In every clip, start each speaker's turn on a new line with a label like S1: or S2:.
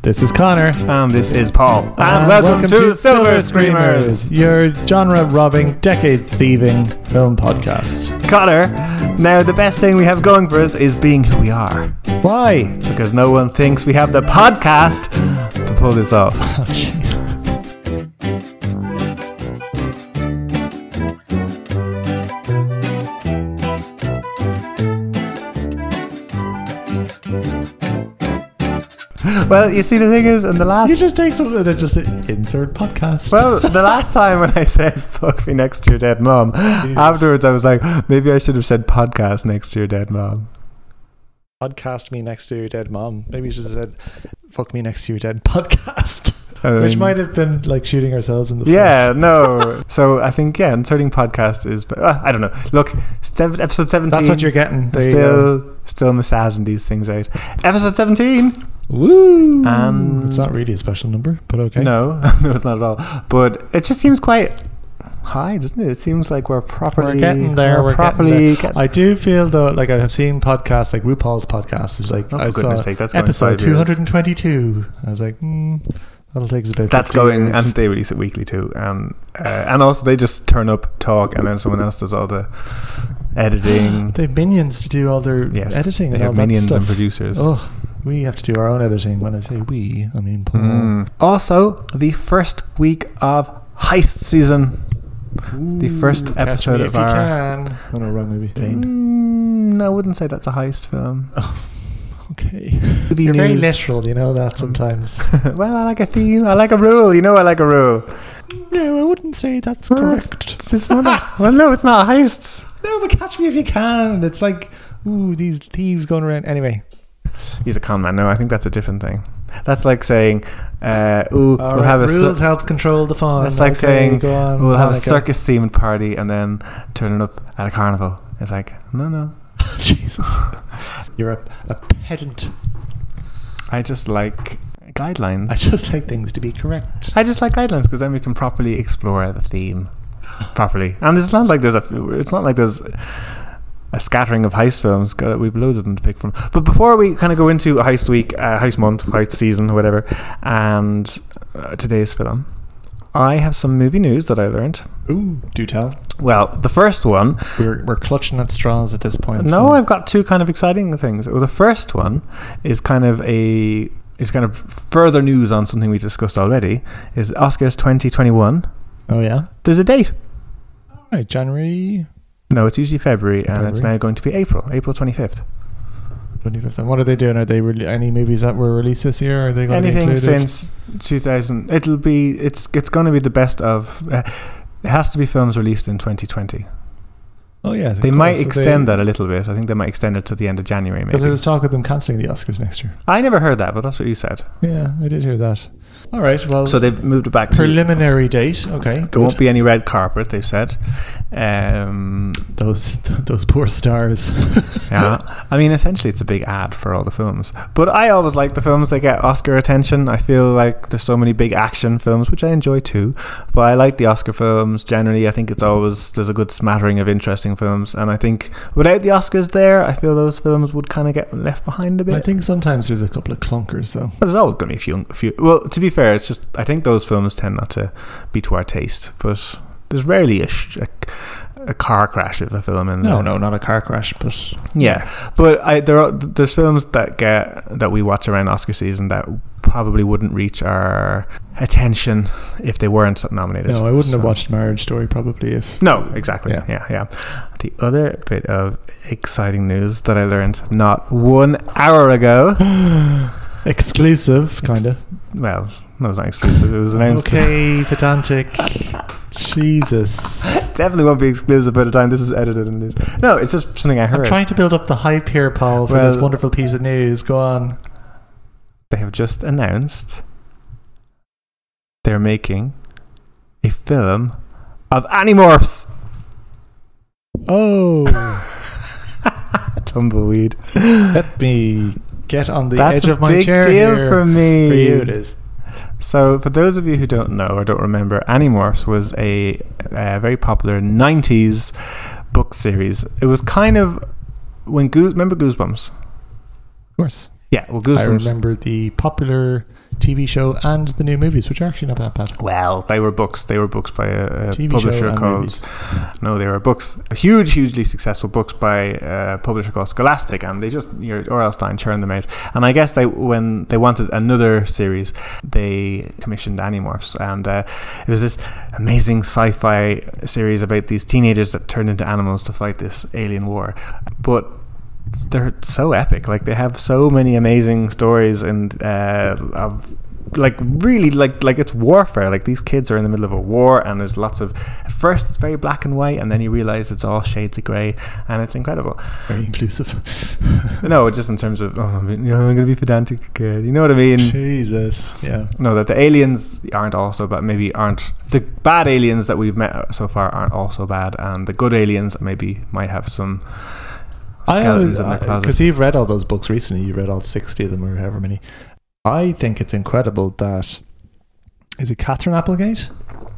S1: This is Connor.
S2: And this is Paul. And, welcome, to, Silver Screamers.
S1: your genre robbing, decade thieving film podcast.
S2: Connor, now the best thing we have going for us is being who we are.
S1: Why?
S2: Because no one thinks we have the podcast to pull this off. Well, you see, the thing is, in the
S1: You
S2: last.
S1: just take something and just insert podcast.
S2: Well, the last time when I said "fuck me next to your dead mom," afterwards I was like, maybe I should have said "podcast next to your dead mom."
S1: podcast me next to your dead mom. Maybe you should have said, fuck me next to your dead podcast.
S2: I
S1: Which
S2: mean-
S1: might have been like shooting ourselves in the foot.
S2: Yeah, no. so I think yeah, inserting podcast is. But uh, I don't know. Look, sev- episode seventeen.
S1: That's what you're getting. There you go.
S2: still still massaging these things out. Episode seventeen.
S1: Woo!
S2: Um,
S1: it's not really a special number, but okay.
S2: No, no, it's not at all. But it just seems quite high, doesn't it? It seems like we're properly
S1: getting there,
S2: We're,
S1: we're getting
S2: properly. getting-
S1: I do feel though, like I have seen podcasts, like RuPaul's podcast, which like
S2: Oh, for
S1: I saw
S2: goodness sake, that's going
S1: episode
S2: five years.
S1: 222. I was like, hmm, that'll take us about.
S2: That's
S1: 50
S2: going,
S1: years.
S2: and they release it weekly too. Um, uh, and also they just turn up, talk, and then someone else does all the editing.
S1: they have minions to do all their
S2: Yes,
S1: editing.
S2: they
S1: and all
S2: have
S1: that
S2: minions and
S1: stuff.
S2: producers.
S1: Oh, we have to do our own editing. When I say we, I mean Paul.
S2: Mm. Also, the first week of heist season. The first
S1: Catch
S2: episode
S1: me
S2: of
S1: if
S2: our-
S1: You can. Oh, no, wrong movie. Fine.
S2: Mm, I wouldn't say that's a heist film.
S1: Okay.
S2: Movie
S1: You're very
S2: news.
S1: literal, you know that sometimes.
S2: well, I like a theme. I like a rule. You know, I like a rule.
S1: no, I wouldn't say that's
S2: Well, that's-
S1: correct.
S2: It's, it's not. a- well, no, it's not a heist.
S1: No, but catch me if you can. It's like, ooh, these thieves going around. Anyway,
S2: He's a con man. No, I think that's a different thing. That's like saying, uh, "Ooh,
S1: All
S2: we'll
S1: right,
S2: have a."
S1: rules
S2: cir-
S1: help control the fun.
S2: That's like
S1: Okay,
S2: saying
S1: go on,
S2: We'll have a
S1: Monica.
S2: circus themed party and then turn it up at a carnival. It's like, no, no.
S1: Jesus, you're a, a pedant.
S2: I just like guidelines.
S1: I just like things to be correct.
S2: I just like guidelines because then we can properly explore the theme properly. And it's not like there's a it's not like there's a scattering of heist films. 'cause We've loads of them to pick from. But before we kind of go into heist week, uh, heist month, heist season, whatever, and uh, today's film, I have some movie news that I learned.
S1: Ooh, do tell.
S2: Well, the first one.
S1: We're we're clutching at straws at this point.
S2: no, I've got two kind of exciting things. Well, the first one is kind of a is kind of further news on something we discussed already. Is Oscars 2021?
S1: Oh yeah.
S2: There's a date.
S1: All right, January
S2: No, it's usually February, and it's
S1: February.
S2: now going to be April, April 25th.
S1: twenty fifth. And what are they doing? Are they really any movies that were released this year? Are they going to be
S2: Anything
S1: included?
S2: since 2000, it'll be it's it's going to be the best of. Uh, it has to be films released in 2020.
S1: Oh yeah,
S2: They might extend that a little bit. I think they might extend it to the end of January,
S1: because
S2: maybe.
S1: there was talk of them cancelling the Oscars next year.
S2: I never heard that, but that's what you said.
S1: Yeah, I did hear that. All right, well,
S2: So they've moved it back to.
S1: preliminary date. Okay,
S2: there won't be any red carpet, they've said. Um,
S1: those those poor stars.
S2: yeah. I mean, essentially, it's a big ad for all the films. But I always like the films that get Oscar attention. I feel like there's so many big action films, which I enjoy too. But I like the Oscar films generally. I think it's always, there's a good smattering of interesting films. And I think without the Oscars there, I feel those films would kind of get left behind a bit.
S1: I think sometimes there's a couple of clunkers though.
S2: But there's always going to be a few, a few. Well, to be fair, it's just I think those films tend not to be to our taste. But there's rarely a, sh- a, a car crash of a film in there.
S1: no, not a car crash, but
S2: Yeah, but I, there are there's films that get that we watch around Oscar season that probably wouldn't reach our attention if they weren't nominated.
S1: no, I wouldn't have
S2: So-
S1: watched Marriage Story probably if
S2: No, exactly.
S1: Yeah.
S2: Yeah. yeah, The other bit of exciting news that I learned not one hour ago.
S1: exclusive kind of.
S2: Ex- Well, no, it's not exclusive. It was announced.
S1: Okay, pedantic. Jesus.
S2: Definitely won't be exclusive by the time this is edited and news. No, it's just something I
S1: I'm
S2: heard.
S1: trying to build up the hype here, Paul, for this
S2: Well-
S1: wonderful piece of news. Go on.
S2: they have just announced they're making a film of Animorphs.
S1: Oh,
S2: Tumbleweed.
S1: let me get on the
S2: That's
S1: edge
S2: a
S1: of my
S2: big
S1: chair
S2: deal
S1: here.
S2: for me.
S1: For you, it is.
S2: So, for those of you who don't know or don't remember, Animorphs was a, uh very popular '90s book series. It was kind of when Goose. Remember Goosebumps?
S1: Of course.
S2: Yeah, well,
S1: I
S2: Goosebumps.
S1: remember the popular TV show, and the new movies, which are actually not that bad.
S2: Well, they were books. They were books by a, a
S1: TV show
S2: publisher
S1: and
S2: called.
S1: movies.
S2: No, they were books. Huge, hugely successful books by a publisher called Scholastic, and they just your Orelstein churned them out. And I guess they when they wanted another series, they commissioned Animorphs, and uh, it was this amazing sci-fi series about these teenagers that turned into animals to fight this alien war, but. They're so epic. Like they have so many amazing stories and uh, of like really like like it's warfare like these kids are in the middle of a war and there's lots of at first it's very black and white and then you realize it's all shades of gray and it's incredible
S1: Very inclusive.
S2: no just in terms of oh, I mean, you know, i'm gonna be pedantic kid you know what i mean
S1: Jesus. Yeah.
S2: no that the aliens aren't also but maybe aren't the bad aliens that we've met so far aren't also bad and the good aliens maybe might have some skeletons in their closet
S1: because you've read all those books recently. You read all sixty of them, or however many. I think it's incredible that is it Catherine Applegate,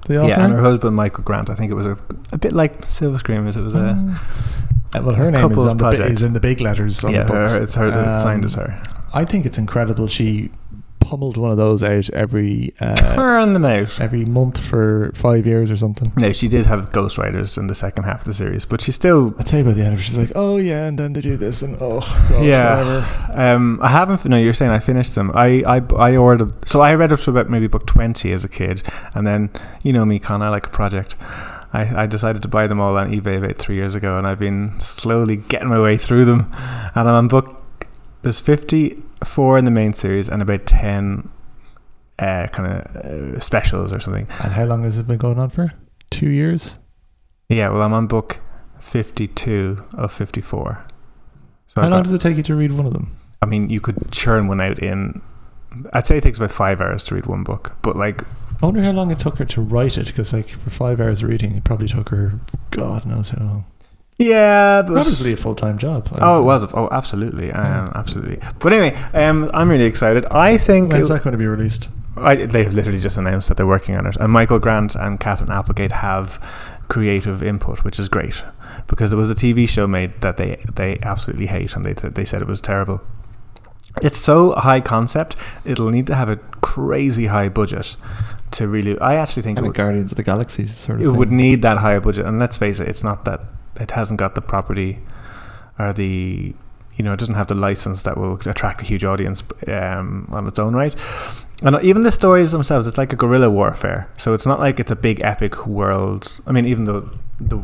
S1: the author.
S2: yeah and her husband michael grant i think it was a, a bit like silver screamers it was
S1: Mm.
S2: a
S1: Uh, well, her
S2: a
S1: name is,
S2: couple's
S1: on the, bi-
S2: project.
S1: is in the big letters on
S2: yeah
S1: the books.
S2: her, it's her it's signed
S1: Um,
S2: as her
S1: I think it's incredible. She pummeled one of those out every uh,
S2: turn them out
S1: every month for five years or something.
S2: No, she did have ghostwriters in the second half of the series, but she still.
S1: I'd say by the end of it, she's like, oh yeah, and then they do this, and oh, God,
S2: Yeah.
S1: whatever.
S2: Um, I haven't. No, you're saying I finished them. I, I, I ordered. So I read up to about maybe book 20 as a kid, and then, you know me, Con, I like a project. I, I decided to buy them all on eBay about three years ago, and I've been slowly getting my way through them. And I'm on book. There's 54 in the main series and about 10 uh, kind of uh, specials or something.
S1: And how long has it been going on for? Two years.
S2: Yeah, well, I'm on book 52 of 54. So
S1: How
S2: I've
S1: long
S2: got-
S1: does it take you to read one of them?
S2: I mean, you could churn one out in. I'd say it takes about five hours to read one book, but like,
S1: I wonder how long it took her to write it, because like for five hours of reading, it probably took her God knows how long.
S2: yeah, but
S1: Probably a full time job. I
S2: oh, it
S1: would say.
S2: was. Oh, absolutely,
S1: Yeah.
S2: um, absolutely. But anyway, um, I'm really excited. I think
S1: When's
S2: it-
S1: that going to be released?
S2: I, they've literally just announced that they're working on it, and Michael Grant and Catherine Applegate have creative input, which is great because there was a TV show made that they they absolutely hate, and they they said it was terrible. It's so high concept; it'll need to have a crazy high budget to really. I actually think it
S1: Kind of
S2: would-
S1: Guardians of the Galaxy sort of
S2: it
S1: thing.
S2: would need that higher budget and let's face it it's not that it hasn't got the property or the you know it doesn't have the license that will attract a huge audience um, on its own right and even the stories themselves it's like a guerrilla warfare so it's not like it's a big epic world i mean even though the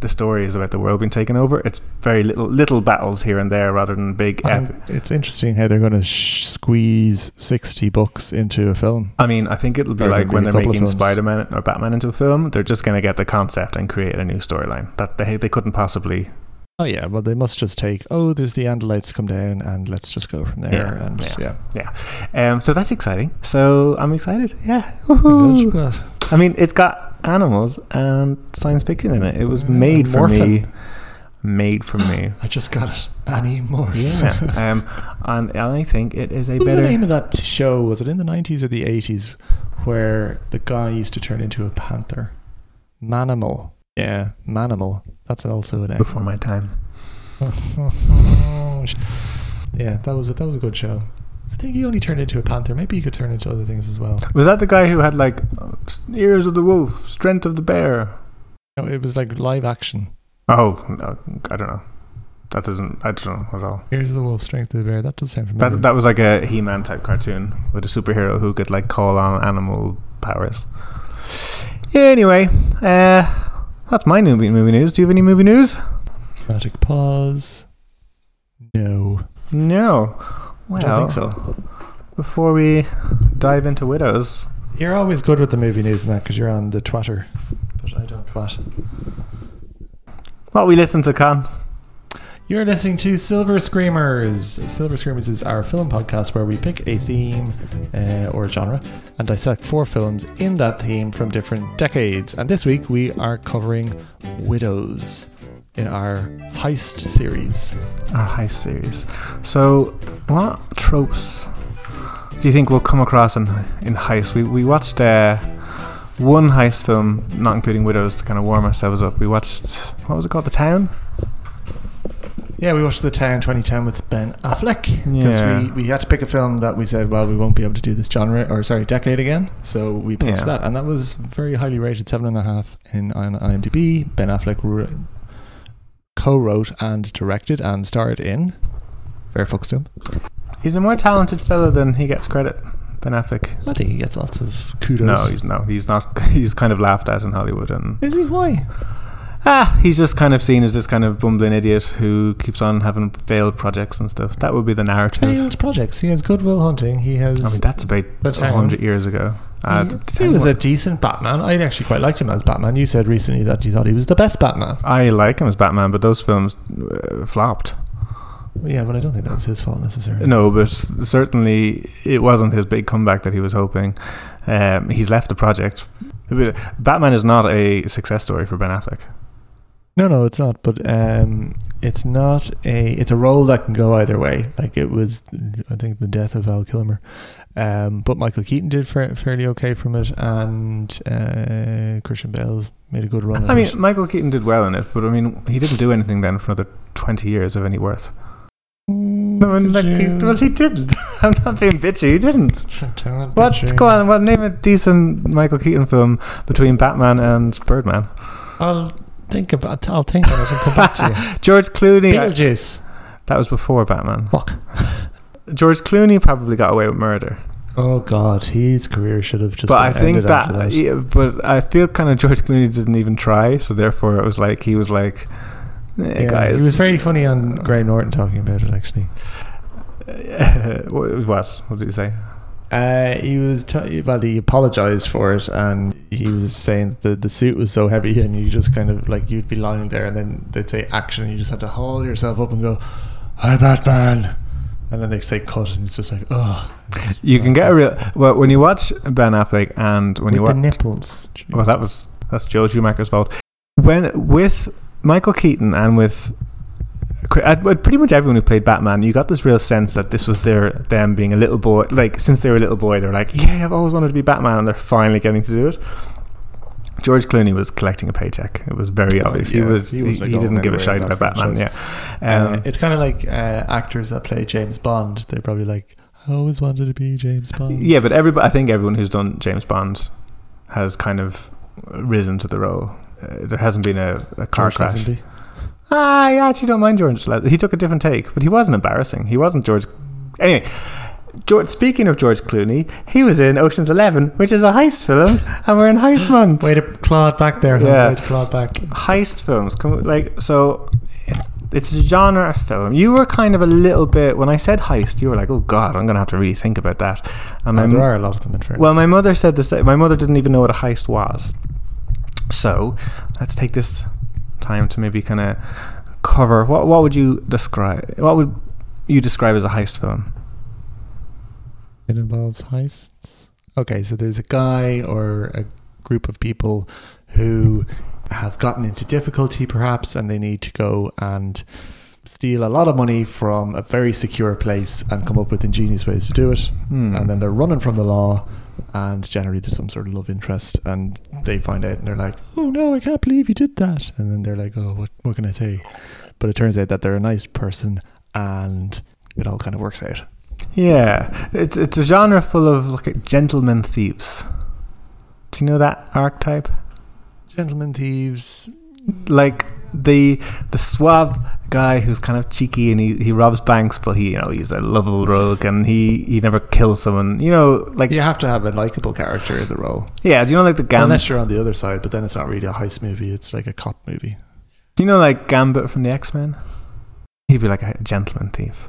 S2: the story is about the world being taken over it's very little little battles here and there rather than big epic
S1: And It's interesting how they're going to sh- squeeze sixty books into a film.
S2: I mean, I think it'll be
S1: Or
S2: like
S1: maybe
S2: when
S1: a
S2: they're
S1: couple of
S2: making
S1: films.
S2: Spider Man or Batman into a film, they're just going to get the concept and create a new storyline that they they couldn't possibly.
S1: Oh yeah, well they must just take. Oh, there's the Andalites come down, and let's just go from there.
S2: Yeah,
S1: and
S2: yeah.
S1: yeah,
S2: Um, so that's exciting. So I'm excited. Yeah.
S1: Very
S2: Woohoo.
S1: good. Well,
S2: I mean, it's got animals and science fiction in it. It was
S1: Yeah,
S2: made for me.
S1: morphin'.
S2: Made for me.
S1: I just got it. Annie Morse.
S2: yeah. Um, and I think it is a
S1: What was the
S2: better.
S1: name of that show? Was it in the nineties or the eighties, where the guy used to turn into a panther? Manimal. Yeah, Manimal. That's also an
S2: Before my time.
S1: name. yeah, that was a, that was a good show. I think he only turned into a panther. Maybe he could turn into other things as well.
S2: Was that the guy who had like ears of the wolf, strength of the bear?
S1: No, it was like live action.
S2: Oh, no, I don't know. That doesn't. I don't know at all.
S1: Here's the wolf, strength of the bear. That does sound familiar.
S2: That that was like a He-Man type cartoon with a superhero who could like call on animal powers. Yeah, anyway, uh, that's my movie movie news. Do you have any movie news?
S1: Dramatic pause. No,
S2: No. Well,
S1: I don't think so.
S2: before we dive into widows,
S1: You're always good with the movie news and that because you're on the twatter, but I don't twat.
S2: what we listen to, Con?
S1: You're listening to Silver Screamers. Silver Screamers is our film podcast where we pick a theme uh, or genre and dissect four films in that theme from different decades. And this week we are covering Widows in our heist series.
S2: Our heist series. So, what tropes do you think we'll come across in in heist? We we watched uh, one heist film, not including widows, to kind of warm ourselves up. We watched what was it called? The Town.
S1: Yeah, we watched The Town 2010 with Ben Affleck because
S2: Yeah.
S1: we, we had to pick a film that we said, well, we won't be able to do this genre or sorry, decade again. So we picked
S2: Yeah.
S1: that, and that was very highly rated, seven and a half in on IMDb. Ben Affleck wr- co-wrote and directed and starred in. Fair fucks to him.
S2: He's a more talented fella than he gets credit. Ben Affleck.
S1: I think he gets lots of kudos.
S2: No, he's no, he's not. He's kind of laughed at in Hollywood, and
S1: is he? Why?
S2: ah, he's just kind of seen as this kind of bumbling idiot who keeps on having failed projects and stuff. That would be the narrative.
S1: Failed projects. He has Goodwill Hunting. He has.
S2: I mean, that's about
S1: The Town.
S2: hundred years ago. Uh,
S1: he,
S2: the
S1: he
S2: Town
S1: was a
S2: was-
S1: decent Batman. I actually quite liked him as Batman. You said recently that you thought he was the best Batman.
S2: I like him as Batman, but those films uh, flopped.
S1: Yeah, but I don't think that was his fault necessarily.
S2: No, but certainly it wasn't his big comeback that he was hoping. Um, he's left the project. Batman is not a success story for Ben Affleck.
S1: No, no, it's not. But um, it's not a. It's a role that can go either way. Like it was, I think, the death of Val Kilmer. Um, but Michael Keaton did fa- fairly okay from it, and uh, Christian Bale made a good run.
S2: I
S1: at
S2: mean,
S1: it.
S2: Michael Keaton did well in it, but I mean, he didn't do anything then for another 20 years of any worth. I mean, mm, like, he- well, he didn't. I'm not being bitchy, he didn't. What? Go on, well, name a decent Michael Keaton film between Batman and Birdman.
S1: I'll think about. I'll think on it and come back to
S2: George
S1: you.
S2: Clooney.
S1: Beetlejuice.
S2: That was before Batman.
S1: Fuck.
S2: George Clooney probably got away with murder.
S1: Oh God, his career should have just.
S2: but I
S1: been
S2: think
S1: ended
S2: that,
S1: after that.
S2: yeah, but I feel kind of George Clooney didn't even try, so therefore it was like he was like, eh,
S1: Yeah,
S2: guys,
S1: It was very funny on Graham Norton talking about it actually.
S2: what? What did he say?
S1: Uh, he was t- well. He apologized for it, and he was saying that the, the suit was so heavy, and you just kind of like you'd be lying there, and then they'd say action, and you just had to haul yourself up and go, "Hi, Batman," and then they say cut, and it's just like, oh.
S2: You can get a real well when you watch Ben Affleck and when
S1: with
S2: you
S1: the
S2: watch
S1: nipples.
S2: well that was that's Joel Schumacher's fault. When with Michael Keaton and with cri- uh, with pretty much everyone who played Batman, you got this real sense that this was their them being a little boy. Like since they were a little boy, they're like, yeah, I've always wanted to be Batman, and they're finally getting to do it. George Clooney was collecting a paycheck. It was very
S1: Oh,
S2: obvious.
S1: yeah,
S2: he was
S1: he
S2: he,
S1: was like
S2: he
S1: all
S2: didn't give a
S1: anywhere
S2: shit
S1: in that
S2: about Batman. Yeah,
S1: Uh,
S2: um,
S1: it's kind of like uh, actors that play James Bond. They're probably like, I always wanted to be James Bond.
S2: yeah, but everybody, I think everyone who's done James Bond has kind of risen to the role. Uh, there hasn't been a, a car
S1: George
S2: crash.
S1: Lazenby.
S2: Ah, I actually don't mind George. Lazenby. He took a different take, but he wasn't embarrassing. He wasn't George. Anyway, George, speaking of George Clooney, he was in Ocean's Eleven, which is a heist film, and we're in heist month.
S1: Way to claw it back there.
S2: Yeah.
S1: Yeah. Way to claw it back.
S2: heist films come like so it's it's a genre of film you were kind of a little bit when i said heist you were like oh god i'm gonna have to really think about that and
S1: Uh,
S2: my
S1: there
S2: m-
S1: are a lot of them in fairness.
S2: Um, Well, my mother said this. My mother didn't even know what a heist was. So, let's take this time to maybe kind of cover what what would you describe? What would you describe as a heist film?
S1: It involves heists. Okay, so there's a guy or a group of people who have gotten into difficulty, perhaps, and they need to go and steal a lot of money from a very secure place and come up with ingenious ways to do it.
S2: Hmm.
S1: And then they're running from the law, and generally there's some sort of love interest, and they find out and they're like, "Oh no, I can't believe you did that!" And then they're like, "Oh, what? What can I say?" But it turns out that they're a nice person, and it all kind of works out.
S2: Yeah, it's it's a genre full of like gentlemen thieves. Do you know that archetype?
S1: Gentlemen thieves,
S2: like the the suave guy who's kind of cheeky and he, he robs banks but he you know he's a lovable rogue and he he never kills someone you know like yeah,
S1: you have to have a likable character in the role,
S2: do you know like the gambit
S1: unless you're on the other side. But then it's not really a heist movie; it's like a cop movie.
S2: do you know like gambit from the x-men he'd be like a gentleman thief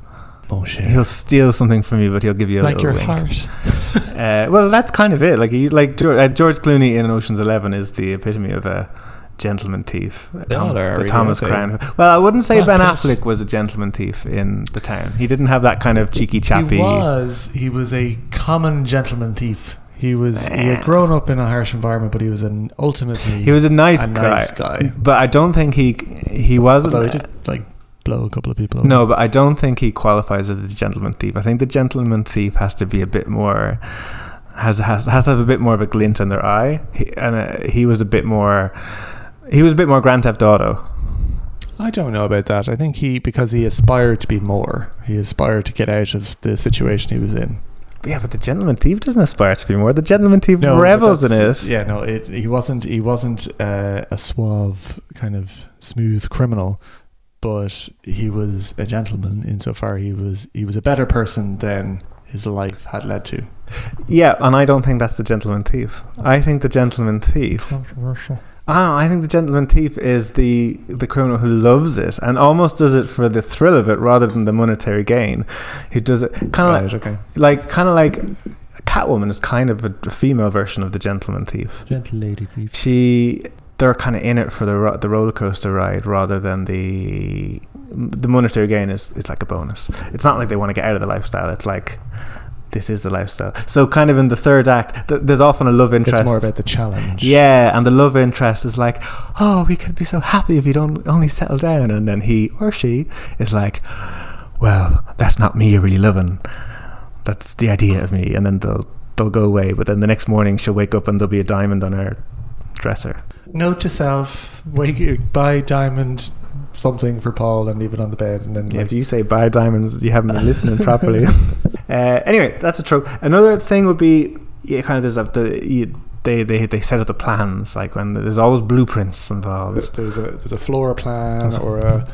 S1: Oh shit!
S2: he'll steal something from you but he'll give you a
S1: Like
S2: little
S1: your
S2: wink.
S1: heart.
S2: uh, well that's kind of it like he like george, uh, george clooney in oceans 11 is the epitome of a gentleman thief Uh,
S1: They all
S2: Tom-
S1: are,
S2: the
S1: really,
S2: thomas
S1: aren't
S2: crown well i wouldn't say
S1: Well,
S2: ben
S1: Thomas-
S2: affleck was a gentleman thief in the town he didn't have that kind of cheeky chappy
S1: He was. He was a common gentleman thief. He was. He had grown up in a harsh environment, but he was an ultimately.
S2: He was a nice
S1: a
S2: guy,
S1: nice guy.
S2: but I don't think he he wasn't.
S1: Although he did like blow a couple of people. Over.
S2: no, but I don't think he qualifies as a gentleman thief. I think the gentleman thief has to be a bit more has has has to have a bit more of a glint in their eye, he, and uh, he was a bit more. He was a bit more Grand Theft Auto.
S1: I don't know about that. I think he because he aspired to be more. He aspired to get out of the situation he was in.
S2: Yeah, but the gentleman thief doesn't aspire to be more. The gentleman thief
S1: but
S2: revels in
S1: that's-
S2: it.
S1: Yeah, no, it, he wasn't. He wasn't uh, a suave kind of smooth criminal, but he was a gentleman insofar he was he was a better person than his life had led to.
S2: Yeah, and I don't think that's the gentleman thief. I think the gentleman thief.
S1: Controversial.
S2: Ah, I think the gentleman thief is the the criminal who loves it and almost does it for the thrill of it rather than the monetary gain. He does it kind of
S1: Right, okay.
S2: like, like kind of like Catwoman is kind of a, a female version of the gentleman thief.
S1: Gentle lady thief.
S2: She they're kind of in it for the ro- the roller coaster ride rather than the the monetary gain is is like a bonus. It's not like they want to get out of the lifestyle. It's like this is the lifestyle. So kind of in the third act, th- there's often a love interest.
S1: It's more about the challenge.
S2: Yeah, and the love interest is like, oh, we could be so happy if you don't only settle down. And then he or she is like, well, that's not me you're really loving. That's the idea of me. And then they'll they'll go away. But then the next morning she'll wake up and there'll be a diamond on her dresser.
S1: Note to self: wake, buy diamond something for Paul and leave it on the bed, and then
S2: If you say buy diamonds, you haven't been listening properly. Uh, anyway, that's a trope. Another thing would be yeah, kind of there's a, the, you, they they they set up the plans like when there's always blueprints involved.
S1: there's a there's a floor plan or a,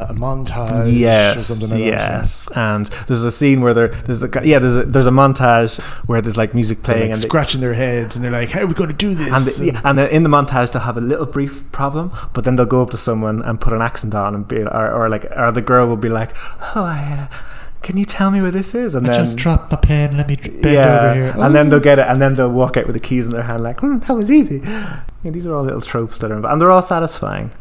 S1: a montage or something like that.
S2: yes. And there's a scene where there, there's the yeah, there's a, there's a montage where there's like music
S1: They're
S2: playing
S1: like
S2: and they-
S1: scratching their heads, and they're like, "How are we going to do this?"
S2: and, the, yeah, and then in the montage they'll have a little brief problem, but then they'll go up to someone and put an accent on and be or, or like or the girl will be like, "Oh, I, uh, can you tell me where this is?" And
S1: I
S2: then
S1: just dropped my pen. Let me dr- bend over here. Oh,
S2: and then they'll get it, and then they'll walk out with the keys in their hand, like, hmm, that was easy. Yeah, these are all little tropes that are, inv- and they're all satisfying.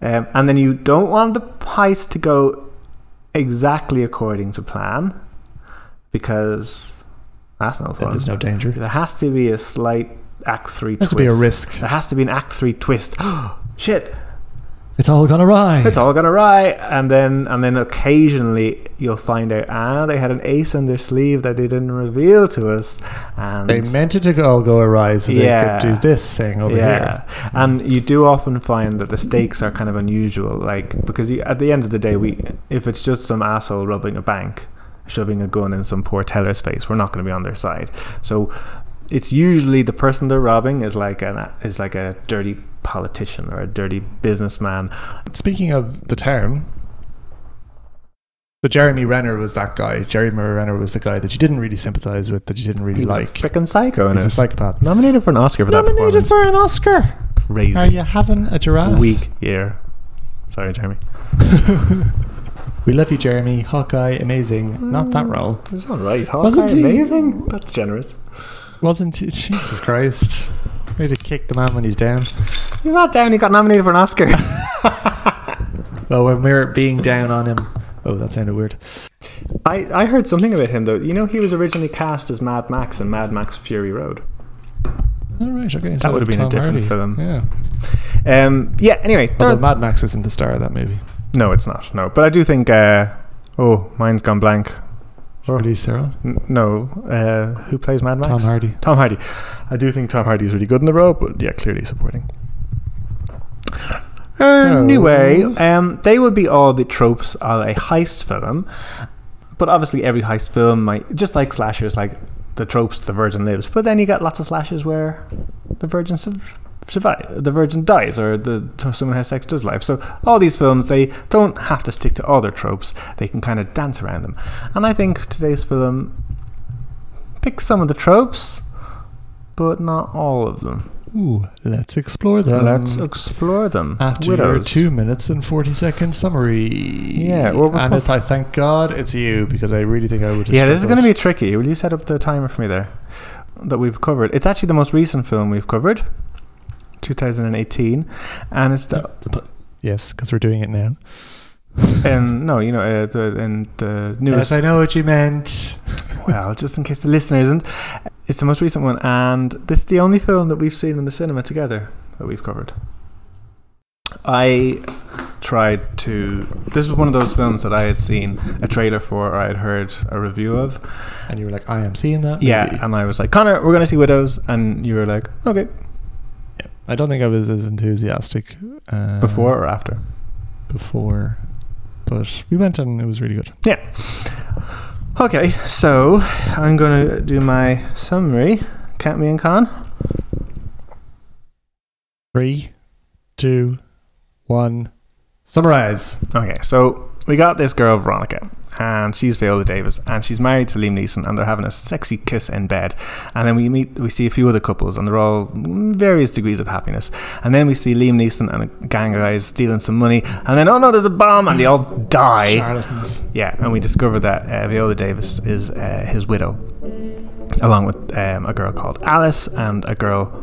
S2: Um, and then you don't want the heist to go exactly according to plan, because that's no
S1: Then
S2: fun.
S1: there's no danger.
S2: There has to be a slight Act Three
S1: Has
S2: twist.
S1: to be a risk.
S2: There has to be an Act Three twist. Shit,
S1: It's all gone awry.
S2: it's all gone awry, and then and then occasionally you'll find out ah they had an ace in their sleeve that they didn't reveal to us, and
S1: they meant it to all go awry, so
S2: Yeah.
S1: they could do this thing over here.
S2: yeah, and you do often find that the stakes are kind of unusual, like because you, at the end of the day, we if it's just some asshole robbing a bank, shoving a gun in some poor teller's face, we're not going to be on their side. So it's usually the person they're robbing is like an is like a dirty politician or a dirty businessman.
S1: Speaking of the town, so Jeremy Renner was that guy. Jeremy Renner was the guy that you didn't really sympathize with, that you didn't really
S2: He was a
S1: like.
S2: frickin' psycho in
S1: He's a
S2: it.
S1: psychopath.
S2: Nominated for an Oscar for that
S1: Nominated
S2: performance.
S1: for an Oscar.
S2: Crazy.
S1: Are you having a giraffe?
S2: Weak year. Sorry, Jeremy.
S1: We love you, Jeremy. Hawkeye, amazing. Not that role.
S2: It was all right.
S1: Wasn't
S2: Hawkeye,
S1: he-
S2: amazing. That's generous.
S1: Wasn't it? Jesus Christ. Way to kick the man when he's down.
S2: He's not down. He got nominated for an Oscar.
S1: Well, when we're being down on him. Oh, that sounded weird.
S2: I, I heard something about him though. You know, he was originally cast as Mad Max in Mad Max Fury Road.
S1: All right, okay.
S2: That would have been a different film.
S1: Yeah.
S2: Um, yeah. Anyway, third-
S1: Although Mad Max isn't the star of that movie.
S2: no, it's not. No, but I do think. Uh, oh, mine's gone blank.
S1: Or at least Sarah.
S2: N- no, uh, who plays Mad Max?
S1: Tom Hardy.
S2: Tom Hardy. I do think Tom Hardy is really good in the role, but yeah, clearly supporting. Anyway, um, they would be all the tropes of a heist film, but obviously every heist film might just like slashers, like the tropes the virgin lives. But then you got lots of slashers where the virgin surv- survive, the virgin dies, or the someone has sex does life. So all these films they don't have to stick to all their tropes; they can kind of dance around them. And I think today's film picks some of the tropes, but not all of them.
S1: Ooh, let's explore that.
S2: Let's explore them.
S1: After your
S2: Uh, Widows.
S1: two minutes and 40 second summary.
S2: Yeah, well, we're
S1: and
S2: fu-
S1: it, I thank God it's you because I really think I would. have
S2: Yeah, this is going to
S1: struggled.
S2: be tricky. Will you set up the timer for me there? That we've covered. It's actually the most recent film we've covered, 2018, and it's the
S1: Yes, because we're doing it now.
S2: um, no, you know, uh, the, in the newest.
S1: know what you meant.
S2: well, just in case the listener isn't, it's the most recent one, and this is the only film that we've seen in the cinema together that we've covered. I tried to. This was one of those films that I had seen a trailer for or I had heard a review of,
S1: And you were like, I am seeing that.
S2: Yeah,
S1: movie."
S2: and I was like, Connor, we're gonna see Widows, and you were like, okay,
S1: I don't think I was as enthusiastic uh,
S2: before or after?
S1: before, but we went and it was really good.
S2: Okay, so I'm going to do my summary. Count me in, Con.
S1: Three, two, one. Summarize.
S2: Okay, so we got this girl, Veronica, and she's Viola Davis, and she's married to Liam Neeson, and they're having a sexy kiss in bed. And then we meet, we see a few other couples, and they're all various degrees of happiness. And then we see Liam Neeson and a gang of guys stealing some money, and then, oh no, there's a bomb, and they all die.
S1: Charlatans.
S2: Yeah, and we discover that uh, Viola Davis is uh, his widow, along with um, a girl called Alice and a girl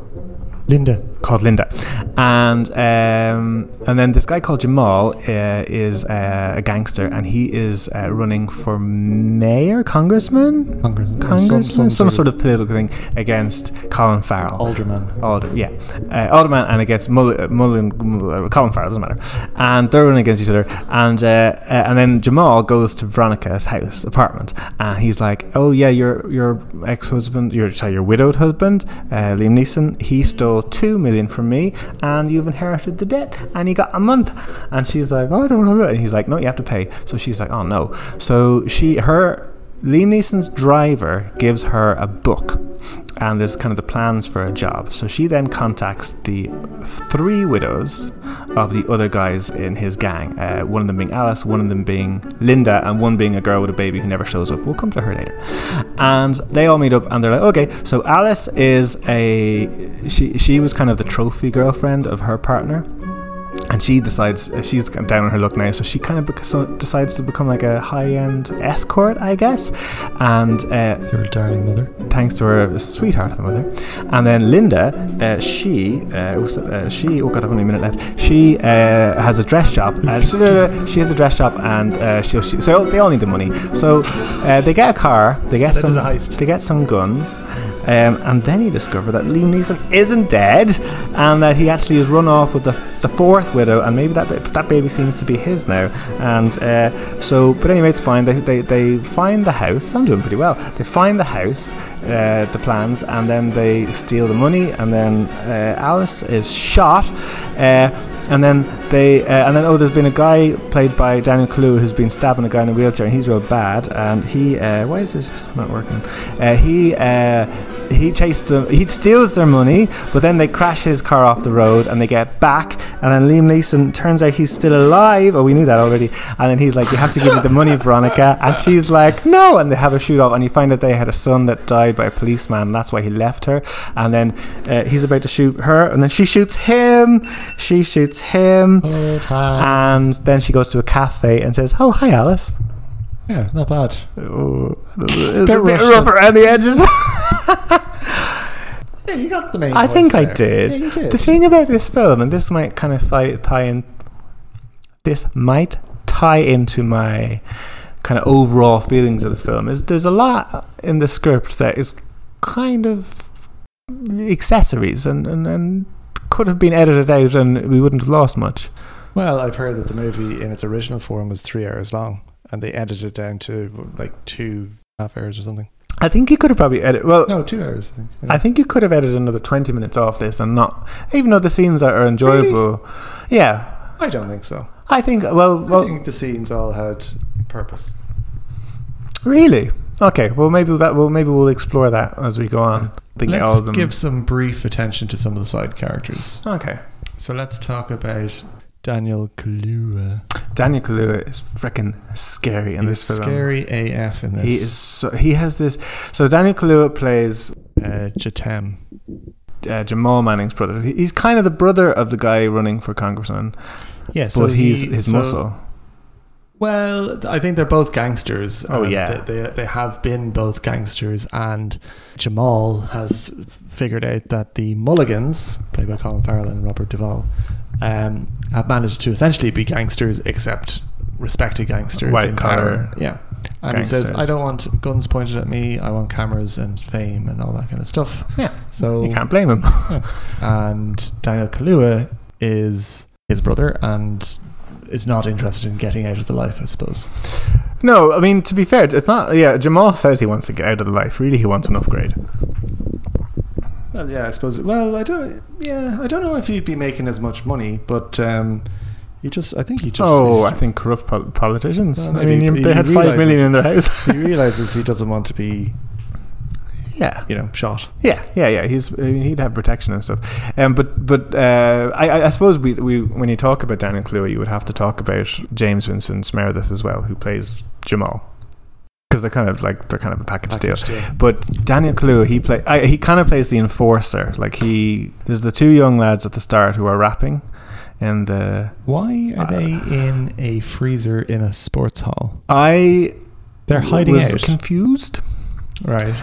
S1: Linda.
S2: called Linda. And um, and then this guy called Jamal uh, is uh, a gangster, and he is uh, running for mayor, congressman,
S1: Congressman.
S2: congressman, some, sort of political thing against Colin Farrell.
S1: alderman.
S2: Alder, yeah, uh, Alderman and against uh, Mullen, Mullen, Mullen, Colin Farrell doesn't matter, and they're running against each other, and uh, uh, and then Jamal goes to Veronica's house apartment, and he's like, oh yeah, your your ex husband, your sorry, your widowed husband, uh, Liam Neeson, he stole two million from me, and you've inherited the debt, and he got a month, and she's like, oh, I don't know, and he's like, no, you have to pay, so she's like, oh no, so she her Liam Neeson's driver gives her a book, and there's kind of the plans for a job. So she then contacts the three widows of the other guys in his gang. Uh, one of them being Alice, one of them being Linda, and one being a girl with a baby who never shows up. We'll come to her later. And they all meet up, and they're like, okay. So Alice is a she. She was kind of the trophy girlfriend of her partner. And she decides she's down on her luck now, so she kind of bec- so decides to become like a high-end escort, I guess. And uh,
S1: Your darling mother.
S2: thanks to her sweetheart of the mother. And then Linda, uh, she, uh, was- uh, she, oh god, I've only a minute left. She uh, has a dress shop. Uh, she, she has a dress shop, and uh, she, she, so they all need the money. So uh, they get a car, they get
S1: That
S2: some,
S1: is a heist.
S2: they get some guns, um, and then you discover that Liam Neeson isn't dead, and that he actually has run off with the, the fourth widow, and maybe that ba- that baby seems to be his now. And uh, so, but anyway, it's fine. They, they they find the house. I'm doing pretty well. They find the house, uh, the plans, and then they steal the money, and then uh, Alice is shot. Uh, and then they, uh, and then oh, there's been a guy played by Daniel Kaluuya who's been stabbing a guy in a wheelchair, and he's real bad. And he, uh, why is this not working? Uh, he, uh, he chased them. He steals their money, but then they crash his car off the road, and they get back. And then Liam Neeson turns out he's still alive. Oh, we knew that already. And then he's like, "You have to give me the money, Veronica," and she's like, "No!" And they have a shoot off, and you find out they had a son that died by a policeman. And that's why he left her. And then uh, he's about to shoot her, and then she shoots him. She shoots him.
S1: Oh, time.
S2: And then she goes to a cafe and says, "Oh, hi, Alice."
S1: Yeah, not bad.
S2: Oh, it's
S1: Bit
S2: a bit
S1: rushed.
S2: rough around the edges.
S1: Yeah, you got the main.
S2: I think I did.
S1: Yeah, you did.
S2: The thing about this film, and this might kind of tie, tie in, this might tie into my kind of overall feelings of the film is there's a lot in the script that is kind of accessories and, and, and could have been edited out and we wouldn't have lost much.
S1: Well, I've heard that the movie in its original form was three hours long, and they edited it down to like two half hours or something.
S2: I think you could have probably edited. Well,
S1: No, two hours. I think.
S2: I think you could have edited another 20 minutes off this and not, even though the scenes are, are enjoyable. Yeah.
S1: I don't think so.
S2: I think, well, well
S1: I think the scenes all had purpose.
S2: Really? Okay. Well, maybe that. Well, maybe we'll explore that as we go on. I think all
S1: Let's
S2: of them.
S1: give some brief attention to some of the side characters.
S2: okay.
S1: So let's talk about Daniel Kaluuya.
S2: Daniel Kaluuya is freaking scary in
S1: He
S2: this
S1: is
S2: film.
S1: scary AF in this.
S2: He is. So, he has this. So Daniel Kaluuya plays
S1: uh, Jatem.
S2: uh, Jamal Manning's brother. He- He's kind of the brother of the guy running for congressman,
S1: Yeah,
S2: but he's his
S1: so-
S2: muscle.
S1: Well, I think they're both gangsters.
S2: Oh,
S1: and
S2: yeah.
S1: they, they they have been both gangsters, and Jamal has figured out that the Mulligans, played by Colin Farrell and Robert Duvall, um, have managed to essentially be gangsters, except respected gangsters,
S2: White
S1: in
S2: collar
S1: power. yeah. And he says,
S2: gangsters.
S1: "I don't want guns pointed at me. I want cameras and fame and all that kind of stuff."
S2: Yeah.
S1: So
S2: You can't blame him.
S1: and Daniel Kaluuya is his brother and is not interested in getting out of the life, I suppose.
S2: No, I mean to be fair, it's not. Yeah, Jamal says he wants to get out of the life. Really, he wants an upgrade.
S1: Well, yeah, I suppose. Well, I don't. Yeah, I don't know if he'd be making as much money, but um, You just, I think he just.
S2: Oh, I
S1: he's-
S2: think corrupt pol- politicians.
S1: Well,
S2: I mean,
S1: maybe
S2: you- they
S1: he
S2: had five million in their house.
S1: he realizes he doesn't want to be,
S2: yeah,
S1: you know, shot.
S2: yeah, yeah, yeah. He's I mean, he'd have protection and stuff. Um, but but uh, I, I- I suppose we, we when you talk about Daniel Kaluuya, you would have to talk about James Vincent Meredith as well, who plays Jamal, because they're kind of like they're kind of a package, deal.
S1: Package deal.
S2: But Daniel Kaluuya, he play I, he kind of plays the enforcer. Like he there's the two young lads at the start who are rapping, and the
S1: Why are
S2: Uh,
S1: they in a freezer in a sports hall?
S2: I
S1: They're hiding
S2: was
S1: out.
S2: confused.
S1: right.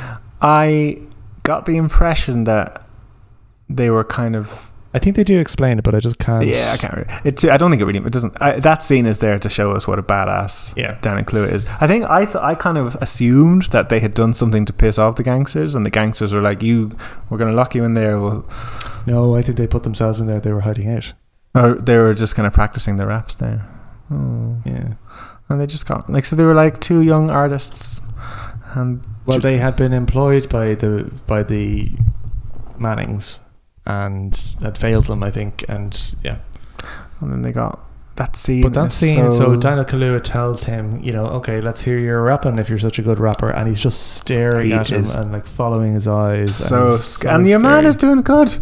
S2: I got the impression that they were kind of
S1: I think they do explain it, but I just can't.
S2: yeah. I can't. Remember. It. I don't think it really. It doesn't. I, that scene is there to show us what a badass
S1: Yeah.
S2: Dan Clue is. I think I. Th- I kind of assumed that they had done something to piss off the gangsters, and the gangsters were like, "You, we're going to lock you in there." Well,
S1: No, I think they put themselves in there. They were hiding out.
S2: or they were just kind of practicing their raps there. Oh.
S1: Yeah.
S2: And they just got like so. They were like two young artists, and
S1: Well, they had been employed by the by the Mannings and had failed them, I think. And yeah.
S2: and then they got that scene.
S1: But that
S2: is
S1: scene, so, Daniel Kaluuya tells him, you know, okay, let's hear your rapping if you're such a good rapper, and he's just staring
S2: He
S1: at him
S2: is
S1: and like following his eyes.
S2: so,
S1: and, he's
S2: sc- and your
S1: um,
S2: man
S1: scary.
S2: is doing good.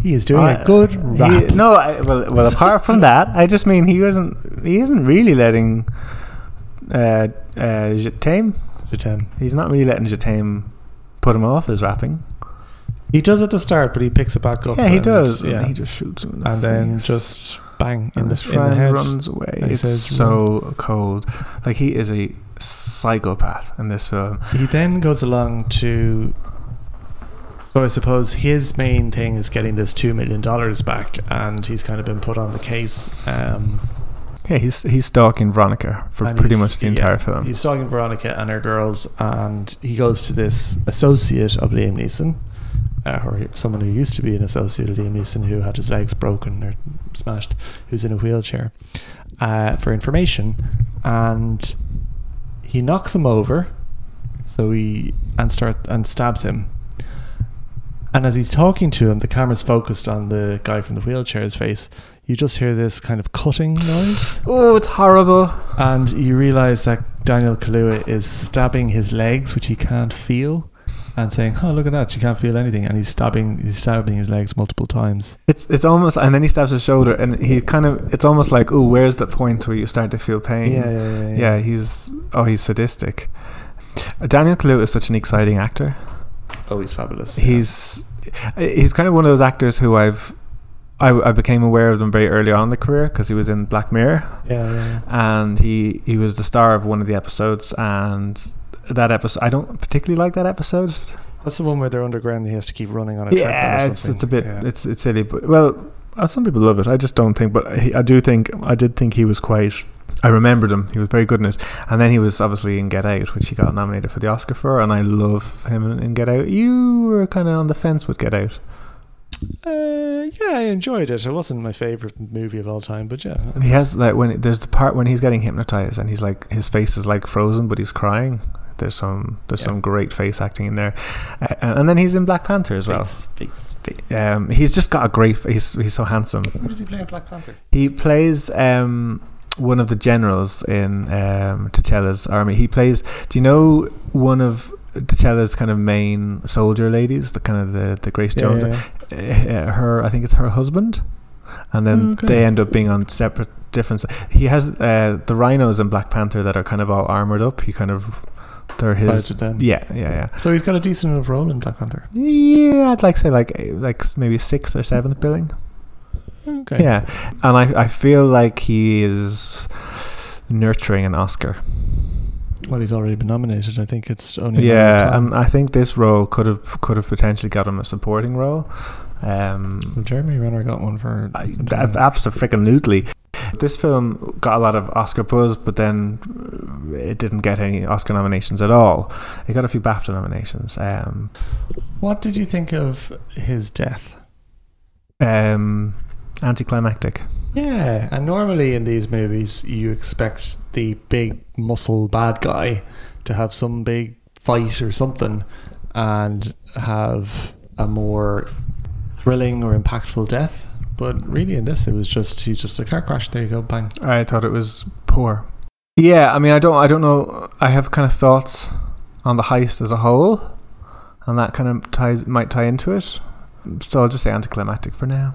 S1: he is doing
S2: I-
S1: a good
S2: he-
S1: rap.
S2: no, I, well, well, apart from that, I just mean he isn't. He isn't really letting. Uh, uh, Jatem.
S1: But, um,
S2: He's not really letting Jatem put him off his rapping.
S1: he does at the start, but he picks it back up.
S2: yeah, he
S1: and-
S2: does.
S1: Yeah,
S2: And he just shoots him. In the
S1: and then
S2: face.
S1: just bang in
S2: and
S1: the,
S2: his
S1: in the
S2: friend
S1: head.
S2: runs away.
S1: And he
S2: It's
S1: says,
S2: so cold. Like he is a psychopath in this film.
S1: He then goes along to. So I suppose his main thing is getting this two million dollars back, and he's kind of been put on the case. Um,
S2: Yeah, he's he's stalking Veronica for
S1: And
S2: pretty
S1: he's-
S2: much the
S1: yeah,
S2: entire film.
S1: He's talking to Veronica and her girls, and he goes to this associate of Liam Neeson, uh, or he- someone who used to be an associate of Liam Neeson who had his legs broken or smashed, who's in a wheelchair, uh, for information. And he knocks him over, so he and start and stabs him. And as he's talking to him, the camera's focused on the guy from the wheelchair's face. You just hear this kind of cutting noise
S2: Oh, it's horrible.
S1: and you realize that Daniel Kaluuya is stabbing his legs, which he can't feel, and saying, "Oh, look at that! You can't feel anything." And he's stabbing, he's stabbing his legs multiple times.
S2: It's it's almost and then he stabs his shoulder and he kind of it's almost like oh where's the point where you start to feel pain
S1: yeah,
S2: yeah he's oh he's sadistic Daniel Kaluuya is such an exciting actor
S1: Oh, he's fabulous.
S2: he's he's kind of one of those actors who I've I, I became aware of them very early on in the career because he was in Black Mirror
S1: yeah, yeah,
S2: and he he was the star of one of the episodes and that episode I don't particularly like that episode
S1: That's the one where they're underground. and He has to keep running on a
S2: yeah,
S1: treadmill or
S2: it's,
S1: something.
S2: it's a bit
S1: Yeah.
S2: it's it's silly, but well, uh, some people love it. I just don't think, but he, I do think I did think he was quite. I remembered him. He was very good in it, and then he was obviously in Get Out, which he got nominated for the Oscar for, and I love him in, in Get Out. You were kind of on the fence with Get Out.
S1: Uh, yeah, I enjoyed it. It wasn't my favorite movie of all time, but yeah,
S2: He has like when there's the part when he's getting hypnotized and he's like his face is like frozen, but he's crying. There's some there's
S1: Yeah.
S2: some great face acting in there, uh, and then he's in Black Panther as well.
S1: Face, face, face.
S2: Um, he's just got a great. fa- He's he's so handsome.
S1: What does he play in Black Panther?
S2: He plays um, one of the generals in um, T'Challa's army. He plays. Do you know one of T'Challa's kind of main soldier ladies? The kind of the, the Grace Jones. Uh, her, I think it's her husband, and then
S1: Okay.
S2: they end up being on separate different. s- He has uh, the rhinos in Black Panther that are kind of all armored up. He kind of they're
S1: Fights
S2: his.
S1: with them.
S2: Yeah, yeah, yeah.
S1: So he's got a decent enough role in Black Panther.
S2: Yeah, I'd like say like eh, like s- maybe sixth or seventh billing.
S1: Okay.
S2: Yeah, and I I feel like he is nurturing an Oscar.
S1: Well, he's already been nominated. I think it's only. a matter of
S2: Yeah,
S1: time.
S2: and I think this role could have could have potentially got him a supporting role. Um,
S1: Well, Jeremy Renner got one for.
S2: I- ab- absolutely. This film got a lot of Oscar buzz, but then uh, it didn't get any Oscar nominations at all. It got a few BAFTA nominations. Um,
S1: What did you think of his death?
S2: um, anticlimactic.
S1: Yeah, and normally in these movies, you expect the big muscle bad guy to have some big fight or something and have a more thrilling or impactful death. But really, in this, it was just he just a car crash. There you go, bang.
S2: I thought it was poor. Yeah, I mean, I don't, I don't know. I have kind of thoughts on the heist as a whole, and that kind of ties might tie into it. So I'll just say anticlimactic for now.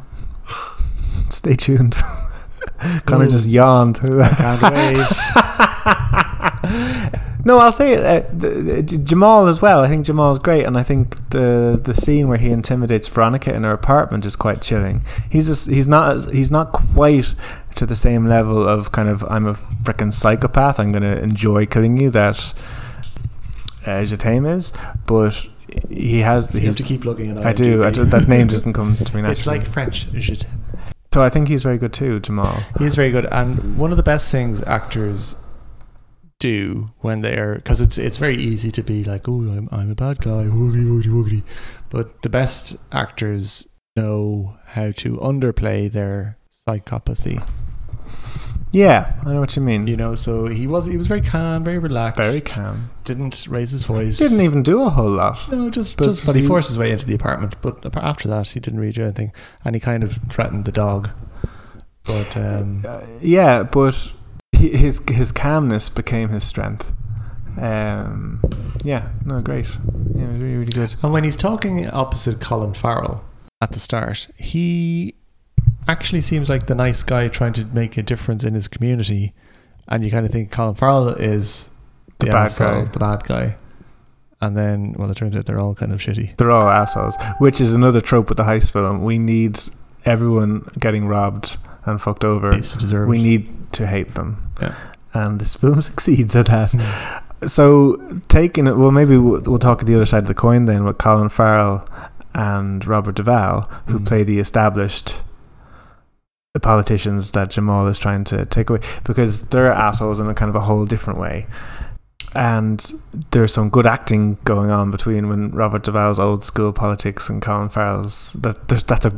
S2: Stay tuned. Connor
S1: Ooh.
S2: just yawned.
S1: Can't wait.
S2: no, I'll say it. Uh, the, the- Jamal as well. I think Jamal's great, and I think the the scene where he intimidates Veronica in her apartment is quite chilling. He's just, he's not as- he's not quite to the same level of kind of I'm a freaking psychopath. I'm gonna enjoy killing you. That uh, Jatam is, but he has.
S1: you have
S2: He's,
S1: to keep looking at
S2: I do. I do. That name doesn't come to me naturally.
S1: It's like French. Je t'aime.
S2: so I think he's very good too, Jamal.
S1: He is very good, and one of the best things actors do when they are because it's it's very easy to be like, oh, I'm I'm a bad guy, woogly woogly woogly, but the best actors know how to underplay their psychopathy.
S2: Yeah, I know what you mean.
S1: You know, so he was he was very calm, very relaxed,
S2: Very calm.
S1: didn't raise his voice,
S2: Didn't even do a whole lot.
S1: No, just
S2: But
S1: just but he
S2: he-
S1: forced his way into the apartment. But apa- after that, he didn't really do anything, and he kind of threatened the dog. But um,
S2: Uh, yeah, but he, his his calmness became his strength. Um, yeah, no, great. Yeah, it was really, really good.
S1: And when he's talking opposite Colin Farrell at the start, he actually seems like the nice guy trying to make a difference in his community. And you kind of think Colin Farrell is
S2: The bad
S1: asshole,
S2: guy.
S1: the bad guy. And then, well, it turns out they're all kind of shitty.
S2: They're all assholes, which is another trope with the heist film. We need everyone getting robbed and fucked over.
S1: Needs to deserve
S2: We
S1: it.
S2: need to hate them.
S1: Yeah.
S2: And this film succeeds at that. So taking it, well, maybe we'll, we'll talk at the other side of the coin then with Colin Farrell and Robert Duvall, who
S1: Mm.
S2: play the established politicians that Jamal is trying to take away because they're assholes in a kind of a whole different way. And there's some good acting going on between when Robert Duvall's old school politics and Colin Farrell's that there's that's a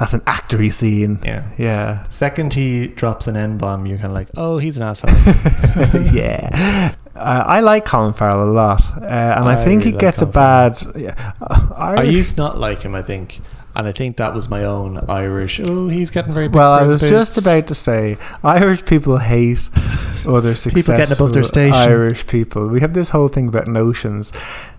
S2: that's an actory scene.
S1: Yeah.
S2: Yeah.
S1: Second, he drops an N bomb. You're kind of like, oh, he's an asshole.
S2: yeah. Uh, I like Colin Farrell a lot, uh, and I,
S1: I
S2: think
S1: really
S2: he
S1: like
S2: gets
S1: Colin
S2: a bad. Yeah.
S1: I
S2: Irish-
S1: used to not like him, I think. And I think that was my own Irish. Oh, he's getting very big
S2: well,
S1: for
S2: I was
S1: his
S2: just
S1: boots."
S2: about to say Irish people hate other successful
S1: getting above their station.
S2: Irish people. We have this whole thing about notions,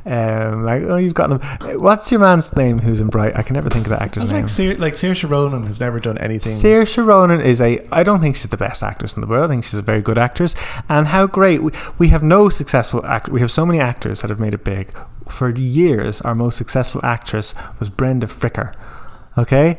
S2: um, like oh, you've got him. What's your man's name? Who's in Bright? I can never think of that
S1: I
S2: actor's
S1: was
S2: name.
S1: like, Sir, like Saoirse Ronan has never done anything.
S2: Saoirse Ronan is a. I don't think she's the best actress in the world. I think she's a very good actress. And how great we, we have no successful act. We have so many actors that have made it big. For years, our most successful actress was Brenda Fricker. Okay,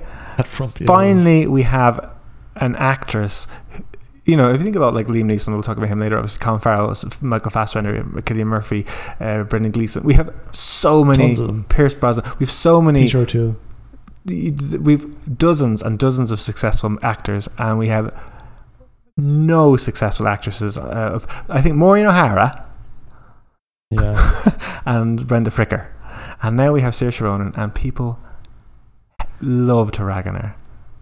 S1: Trump, you know.
S2: finally we have an actress. who- You know, if you think about like Liam Neeson, we'll talk about him later. Obviously, Colin Farrell, Michael Fassbender, Cillian Murphy, uh, Brendan Gleeson. We have so many.
S1: Tons of them.
S2: Pierce Brosnan. We have so many
S1: Peter O'Toole.
S2: we've dozens and dozens of successful actors, and we have no successful actresses. Uh, I think Maureen O'Hara
S1: Yeah.
S2: and Brenda Fricker, and now we have Saoirse Ronan, and people love to rag on her.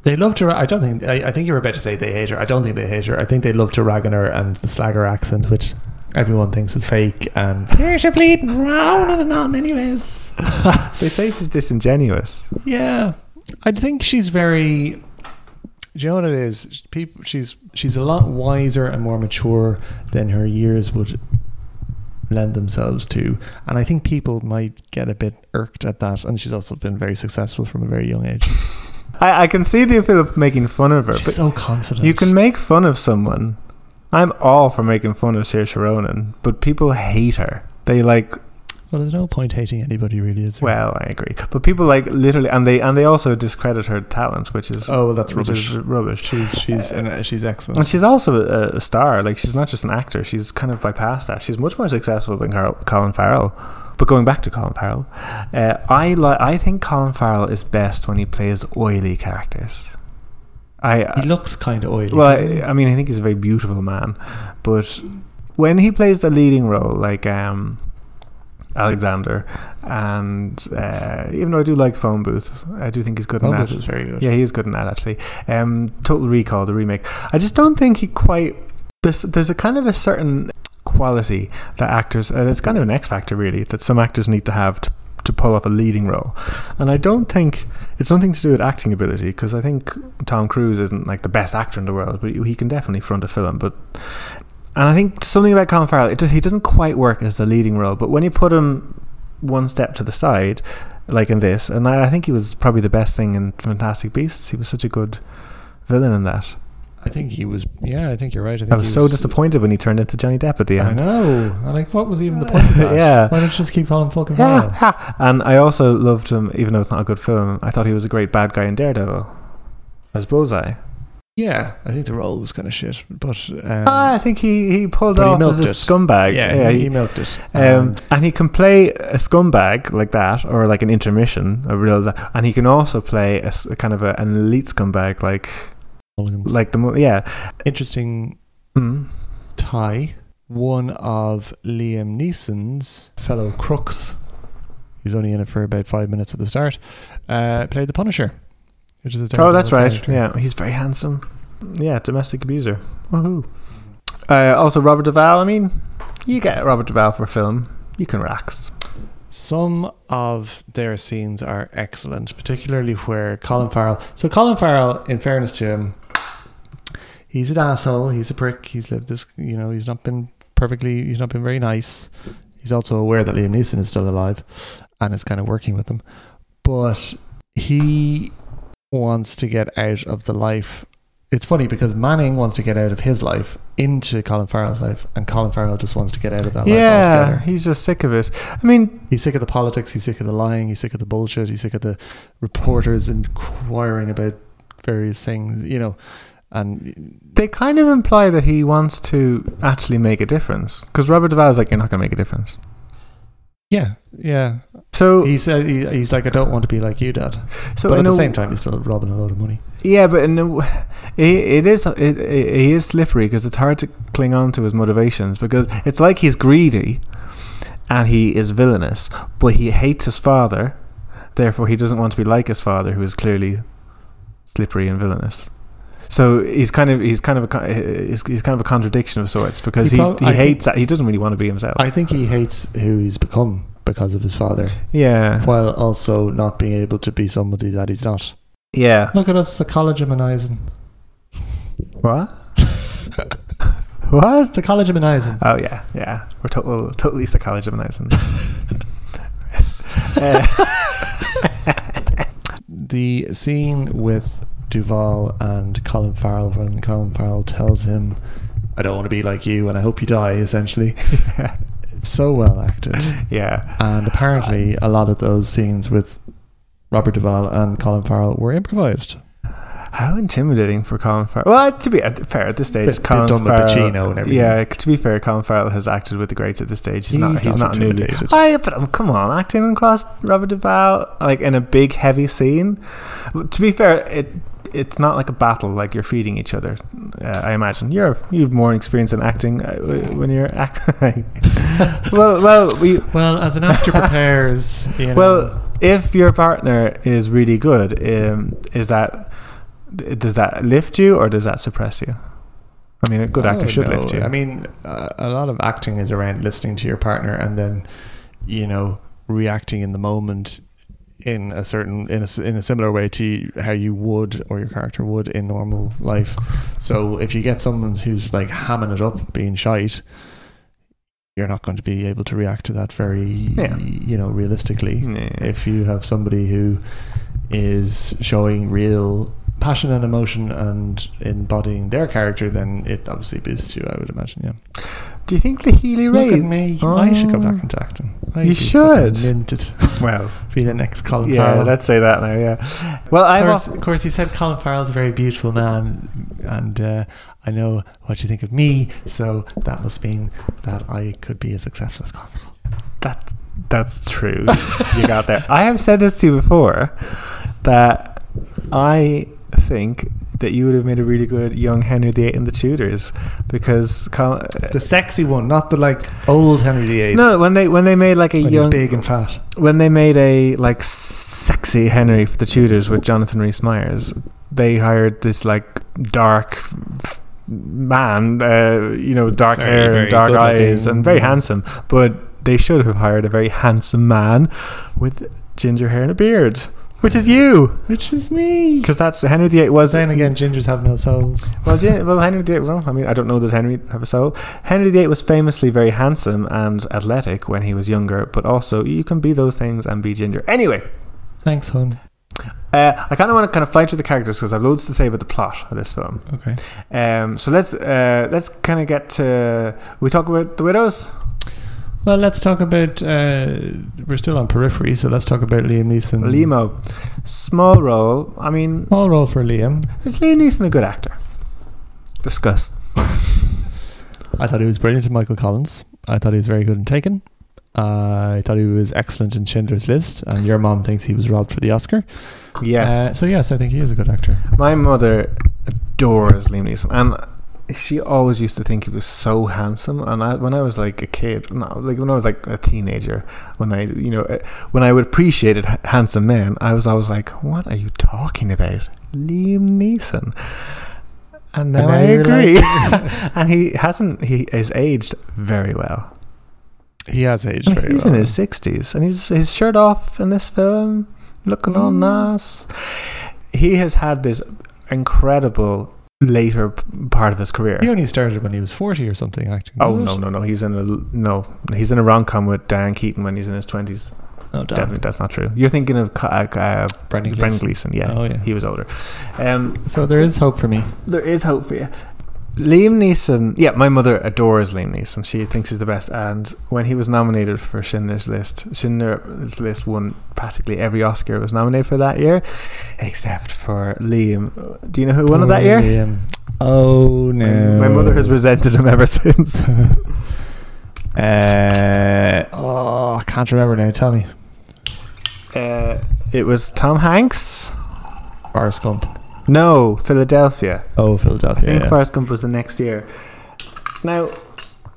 S1: They love to. ra- I don't think. I, I think you were about to say they hate her. I don't think they hate her. I think they love to rag on her and the slagger accent, which everyone thinks is fake. And here's your bleeding round and on, anyways.
S2: They say she's disingenuous.
S1: Yeah, I think she's very. Do you know what it is? People, she's she's a lot wiser and more mature than her years would lend themselves to, and I think people might get a bit irked at that. And she's also been very successful from a very young age.
S2: I, I can see the appeal of making fun of her,
S1: She's
S2: but
S1: so confident.
S2: you can make fun of someone. I'm all for making fun of Saoirse Ronan, but people hate her. They like
S1: Well, there's no point hating anybody, really, is there?
S2: Well, I agree, but people like literally, and they and they also discredit her talent, which is
S1: oh, well, that's
S2: which
S1: rubbish.
S2: is rubbish.
S1: She's she's and, uh, she's excellent.
S2: And she's also a, a star. Like she's not just an actor. She's kind of bypassed that. She's much more successful than Carl, Colin Farrell. But going back to Colin Farrell, uh, I li- I think Colin Farrell is best when he plays oily characters. I
S1: He looks kind of oily.
S2: well,
S1: doesn't he?
S2: I, I mean, I think he's a very beautiful man, but when he plays the leading role, like um, Alexander, and uh, even though I do like Phone Booth, I do think he's good
S1: Well,
S2: in
S1: this
S2: that.
S1: is very good.
S2: Yeah, he is good in that actually. Um, Total Recall, the remake. I just don't think he quite. There's there's a kind of a certain quality that actors. Uh, it's kind of an X factor really that some actors need to have to, to pull off a leading role. And I don't think it's nothing to do with acting ability because I think Tom Cruise isn't like the best actor in the world, but he can definitely front a film. But and I think something about Colin Farrell, it just, he doesn't quite work as the leading role. But when you put him one step to the side, like in this, and I, I think he was probably the best thing in Fantastic Beasts. He was such a good villain in that.
S1: I think he was. Yeah, I think you're right. I, think
S2: I was
S1: he
S2: so disappointed when he turned into Johnny Depp at the
S1: I
S2: end.
S1: know. I'm like, what was even the point of that?
S2: Yeah.
S1: Why don't you just keep calling fucking
S2: Ha,
S1: Farrell?
S2: ha. and I also loved him, even though it's not a good film. I thought he was a great bad guy in Daredevil as Bullseye.
S1: Yeah, I think the role was kind of shit, but um,
S2: ah, I think he, he pulled
S1: but he
S2: off as a
S1: milked it.
S2: scumbag.
S1: yeah, he,
S2: he-
S1: he milked it.
S2: um, and he can play a scumbag like that, or like an intermission, a real. And he can also play a, s- a kind of a, an elite scumbag, like
S1: Mulligan's.
S2: like the mo- yeah.
S1: Um, interesting
S2: Mm.
S1: tie. One of Liam Neeson's fellow crooks, he's only in it for about five minutes at the start, uh, played the Punisher. Which is a
S2: Oh,
S1: terrible
S2: that's right.
S1: character.
S2: Yeah, he's very handsome. Yeah, domestic abuser. Woohoo! Uh, also, Robert Duvall. I mean, you get Robert Duvall for a film, you can relax.
S1: Some of their scenes are excellent, particularly where Colin Farrell. So Colin Farrell, in fairness to him, he's an asshole. He's a prick. He's lived this. You know, he's not been perfectly. He's not been very nice. He's also aware that Liam Neeson is still alive, and is kind of working with him. But he wants to get out of the life. It's funny because Manning wants to get out of his life into Colin Farrell's life, and Colin Farrell just wants to get out of that life altogether.
S2: yeah, he's just sick of it. I mean,
S1: He's sick of the politics. He's sick of the lying. He's sick of the bullshit. He's sick of the reporters inquiring about various things. You know, and
S2: they kind of imply that he wants to actually make a difference because Robert Duvall is like, you're not going to make a difference.
S1: yeah, yeah.
S2: So,
S1: He said he, he's like, I don't want to be like you, Dad.
S2: so
S1: but
S2: in
S1: at the
S2: a-
S1: same time, he's still robbing a load of money.
S2: Yeah, but in a w it, it is it, it, he is slippery because it's hard to cling on to his motivations because it's like he's greedy and he is villainous, but he hates his father, therefore he doesn't want to be like his father, who is clearly slippery and villainous. So he's kind of he's kind of a con- he's, he's kind of a contradiction of sorts because
S1: He
S2: he,
S1: prob-
S2: he
S1: I
S2: hates that he doesn't really want to be himself.
S1: I think he hates who he's become because of his father,
S2: yeah,
S1: while also not being able to be somebody that he's not.
S2: yeah.
S1: Look at us, psychology manizing.
S2: What? what?
S1: Psychology manizing.
S2: Oh yeah, yeah. We're total, totally psychologizing. Eh,
S1: the scene with Duval and Colin Farrell when Colin Farrell tells him, "I don't want to be like you, and I hope you die." Essentially, it's so well acted,
S2: yeah.
S1: and apparently a lot of those scenes with Robert Duval and Colin Farrell were improvised.
S2: How intimidating for Colin Farrell. Well, to be at- fair at this stage,
S1: Bit- bit
S2: Colin
S1: done with
S2: Farrell.
S1: Pacino and everything.
S2: Yeah, to be fair, Colin Farrell has acted with the greats at this stage. He's, not.
S1: He's
S2: He's
S1: not
S2: not, newly.
S1: intimidated.
S2: I. But um, come on, acting across Robert Duvall like in a big heavy scene. But To be fair, it. It's not like a battle, like you're feeding each other. Uh, I imagine you're you've more experience in acting uh, when you're acting. well, well, we,
S1: Well, as an actor prepares, you know,
S2: Well, if your partner is really good, um, is that does that lift you or does that suppress you? I mean, a good
S1: I
S2: actor
S1: don't
S2: should
S1: know.
S2: lift you.
S1: Oh, I mean, uh, a lot of acting is around listening to your partner and then, you know, reacting in the moment in a certain in a, s- in a similar way to how you would or your character would in normal life. So if you get someone who's like hamming it up, being shite, you're not going to be able to react to that very,
S2: Yeah.
S1: you know, realistically
S2: Yeah.
S1: if you have somebody who is showing real passion and emotion and embodying their character, then it obviously beats you, I would imagine. Yeah.
S2: Do you think the Healy
S1: Look at
S2: Ray?
S1: me. I should go
S2: Oh.
S1: back into acting. I'd
S2: You
S1: be fucking
S2: should.
S1: Minted.
S2: Well,
S1: Be the next Colin
S2: yeah,
S1: Farrell.
S2: let's say that now. Yeah. Well,
S1: of
S2: I
S1: course, of course, you said Colin Farrell's a very beautiful man, and uh, I know what you think of me, so that must mean that I could be as successful as Colin Farrell.
S2: that that's true. you got there. I have said this to you before that I think that you would have made a really good young Henry VIII in the Tudors because Col-
S1: The sexy one, not the like old Henry VIII.
S2: no, when they when they made like a
S1: when
S2: young
S1: he's big and fat.
S2: when they made a like sexy Henry for the Tudors with Jonathan Rhys Meyers, they hired this like dark man, uh, you know, dark
S1: Very,
S2: hair
S1: very
S2: and dark
S1: good-looking.
S2: eyes and very handsome, but they should have hired a very handsome man with ginger hair and a beard, which is you,
S1: Which is me.
S2: because that's Henry VIII was.
S1: Then again, gingers have no souls.
S2: Well, Jane, well, Henry VIII. Well, I mean, I don't know. Does Henry have a soul? Henry VIII was famously very handsome and athletic when he was younger, but also you can be those things and be ginger. Anyway,
S1: Thanks, hon.
S2: uh, I kind of want to kind of fly through the characters because I've loads to say about the plot of this film.
S1: Okay.
S2: Um, so let's uh, let's kind of get to we talk about the widows.
S1: Well, let's talk about. Uh, we're still on periphery, so let's talk about Liam Neeson.
S2: Limo, small role. I mean,
S1: Small role for Liam.
S2: is Liam Neeson a good actor? Discuss.
S1: I thought he was brilliant in Michael Collins. I thought he was very good in Taken. I thought he was excellent in Schindler's List, and your mom thinks he was robbed for the Oscar.
S2: Yes,
S1: Uh, so yes, I think he is a good actor.
S2: my mother adores Liam Neeson, and she always used to think he was so handsome. And I, when I was like a kid, no, like when I was like a teenager, when I, you know, uh, when I would appreciate it, handsome men, I was always like, "What are you talking about, Liam Neeson?" And now,
S1: And
S2: I
S1: now you're
S2: agree. and he hasn't. He is aged very well.
S1: He has aged
S2: I mean,
S1: very
S2: he's
S1: well.
S2: in his sixties, and he's his shirt off in this film, looking all
S1: Mm.
S2: nice. He has had this incredible later p- part of his career.
S1: He only started when he was forty or something acting.
S2: Oh
S1: wasn't
S2: no
S1: it?
S2: no no! He's in a l- no. He's in a rom com with Diane Keaton when he's in his twenties.
S1: oh damn.
S2: Definitely, that's not true. You're thinking of Ca- uh, uh,
S1: Brendan
S2: Brendan
S1: Gleeson.
S2: Gleeson. Yeah,
S1: Oh, yeah.
S2: he was older. Um,
S1: So there is hope for me.
S2: there is hope for you. Liam Neeson, yeah, my mother adores Liam Neeson. She thinks he's the best. And when he was nominated for Schindler's List, Schindler's List won practically every Oscar was nominated for that year, except for Liam. Do you know who won it that year?
S1: Liam. Oh no.
S2: My mother has resented him ever since. uh,
S1: Oh, I can't remember now. Tell me.
S2: uh, it was Tom Hanks.
S1: Forrest Gump.
S2: No, Philadelphia.
S1: Oh,
S2: I
S1: Philadelphia.
S2: think
S1: yeah.
S2: Forrest Gump was the next year. Now,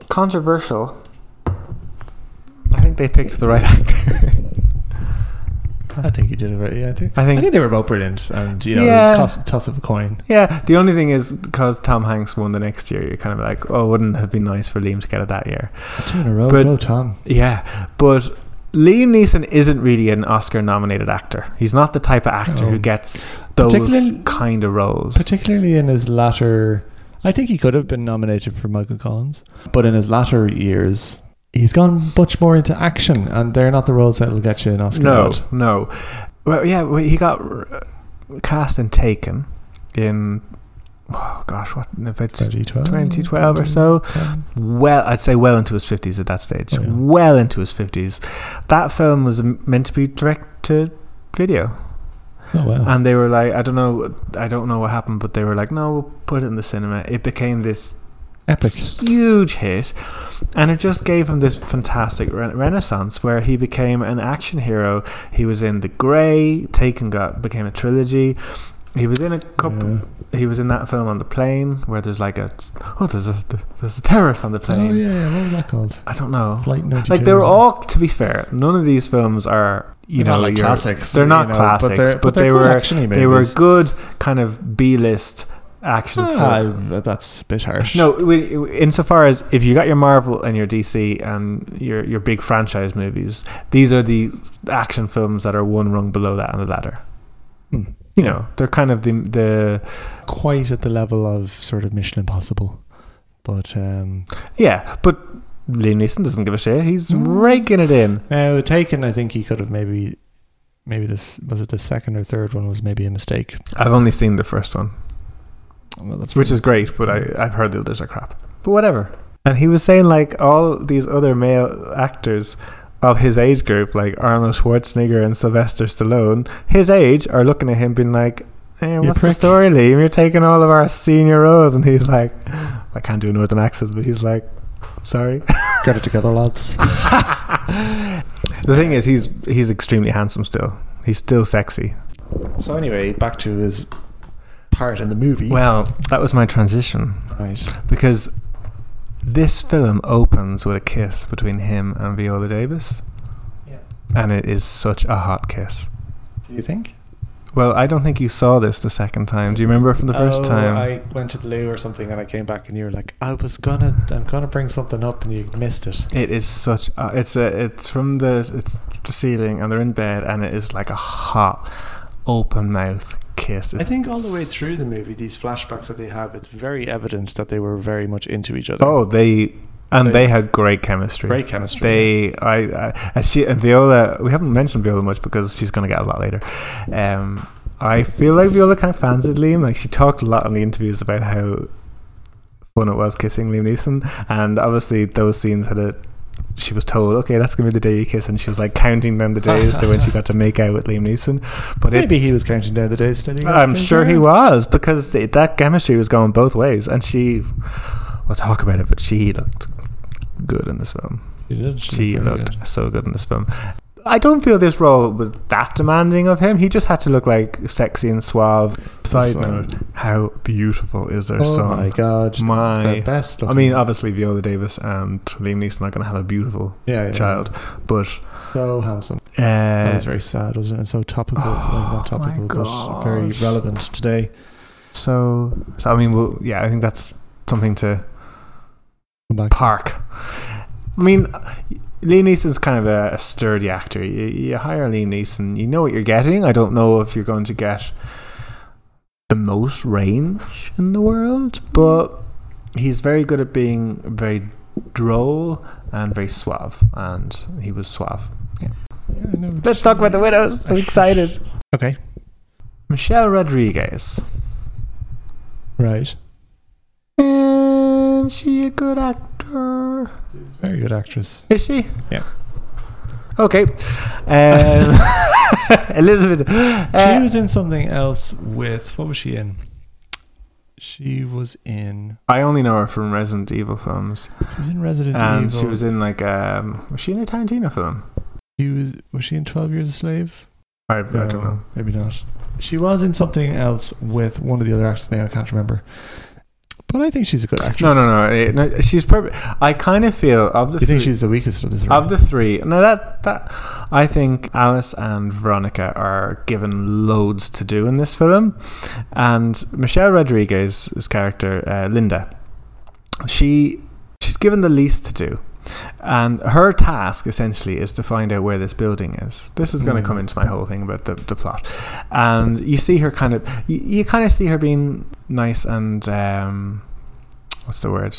S2: controversial. I think they picked the right actor.
S1: I think he did it right. Yeah, I think.
S2: I
S1: I
S2: think.
S1: think they were both brilliant, and you know,
S2: Yeah.
S1: it was toss, toss of a coin.
S2: Yeah, the only thing is because Tom Hanks won the next year, you're kind of like, oh, wouldn't it have been nice for Liam to get it that year.
S1: Two in a row.
S2: But-
S1: go, Tom.
S2: Yeah, but Liam Neeson isn't really an Oscar-nominated actor. He's not the type of actor
S1: No.
S2: who gets those
S1: particularly,
S2: kind of roles.
S1: particularly in his latter, I think he could have been nominated for Michael Collins, but in his latter years, he's gone much more into action, and they're not the roles that will get you an Oscar.
S2: no,
S1: nod.
S2: no. Well, yeah, well, he got uh, cast and taken in. Oh gosh, what about
S1: 2012,
S2: 2012 or so? Well, I'd say well into his fifties at that stage.
S1: Oh, yeah.
S2: Well into his fifties. That film was m- meant to be direct to video,
S1: Oh wow.
S2: and they were like, I don't know, I don't know what happened, but they were like, no, we'll put it in the cinema. It became this
S1: Epic.
S2: huge hit, and it just gave him this fantastic re- renaissance where he became an action hero. He was in The Grey, Taken got became a trilogy. He was in a couple.
S1: Yeah.
S2: He was in that film on the plane where there's like a oh there's a there's a terrorist on the plane.
S1: Oh yeah. What was that called?
S2: I don't know.
S1: Flight 92.
S2: Like they were all to be fair. None of these films are you know your- They're not classics, but, they were
S1: action
S2: they were good kind of B list action films.
S1: uh, that's a bit harsh.
S2: No, we- insofar as if you got your Marvel and your DC and your your big franchise movies, these are the action films that are one rung below that on the ladder.
S1: Hmm.
S2: You know, they're kind of the the
S1: quite at the level of sort of Mission Impossible, but um,
S2: yeah. But Liam Neeson doesn't give a shit. He's
S1: No.
S2: raking it in.
S1: now Taken, I think he could have maybe, maybe this was it the second or third one was maybe a mistake.
S2: I've only seen the first one.
S1: Well, that's
S2: which is great. But I, I've heard the others are crap. But whatever. And he was saying like all these other male actors of his age group, like Arnold Schwarzenegger and Sylvester Stallone, his age are looking at him being like, eh, "What's the
S1: prick."
S2: story, Liam? You're taking all of our senior roles." And he's like, "I can't do a northern accent," but he's like, "Sorry."
S1: got it together, lads.
S2: the thing is, he's he's extremely handsome still. He's still sexy.
S1: so anyway, back to his part in the movie.
S2: Well, that was my transition.
S1: right.
S2: because this film opens with a kiss between him and Viola Davis,
S1: Yeah.
S2: and it is such a hot kiss.
S1: Do you think?
S2: Well, I don't think you saw this the second time. Do you remember from the first
S1: Oh,
S2: time?
S1: I went to the loo or something and I came back and you were like, I was gonna, I'm gonna bring something up and you missed it.
S2: It is such. A, it's a. It's from the. It's the ceiling, and they're in bed, and it is like a hot, open mouth kiss.
S1: I think all the way through the movie, these flashbacks that they have, it's very evident that they were very much into each other.
S2: Oh, they and
S1: They-
S2: they, had great chemistry.
S1: great chemistry.
S2: They, I, I, and she and Viola. We haven't mentioned Viola much because she's going to get a lot later. Um, I feel like Viola kind of fancied Liam. Like she talked a lot in the interviews about how fun it was kissing Liam Neeson, and obviously those scenes had a. She was told, "Okay, that's gonna be the day you kiss," and she was like counting down the days to when she got to make out with Liam Neeson. But
S1: Maybe
S2: it's-
S1: he was counting down the days. till he got
S2: I'm
S1: to
S2: sure he
S1: Japan.
S2: was because th- that chemistry was going both ways, and she. We'll talk about it, but she looked good in this film.
S1: He did.
S2: She
S1: looked very
S2: looked
S1: good.
S2: so good in this film. I don't feel this role was that demanding of him. He just had to look like sexy and suave. Side
S1: So-
S2: note: How beautiful is their
S1: Oh
S2: son?
S1: my god.
S2: My-
S1: the best.
S2: I mean, obviously Viola Davis and Liam Neeson are going to have a beautiful
S1: yeah, yeah.
S2: child, but
S1: So handsome. that
S2: uh,
S1: was very sad, wasn't it? And so topical.
S2: Oh
S1: well, not
S2: my
S1: topical, but
S2: gosh.
S1: very relevant today.
S2: so so. I mean, well, yeah, I think that's something to
S1: Come back.
S2: Park. I mean, Liam Neeson's kind of a, a sturdy actor. You, you hire Liam Neeson, you know what you're getting. I don't know if you're going to get the most range in the world, but he's very good at being very droll and very suave, and he was suave.
S1: Yeah, I know.
S2: Let's talk about the widows. I'm excited.
S1: Okay.
S2: Michelle Rodriguez.
S1: Right.
S2: Is she a good actor?
S1: Very good actress.
S2: Is she?
S1: Yeah.
S2: Okay. Um, Elizabeth. uh,
S1: she was in something else with. What was she in? She was in.
S2: I only know her from Resident Evil films.
S1: She was in Resident
S2: Um,
S1: Evil.
S2: she was in like um, was she in a Tarantino film?
S1: She was. Was she in Twelve Years a Slave?
S2: I, I don't know.
S1: Maybe not. She was in something else with one of the other actors. Now I can't remember. But I think she's a good actress.
S2: No, no, no. eh, no, she's perfect. I kind of feel of the
S1: Do you think
S2: three,
S1: she's the weakest of this?
S2: of the three. No, that that I think Alice and Veronica are given loads to do in this film, and Michelle Rodriguez's character uh, Linda, she she's given the least to do. And her task essentially is to find out where this building is. This is going
S1: Mm.
S2: to come into my whole thing about the, the plot. And you see her kind of, you, you kind of see her being nice and, um, what's the word?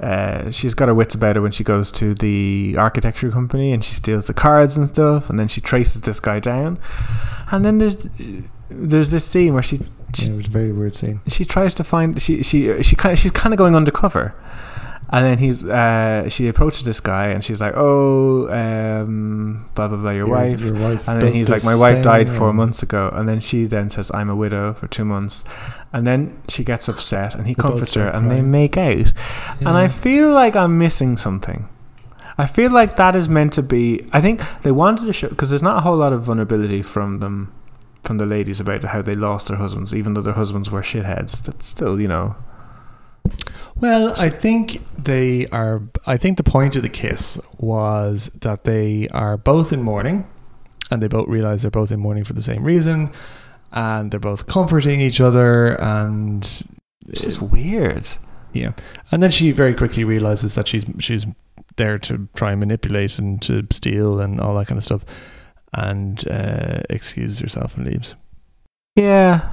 S2: Uh, she's got her wits about her when she goes to the architecture company and she steals the cards and stuff, and then she traces this guy down. And then there's there's this scene where she
S1: Yeah, it was a very weird scene.
S2: she tries to find she she she kind of, she's kind of going undercover and then he's uh she approaches this guy and she's like oh um blah blah blah your, wife
S1: Your wife.
S2: and then
S1: built
S2: he's like
S1: this
S2: my wife
S1: thing
S2: died four
S1: and-
S2: months ago and then she then says i'm a widow for two months and then she gets upset and he
S1: They both
S2: comforts her
S1: start
S2: and they
S1: crying.
S2: make out and I
S1: Yeah.
S2: feel like I'm missing something. I feel like that is meant to be. I think they wanted to show because there's not a whole lot of vulnerability from them, from the ladies about how they lost their husbands, even though their husbands were shitheads. That's still, you know,
S1: Well, I think they are. I think the point of the kiss was that they are both in mourning, and they both realize they're both in mourning for the same reason, and they're both comforting each other, and
S2: it's just weird.
S1: yeah. And then she very quickly realizes that she's she's there to try and manipulate and to steal and all that kind of stuff, and uh, excuses herself and leaves.
S2: Yeah,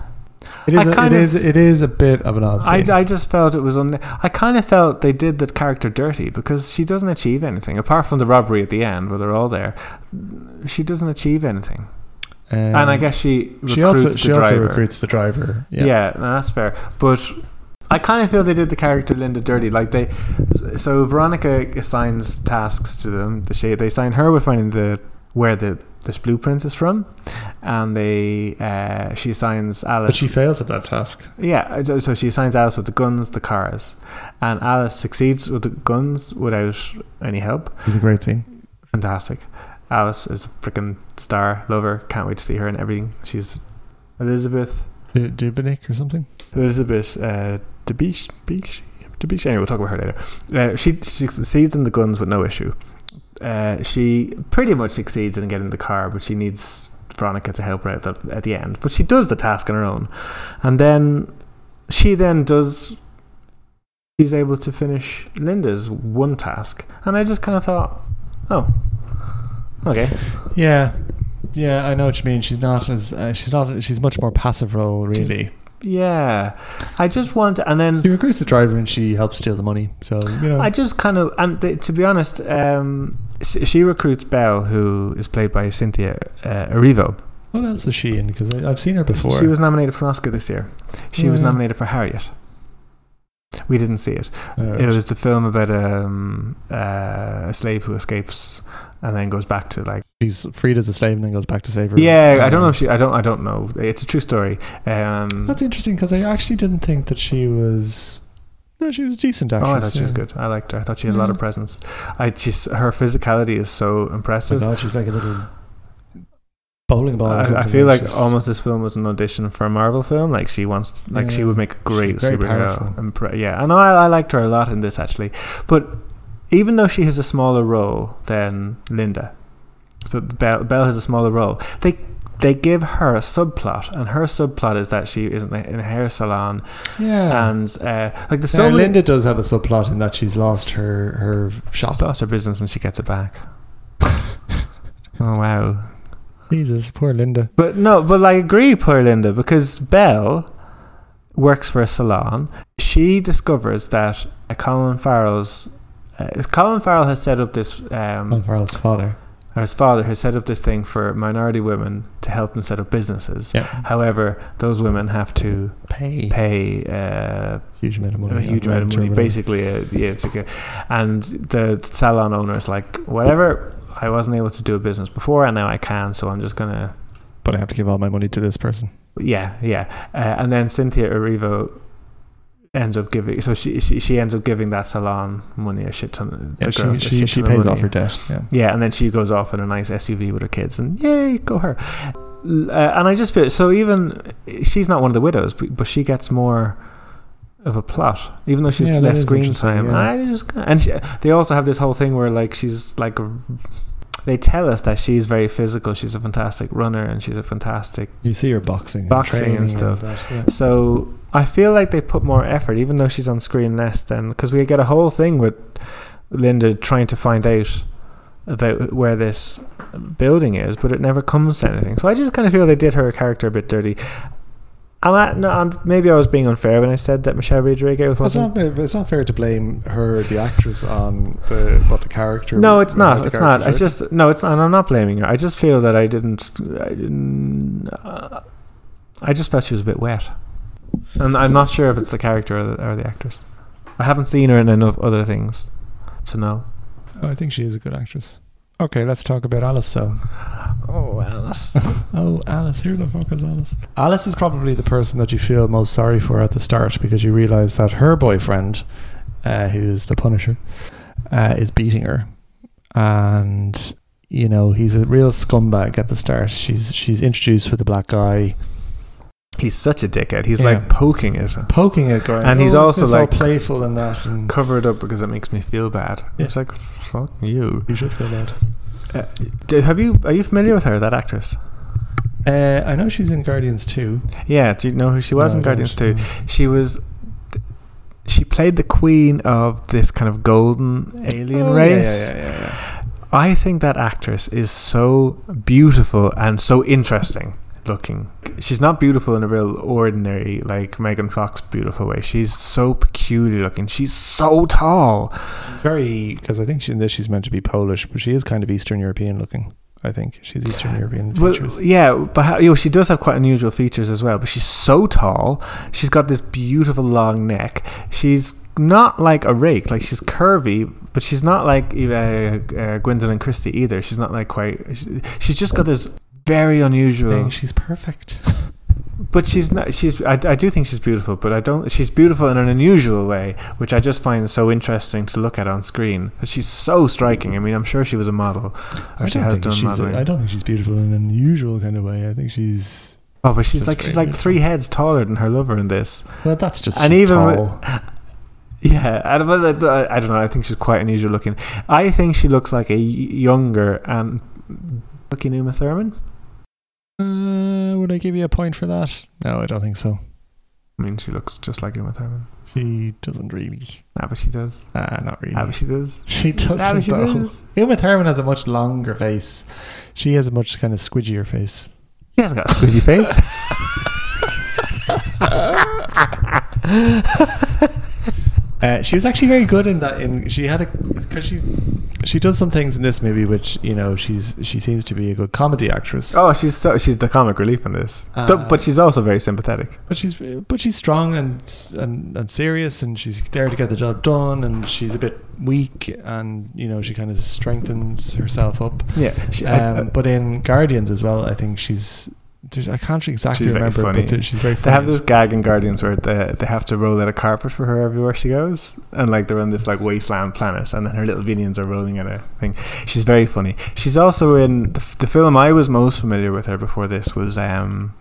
S1: It
S2: I
S1: is. A, it
S2: kind
S1: is.
S2: of-
S1: It is a bit of an odd
S2: I,
S1: scene.
S2: I just felt it was un. I kind of felt they did that character dirty because she doesn't achieve anything apart from the robbery at the end where they're all there. She doesn't achieve anything, and I guess she recruits
S1: Um, she also
S2: the
S1: she also
S2: driver.
S1: recruits the driver.
S2: Yeah, no, that's fair. But I kind of feel they did the character Linda dirty. Like they, so Veronica assigns tasks to them. The shade they assign her with finding the where the this blueprint is from, and they uh, she assigns Alice.
S1: But she fails at that task.
S2: yeah, so- so she assigns Alice with the guns, the cars, and Alice succeeds with the guns without any help.
S1: It's a great scene.
S2: Fantastic. Alice is a freaking star. Love her. Can't wait to see her and everything. She's Elizabeth.
S1: Du- Dubinick or something?
S2: Elizabeth uh, Debicki. Debicki. Anyway, we'll talk about her later. Uh, she, she succeeds in the guns with no issue. Uh, she pretty much succeeds in getting the car, but she needs Veronica to help her out the, at the end, but she does the task on her own, and then she then does. She's able to finish Linda's one task, and I just kind of thought, oh, okay,
S1: Yeah, yeah, I know what you mean. She's not as uh, she's not she's much more passive role really.
S2: yeah. I just want, and then
S1: She recruits the driver and she helps steal the money. So you know,
S2: I just kind of, and th- to be honest, um, she, she recruits Belle, who is played by Cynthia uh, Erivo.
S1: what else was she in? Because I've seen her before.
S2: She was nominated for an Oscar this year. She was
S1: Yeah.
S2: nominated for Harriet. We didn't see it.
S1: Uh,
S2: It was the film about um, uh, a slave who escapes and then goes back to like.
S1: she's freed as a slave and then goes back to save her.
S2: Yeah, I don't
S1: Um,
S2: know if she. I don't. I don't know. It's a true story. Um,
S1: That's interesting because I actually didn't think that she was. No, she was decent.
S2: oh,
S1: Actually,
S2: I thought she was good. I liked her. I thought she had a lot of
S1: Yeah.
S2: presence. I she's, her physicality is so
S1: Oh my
S2: impressive.
S1: God, she's like a little bowling ball. or
S2: I, I
S1: something,
S2: feel like
S1: she's-
S2: almost this film was an audition for a Marvel film. Like she wants, like she
S1: Yeah.
S2: would make a great
S1: She's very
S2: superhero.
S1: powerful.
S2: And pre- yeah, and I, I liked her a lot in this actually. But even though she has a smaller role than Linda, so Belle, Belle has a smaller role. They they give her a subplot, and her subplot is that she is in a, in a hair salon,
S1: yeah.
S2: and uh, like
S1: now,
S2: the so many-
S1: Linda does have a subplot in that she's lost her her shop.
S2: She's lost her business and she gets it back. oh wow.
S1: Jesus, poor Linda.
S2: But no, but I agree, poor Linda, because Belle works for a salon. She discovers that uh, Colin Farrell's. Uh, Colin Farrell has set up this.
S1: Colin
S2: Um,
S1: Farrell's Mm. father.
S2: or his father has set up this thing for minority women to help them set up businesses.
S1: Yeah,
S2: However, those women have to
S1: pay,
S2: pay uh,
S1: huge amount of money.
S2: a huge amount of money, basically. Uh, yeah, it's okay. And the salon owner is like, whatever, I wasn't able to do a business before, and now I can, so I'm just going to
S1: But I have to give all my money to this person.
S2: Yeah, yeah. Uh, and then Cynthia Erivo ends up giving, so she, she she ends up giving that salon money a shit ton.
S1: Yeah,
S2: the girls a
S1: she she,
S2: shit
S1: she
S2: ton of
S1: pays
S2: money.
S1: off her debt. Yeah.
S2: Yeah, and then she goes off in a nice SUV with her kids, and yay, go her. L- Uh, and I just feel so. Even she's not one of the widows, but, but she gets more of a plot, even though she's
S1: Yeah, that
S2: less
S1: is
S2: screen
S1: interesting,
S2: time.
S1: yeah.
S2: I just and she, they also have this whole thing where like she's like. They tell us that she's very physical. She's a fantastic runner, and she's a fantastic
S1: You see her boxing,
S2: Boxing
S1: training
S2: and stuff.
S1: that, yeah.
S2: So I feel like they put more effort, even though she's on screen less than because we get a whole thing with Linda trying to find out about where this building is, but it never comes to anything. So I just kind of feel they did her character a bit dirty. And I, no, I'm, maybe I was being unfair when I said that Michelle Rodriguez
S1: It's
S2: wasn't.
S1: not, it's not fair to blame her, the actress, on the what the character.
S2: No, it's
S1: how
S2: not.
S1: the
S2: It's not.
S1: character
S2: It's just no. It's and I'm not blaming her. I just feel that I didn't. I didn't. Uh, I just felt she was a bit wet, and I'm not sure if it's the character or the, or the actress. I haven't seen her in enough other things to know.
S1: worked. Oh, I think she is a good actress. Okay, let's talk about Alice. So,
S2: Oh, Alice.
S1: oh, Alice, here the fuck is Alice? Alice is probably the person that you feel most sorry for at the start because you realize that her boyfriend, uh, who is the Punisher, uh, is beating her, and you know he's a real scumbag at the start. She's she's introduced with a black guy.
S2: he's such a dickhead. He's
S1: Yeah.
S2: like poking it,
S1: poking at Grant.
S2: And he's
S1: "Oh,
S2: also
S1: isn't this all
S2: like-
S1: playful in that, and
S2: cover it up because it makes me feel bad.
S1: Yeah.
S2: It's like fuck you.
S1: you should feel bad.
S2: Uh, do- have you are you familiar with her, that actress?
S1: Uh, I know she's in Guardians too.
S2: Yeah. Do you know who she was in Guardians Two?
S1: too.
S2: She was. She played the queen of this kind of golden alien race.
S1: Oh, Yeah, yeah, yeah, yeah.
S2: I think that actress is so beautiful and so interesting looking. She's not beautiful in a real ordinary, like Megan Fox beautiful way. She's so peculiar looking. She's so tall.
S1: It's Very, because I think she, in this she's meant to be Polish, but she is kind of Eastern European looking. I think she's Eastern European
S2: Well,
S1: features.
S2: yeah, but how, you know, she does have quite unusual features as well. But she's so tall. She's got this beautiful long neck. She's not like a rake. Like she's curvy, but she's not like uh, uh, Gwendolyn Christie either. She's not like quite. she- She's just got this very
S1: I
S2: unusual.
S1: think she's perfect.
S2: But she's not. She's. I, I do think she's beautiful, but I don't. She's beautiful in an unusual way, which I just find so interesting to look at on screen. But she's so striking. I mean, I'm sure she was a model. Or she has done
S1: she's.
S2: modeling.
S1: I don't think she's beautiful in an unusual kind of way. I think she's.
S2: Oh, but she's
S1: That's
S2: like she's
S1: very
S2: like three heads taller than her lover in this.
S1: Well, that's just.
S2: And
S1: she's
S2: even with-
S1: tall.
S2: Yeah, I don't, know, I I don't know. I think she's quite unusual looking. I think she looks like a y- younger and looking Uma Thurman.
S1: Uh, would I give you a point for that? No, I don't think so.
S2: I mean, she looks just like Uma Thurman.
S1: She doesn't really.
S2: Ah, but she does.
S1: Ah, not really.
S2: Ah, but she does.
S1: she doesn't,
S2: Ah, but she
S1: though.
S2: does.
S1: Uma Thurman has a much longer face. She has a much kind of squidgier face.
S2: She hasn't got a squidgy face.
S1: Uh, she was actually very good in that. In she had a because she she does some things in this movie which you know she's she seems to be a good comedy actress,
S2: Oh, she's so, she's the comic relief in this,
S1: Uh,
S2: Th- but she's also very sympathetic.
S1: but she's but she's strong and s- and and serious, and she's there to get the job done, and she's a bit weak, and you know she kind of strengthens herself up.
S2: Yeah, she, I-
S1: Um,
S2: I-
S1: but in Guardians as well, I think she's. There's, I can't exactly
S2: She's very
S1: remember,
S2: funny.
S1: but she's very. Funny.
S2: they have this gag in Guardians where they, they have to roll out a carpet for her everywhere she goes, and like they're on this like wasteland planet, and then her little minions are rolling out a thing. She's very funny. She's also in the, f- the film I was most familiar with her before this was um,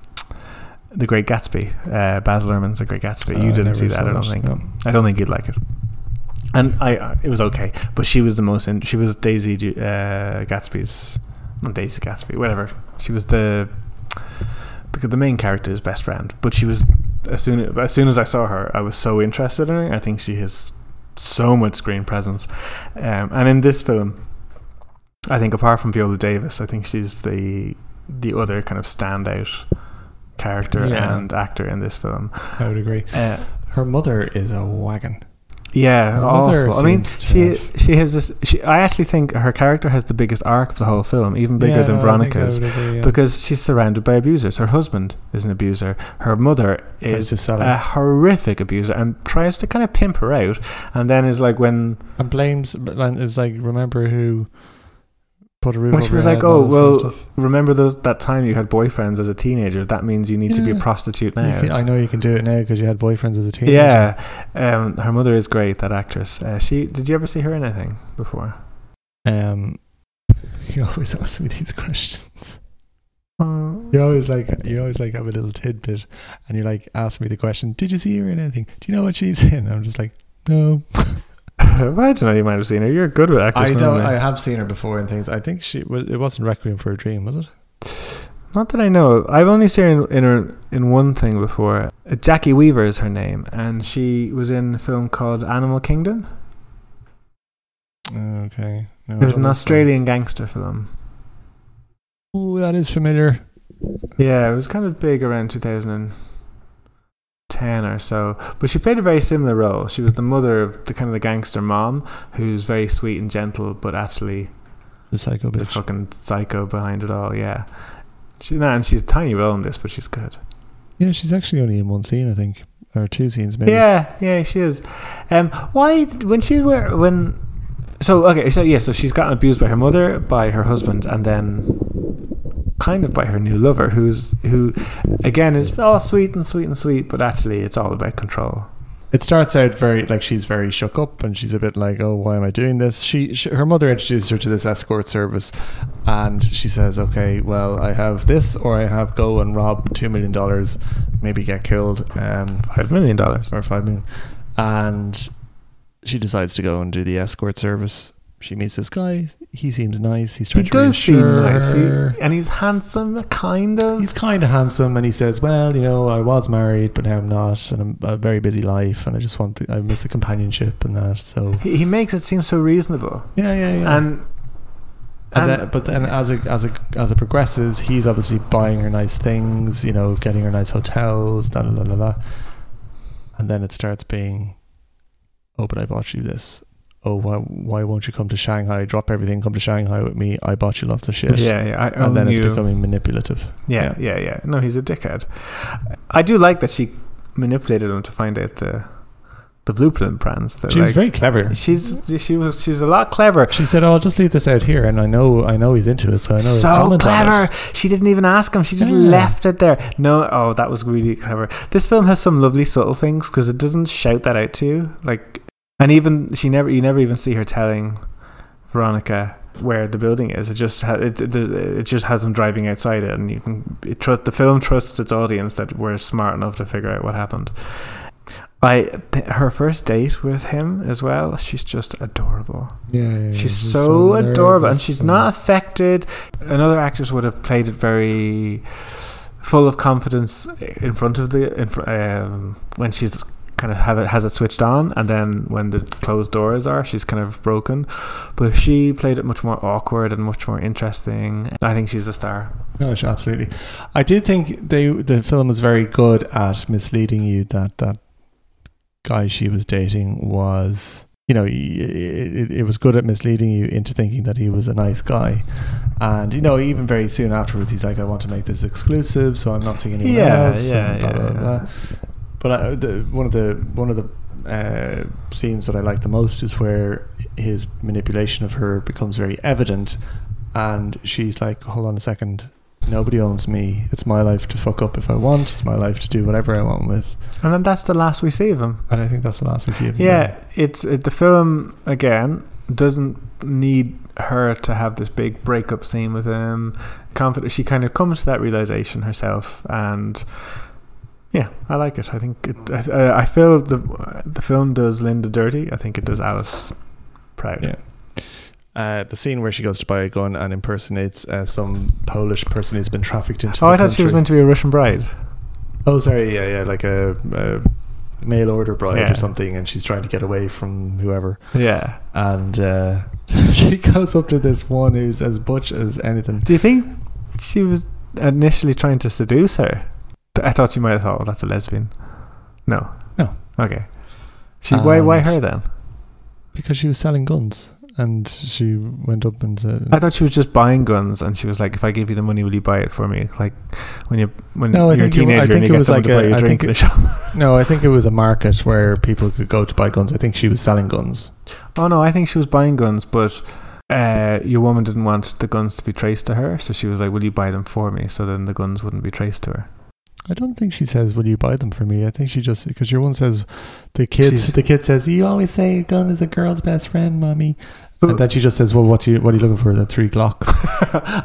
S2: The Great Gatsby. Uh, Baz Luhrmann's The Great Gatsby.
S1: Uh, I
S2: you
S1: never
S2: didn't see that,
S1: saw
S2: I don't think.
S1: no.
S2: I don't think you'd like it. And I, I it was okay, but she was the most. In, she was Daisy Ju- uh, Gatsby's, not Daisy Gatsby, whatever. She was the the, the main character's best friend. But she was as soon as soon as I saw her, I was so interested in her. I think she has so much screen presence, um, and in this film, I think apart from Viola Davis, I think she's the the other kind of standout character
S1: Yeah.
S2: and actor in this film.
S1: I would agree.
S2: Uh,
S1: Her mother is a wagon.
S2: yeah,
S1: Her mother
S2: awful. I mean,
S1: seems to
S2: she she has this. She, I actually think her character has the biggest arc of the whole film, even bigger
S1: Yeah,
S2: than
S1: no, I think I
S2: Veronica's,
S1: would agree, yeah.
S2: because she's surrounded by abusers. Her husband is an abuser. Her mother
S1: Tries
S2: is
S1: to sell
S2: a
S1: her
S2: horrific abuser and tries to kind of pimp her out. And then is like when
S1: and blames and is like remember who put a roof
S2: Well, she
S1: over
S2: was
S1: her
S2: like,
S1: head and all
S2: "Oh,
S1: this sort of
S2: well,
S1: stuff."
S2: remember those that time you had boyfriends as a teenager. That means you need to be a
S1: Yeah.
S2: prostitute
S1: You
S2: now.
S1: can- I know you can do it now because you had boyfriends as a teenager.
S2: yeah, um, her mother is great. That actress. Uh, she did you ever see her in anything before?
S1: Um, you always ask me these questions.
S2: Um,
S1: You always like you always like have a little tidbit, and you're like, ask me the question. Did you see her in anything? Do you know what she's in? I'm just like, no.
S2: well, I don't know. You might have seen her. You're good with actors.
S1: I don't.
S2: normally.
S1: I have seen her before in things. I think she was. It wasn't Requiem for a Dream, was it?
S2: Not that I know. of. I've only seen her in, in her in one thing before. Uh, Jackie Weaver is her name, and she was in a film called Animal Kingdom.
S1: Okay. No, I don't
S2: It was an
S1: think so.
S2: Australian gangster film.
S1: Ooh, that is familiar.
S2: Yeah, it was kind of big around 2010 or so. But she played a very similar role. She was the mother of the kind of the gangster mom, who's very sweet and gentle, but actually
S1: The psycho
S2: the
S1: bitch.
S2: fucking psycho behind it all. Yeah, she no, and she's a tiny role in this, but she's good.
S1: Yeah, she's actually only in one scene, I think, or two scenes maybe.
S2: Yeah, yeah, she is. Um, why did- when she were when? So okay, so yeah, so she's gotten abused by her mother, by her husband, and then kind of by her new lover, who's who again is all sweet and sweet and sweet, but actually it's all about control.
S1: It starts out very like she's very shook up, and she's a bit like, "Oh, why am I doing this?" She, she her mother introduced her to this escort service, and she says, "Okay, well, I have this, or I have go and rob two million dollars, maybe get killed, um,
S2: Five million dollars.
S1: or five million. And she decides to go and do the escort service. She meets this guy. He seems nice. He's
S2: He
S1: trying to
S2: does seem
S1: reassure
S2: nice, he-
S1: her.
S2: and he's handsome, kind of.
S1: He's kind of handsome, and he says, "Well, you know, I was married, but now I'm not, and I'm a very busy life, and I just want to, I miss the companionship and that." So
S2: he, he makes it seem so reasonable,
S1: yeah, yeah, And,
S2: and and-
S1: then, but then, as it as it as it progresses, he's obviously buying her nice things, you know, getting her nice hotels, da da da da. da. And then it starts being, "Oh, but I bought you this. Oh, why why won't you come to Shanghai? Drop everything, come to Shanghai with me. I bought you lots of shit."
S2: yeah, yeah. I own
S1: And then it's
S2: you.
S1: becoming manipulative.
S2: Yeah, yeah, yeah, No, he's a dickhead. I do like that she manipulated him to find out the the blueprint brands. That
S1: She was
S2: like
S1: very clever.
S2: she's she was she's a lot clever.
S1: She said, "Oh, I'll just leave this out here, and I know, I know he's into it, so I know." he'll
S2: So
S1: comment on
S2: clever.
S1: it."
S2: She didn't even ask him. She just
S1: Yeah.
S2: left it there. No, oh, that was really clever. This film has some lovely subtle things because it doesn't shout that out to you. Like, and even she never, you never even see her telling Veronica where the building is. It just ha- it, it it just has them driving outside it, and you can it trust the film trusts its audience that we're smart enough to figure out what happened. I th- her first date with him as well. She's just adorable.
S1: Yeah, yeah,
S2: She's so adorable, and she's not affected. Another actress would have played it very full of confidence in front of the in fr- um, when she's kind of have it has it switched on, and then when the closed doors are, she's kind of broken. But she played it much more awkward and much more interesting. I think she's a star.
S1: No, sh- absolutely. I did think they the film was very good at misleading you that that guy she was dating was you know y- it, it was good at misleading you into thinking that he was a nice guy and you know even very soon afterwards he's like i want to make this exclusive so i'm not seeing anyone
S2: Yeah,
S1: else and
S2: yeah,
S1: blah, blah,
S2: yeah.
S1: blah. but I, the, one of the one of the uh, scenes that i like the most is where his manipulation of her becomes very evident and she's like hold on a second nobody owns me it's my life to fuck up if i want it's my life to do whatever i want with
S2: And then that's the last we see of him.
S1: and I think that's the last we see of him.
S2: Yeah, it's it, the film again doesn't need her to have this big breakup scene with him. Confident, she kind of comes to that realization herself, and yeah, I like it. I think it. I, I- I feel the the film does Linda dirty. I think it does Alice proud.
S1: Yeah. Uh, the scene where she goes to buy a gun and impersonates uh, some Polish person who's been trafficked into.
S2: Oh,
S1: the
S2: I thought she was
S1: country.
S2: meant to be a Russian bride.
S1: Oh, sorry. Yeah, yeah, like a, a mail order bride
S2: Yeah.
S1: or something, and she's trying to get away from whoever.
S2: Yeah.
S1: And uh, she goes up to this one who's as butch as anything.
S2: Do you think she was initially trying to seduce her? Th- I thought you might have thought, "Oh, that's a lesbian." No.
S1: No.
S2: Okay. She why why her then?
S1: Because she was selling guns, and she went up and said,
S2: I thought she was just buying guns, and she was like, "If I give you the money, will you buy it for me?" Like when you when
S1: No, I
S2: you're a
S1: think it wa- I
S2: teenager and
S1: think
S2: you
S1: it
S2: get
S1: was
S2: someone
S1: like
S2: to buy
S1: a-
S2: you a
S1: I
S2: drink
S1: think
S2: in a shop.
S1: "No, I think it was a market where people could go to buy guns. I think she was selling guns."
S2: Oh no, I think she was buying guns, but uh, your woman didn't want the guns to be traced to her, so she was like, "Will you buy them for me?" So then the guns wouldn't be traced to her.
S1: I don't think she says, "Will you buy them for me?" I think she just because your one says, "The kids."
S2: She's-
S1: the kid says, "You always say a gun is a girl's best friend, mommy."
S2: But-
S1: and then she just says, "Well, what do you what are you looking for? The three Glocks."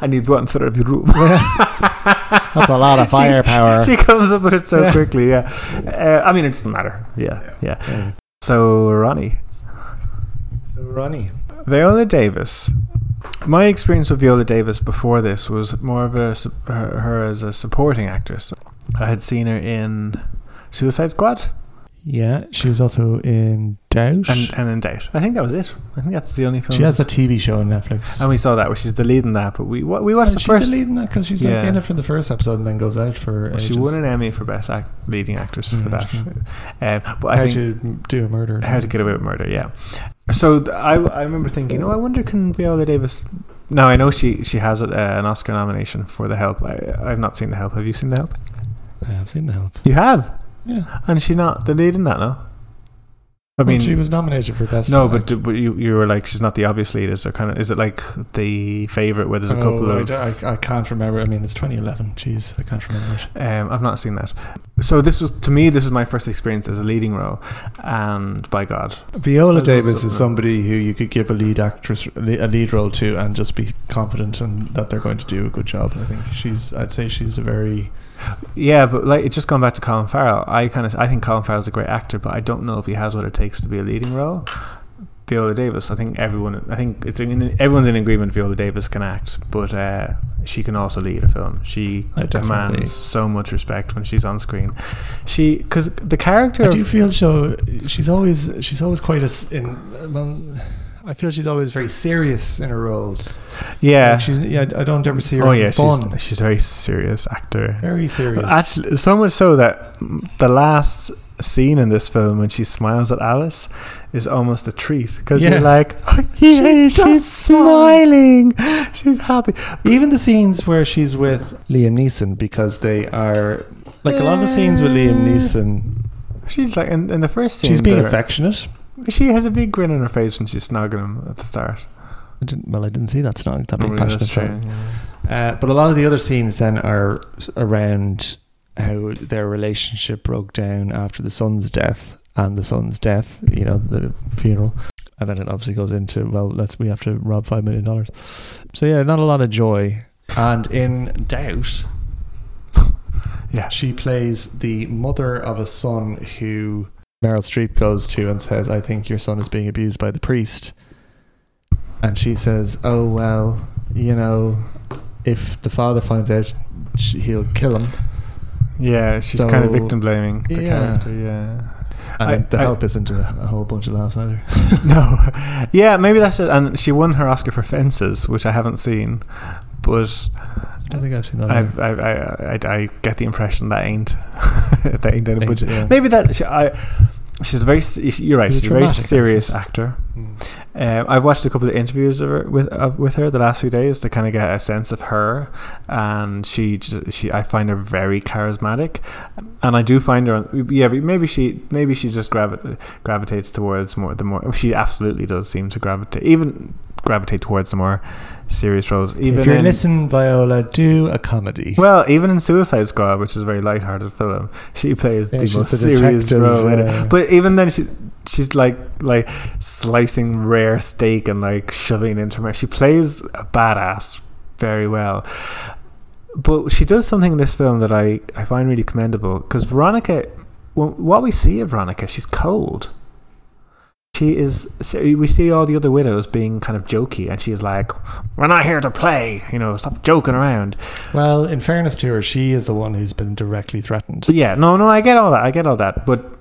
S2: I need one third of the room.
S1: That's a lot of
S2: She-
S1: firepower.
S2: She comes up with it so
S1: Yeah.
S2: quickly. Yeah, uh, I mean it doesn't matter. Yeah, yeah.
S1: Yeah.
S2: So Ronnie,
S1: So Ronnie,
S2: Viola Davis. My experience with Viola Davis before this was more of a sup- her, her as a supporting actress. I had seen her in Suicide Squad
S1: yeah, she was also in Doubt.
S2: and, and in Doubt. I think that was it. I think that's the only film.
S1: she has a TV show on Netflix.
S2: and we saw that where she's the lead in that. But we wa- we watched
S1: Is
S2: the
S1: she
S2: first.
S1: leading that because she's like
S2: Yeah.
S1: in it for the first episode and then goes out for.
S2: Well, she
S1: ages.
S2: won an Emmy for best act, leading actress for
S1: Mm,
S2: that.
S1: she-
S2: Um, but I
S1: How
S2: think
S1: to do a murder?
S2: How to Get Away with Murder, yeah. So th- I, I remember thinking, oh, I wonder can Viola Davis. Now I know she she has uh, an Oscar nomination for The Help. I, I've not seen The Help. Have you seen The Help?
S1: I have seen the help.
S2: You have,
S1: Yeah,
S2: and she's not the lead in that, no. I
S1: Well,
S2: mean,
S1: she was nominated for best.
S2: no,
S1: Act.
S2: but, d- but you you were like she's not the obvious lead. Is there kind of is it like the favorite where there's
S1: Oh,
S2: a couple
S1: I
S2: of?
S1: d- I, I can't remember. I mean, it's 2011. Jeez, I can't remember it.
S2: Um, I've not seen that. So this was to me this was my first experience as a leading role, and by God,
S1: Viola
S2: That's also
S1: Davis is
S2: something.
S1: somebody who you could give a lead actress a lead role to and just be confident and that they're going to do a good job. I think she's. I'd say she's a very.
S2: Yeah, but like it's just gone back to Colin Farrell. I kind of I think Colin Farrell's a great actor, but I don't know if he has what it takes to be a leading role. Viola Davis, I think everyone, I think it's in, everyone's in agreement. Viola Davis can act, but uh, she can also lead a film. She
S1: I Oh, definitely-
S2: commands so much respect when she's on screen. She because the character
S1: I
S2: of-
S1: do feel so. She's always. She's always quite as in. Well, I feel she's always very serious in her roles.
S2: yeah,
S1: Like, she's. Yeah, I don't ever see her.
S2: oh yeah,
S1: fun.
S2: she's, she's a very serious actor.
S1: very serious.
S2: Actually, so much so that the last scene in this film when she smiles at Alice is almost a treat because
S1: Yeah.
S2: you're like, "Oh, yeah,
S1: just
S2: she's smiling, she's happy.
S1: Even the scenes where she's with Liam Neeson, because they are like a lot of the scenes with Liam Neeson.
S2: Eh. She's like in, in the first scene.
S1: She's being
S2: there,
S1: affectionate.
S2: She has a big grin on her face when she's snogging him at the start.
S1: I didn't, well, I didn't see that snog, that big
S2: Really,
S1: passionate
S2: that's true,
S1: song.
S2: yeah.
S1: Uh, but a lot of the other scenes then are around how their relationship broke down after the son's death and the son's death. You know, the funeral, and then it obviously goes into well, let's we have to rob five million dollars. So yeah, not a lot of joy. And in doubt,
S2: Yeah.
S1: she plays the mother of a son who Meryl Streep goes to and says, I think your son is being abused by the priest. And she says, Oh, well, you know, if the father finds out, sh- he'll kill him.
S2: Yeah, she's kind of
S1: So-
S2: victim blaming the
S1: Yeah.
S2: character. Yeah.
S1: And
S2: I-
S1: then the
S2: I-
S1: help isn't a, a whole bunch of laughs either.
S2: no. Yeah, maybe that's it. And she won her Oscar for Fences, which I haven't seen, but
S1: I don't think I've seen that.
S2: I,
S1: either.
S2: I, I, I, I get the impression that ain't that ain't in a budget.
S1: Yeah.
S2: Maybe that she, I, she's a very. se- You're right.
S1: She's a
S2: She's a very
S1: dramatic
S2: serious
S1: actress.
S2: actor.
S1: Mm.
S2: Um, I've watched a couple of interviews of her, with of, with her the last few days to kind of get a sense of her, and she j- she I find her very charismatic, and I do find her yeah but maybe she maybe she just gravi- gravitates towards more the more she absolutely does seem to gravitate even gravitate towards the more serious roles even
S1: If you're
S2: in,
S1: listening, Viola, do a comedy.
S2: well, even in Suicide Squad, which is a very light-hearted film, she plays
S1: Yeah,
S2: the
S1: she's
S2: most
S1: the
S2: serious
S1: detective,
S2: role. in
S1: yeah.
S2: it. But even then, she she's like like slicing rare steak and like shoving it into her. mouth. She plays a badass very well. But she does something in this film that I, I find really commendable because Veronica, well, what we see of Veronica, she's cold. She is. so We see all the other widows being kind of jokey, and she's like, "We're not here to play, you know. Stop joking around."
S1: Well, in fairness to her, she is the one who's been directly threatened.
S2: Yeah, no, no, I get all that. I get all that. But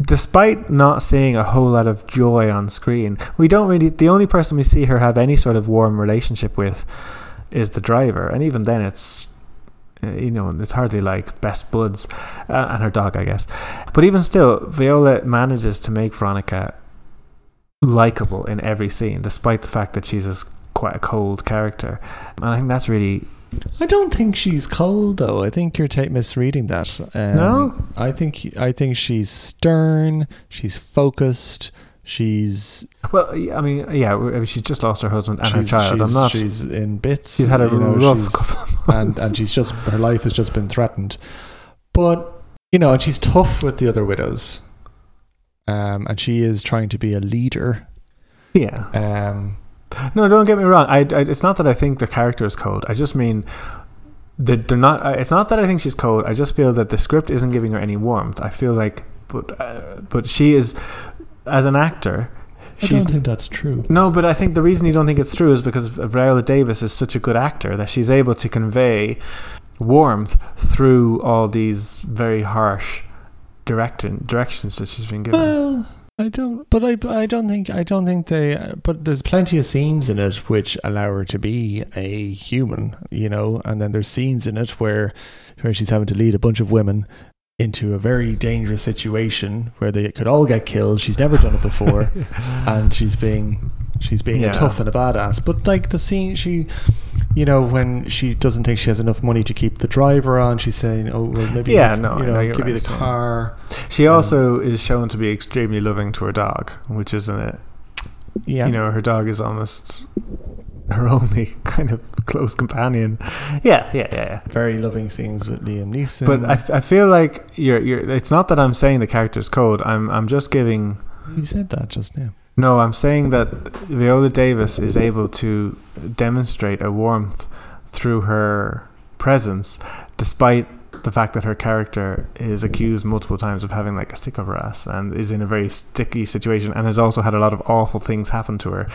S2: despite not seeing a whole lot of joy on screen, we don't really. The only person we see her have any sort of warm relationship with is the driver, and even then, it's uh, you know it's hardly like best buds uh, and her dog, I guess. But even still, Viola manages to make Veronica likable in every scene, despite the fact that she's this quite a cold character, and I think that's really
S1: I don't think she's cold, though. I think you're ta- misreading that. Um,
S2: No?
S1: I think I think she's stern. She's focused. She's
S2: Well, I mean, yeah, I mean, she's just lost her husband and
S1: she's,
S2: her child.
S1: She's,
S2: I'm not.
S1: she's in bits.
S2: she's had a
S1: you know,
S2: rough
S1: she's-
S2: couple of
S1: and
S2: months.
S1: and she's just her life has just been threatened. But you know, and she's tough with the other widows. Um, and she is trying to be a leader.
S2: yeah.
S1: Um,
S2: No, don't get me wrong. I, I- it's not that I think the character is cold. I just mean that they're not. I- It's not that I think she's cold. I just feel that the script isn't giving her any warmth. I feel like, but uh, but she is as an actor.
S1: I
S2: She's
S1: don't think that's true.
S2: No, but I think the reason you don't think it's true is because Viola Davis is such a good actor that she's able to convey warmth through all these very harsh direction, directions that she's been given.
S1: Well, I don't, but I, I don't think, I don't think they. But there's plenty of scenes in it which allow her to be a human, you know. And then there's scenes in it where, where she's having to lead a bunch of women into a very dangerous situation where they could all get killed. She's never done it before, and she's being, she's being
S2: Yeah.
S1: a tough and a badass. But like the scene, she. You know when she doesn't think she has enough money to keep the driver on, she's saying, "Oh, well, maybe
S2: Yeah, no,
S1: you
S2: I know
S1: know,
S2: you're
S1: give you the
S2: right, yeah.
S1: car."
S2: She also is shown to be extremely loving to her dog, which isn't it.
S1: Yeah,
S2: You know, her dog is almost her only kind of close companion. Yeah, yeah, yeah, yeah.
S1: very loving scenes with Liam Neeson.
S2: But I, f- I feel like you're you're. It's not that I'm saying the character's cold. I'm I'm just giving
S1: you said that just now.
S2: No, I'm saying that Viola Davis is able to demonstrate a warmth through her presence, despite the fact that her character is accused multiple times of having like a stick up her ass and is in a very sticky situation and has also had a lot of awful things happen to her.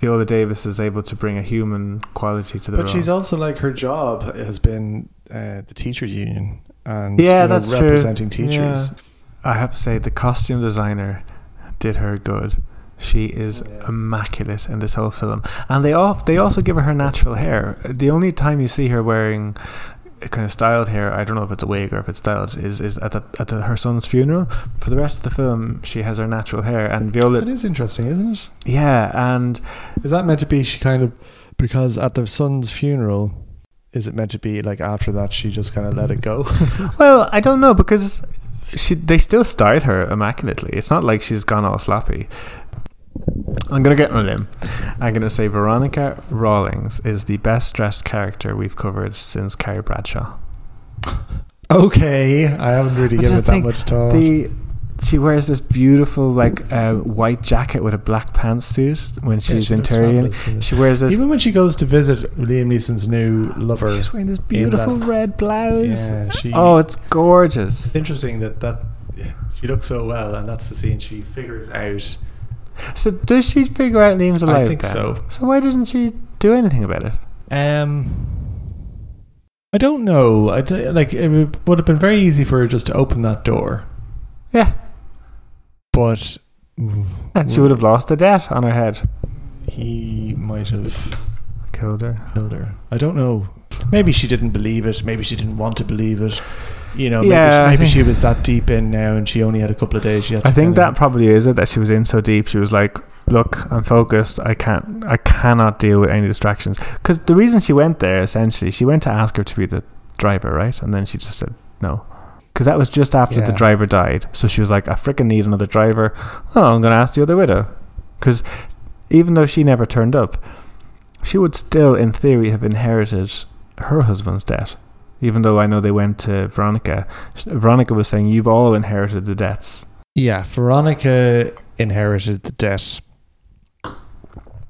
S2: Viola Davis is able to bring a human quality to the
S1: But
S2: role.
S1: she's also like her job has been uh, the teachers' union and
S2: Yeah,
S1: you know,
S2: that's true.
S1: representing teachers.
S2: I have to say, the costume designer did her good. She is
S1: Yeah.
S2: immaculate in this whole film, and they off they also give her her natural hair. The only time you see her wearing kind of styled hair, I don't know if it's a wig or if it's styled, is is at the, at the, her son's funeral. For the rest of the film, she has her natural hair,
S1: That
S2: and Viola,
S1: is interesting, isn't it?
S2: yeah, and
S1: Is that meant to be she kind of because at their son's funeral? Is it meant to be like after that she just kind of let it go?
S2: Well, I don't know because she they still styled her immaculately. It's not like she's gone all sloppy. I'm gonna get on a limb. I'm gonna say Veronica Rawlings is the best dressed character we've covered since Carrie Bradshaw.
S1: okay, I haven't really
S2: I
S1: given it
S2: just
S1: that
S2: think
S1: much thought.
S2: The she wears this beautiful like uh, white jacket with a black pantsuit when
S1: Yeah,
S2: she's
S1: she looks
S2: Interior.
S1: fabulous in it.
S2: She wears this.
S1: Even when she goes to visit Liam Neeson's new lover,
S2: She's wearing this beautiful red blouse.
S1: yeah, she
S2: Oh, it's gorgeous.
S1: It's interesting that that She looks so well, and that's the scene she figures out.
S2: So does she figure out Liam's alive?
S1: I think
S2: then?
S1: so.
S2: So why doesn't she do anything about it?
S1: Um, I don't know. I d- like it would would have been very easy for her just to open that door,
S2: Yeah,
S1: but
S2: and she would have lost the debt on her head.
S1: he might have
S2: Killed her.
S1: killed her. I don't know. Maybe she didn't believe it. Maybe she didn't want to believe it. You know, maybe,
S2: Yeah, I
S1: she, maybe
S2: think-
S1: she was that deep in now, and she only had a couple of days. She had
S2: I
S1: to
S2: think
S1: kinda-
S2: that probably is it that she was in so deep. She was like, "Look, I'm focused. I can't. I cannot deal with any distractions." Because the reason she went there, essentially, she went to ask her to be the driver, right? And then she just said no. Because that was just after the
S1: Yeah.
S2: driver died. So she was like, "I freaking need another driver. Oh, I'm going to ask the other widow." Because even though she never turned up, she would still, in theory, have inherited her husband's debt. Even though I know they went to Veronica, Veronica was saying, "You've all inherited the debts."
S1: Yeah, Veronica inherited the debt,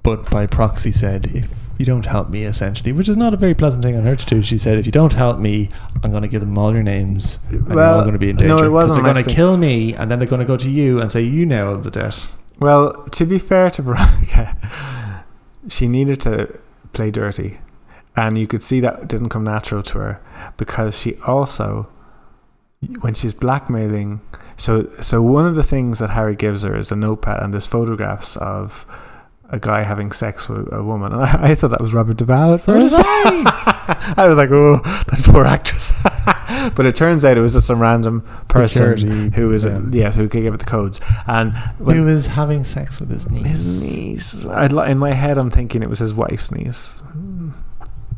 S1: but by proxy said, if you don't help me, essentially, which is not a very pleasant thing on her to do. She said, if you don't help me, I'm going to give them all your names and you're all
S2: Well,
S1: going to be in
S2: no,
S1: danger.
S2: it
S1: 'cause
S2: wasn't
S1: They're going
S2: nice
S1: to
S2: thing.
S1: kill me and then they're going to go to you and say, you now own the debt.
S2: Well, to be fair to Veronica, she needed to play dirty. And you could see that didn't come natural to her because she also, when she's blackmailing, so so one of the things that Harry gives her is a notepad and there's photographs of a guy having sex with a woman. And I, I thought that was Robert Duvall at
S1: So did
S2: first. I. was like, oh, that poor actress. but it turns out it was just some random person
S1: Security,
S2: who was yeah.
S1: yeah.
S2: who gave her the codes and when-
S1: Who is having sex with his niece.
S2: his niece. I'd li- in my head, I'm thinking it was his wife's niece.
S1: Hmm.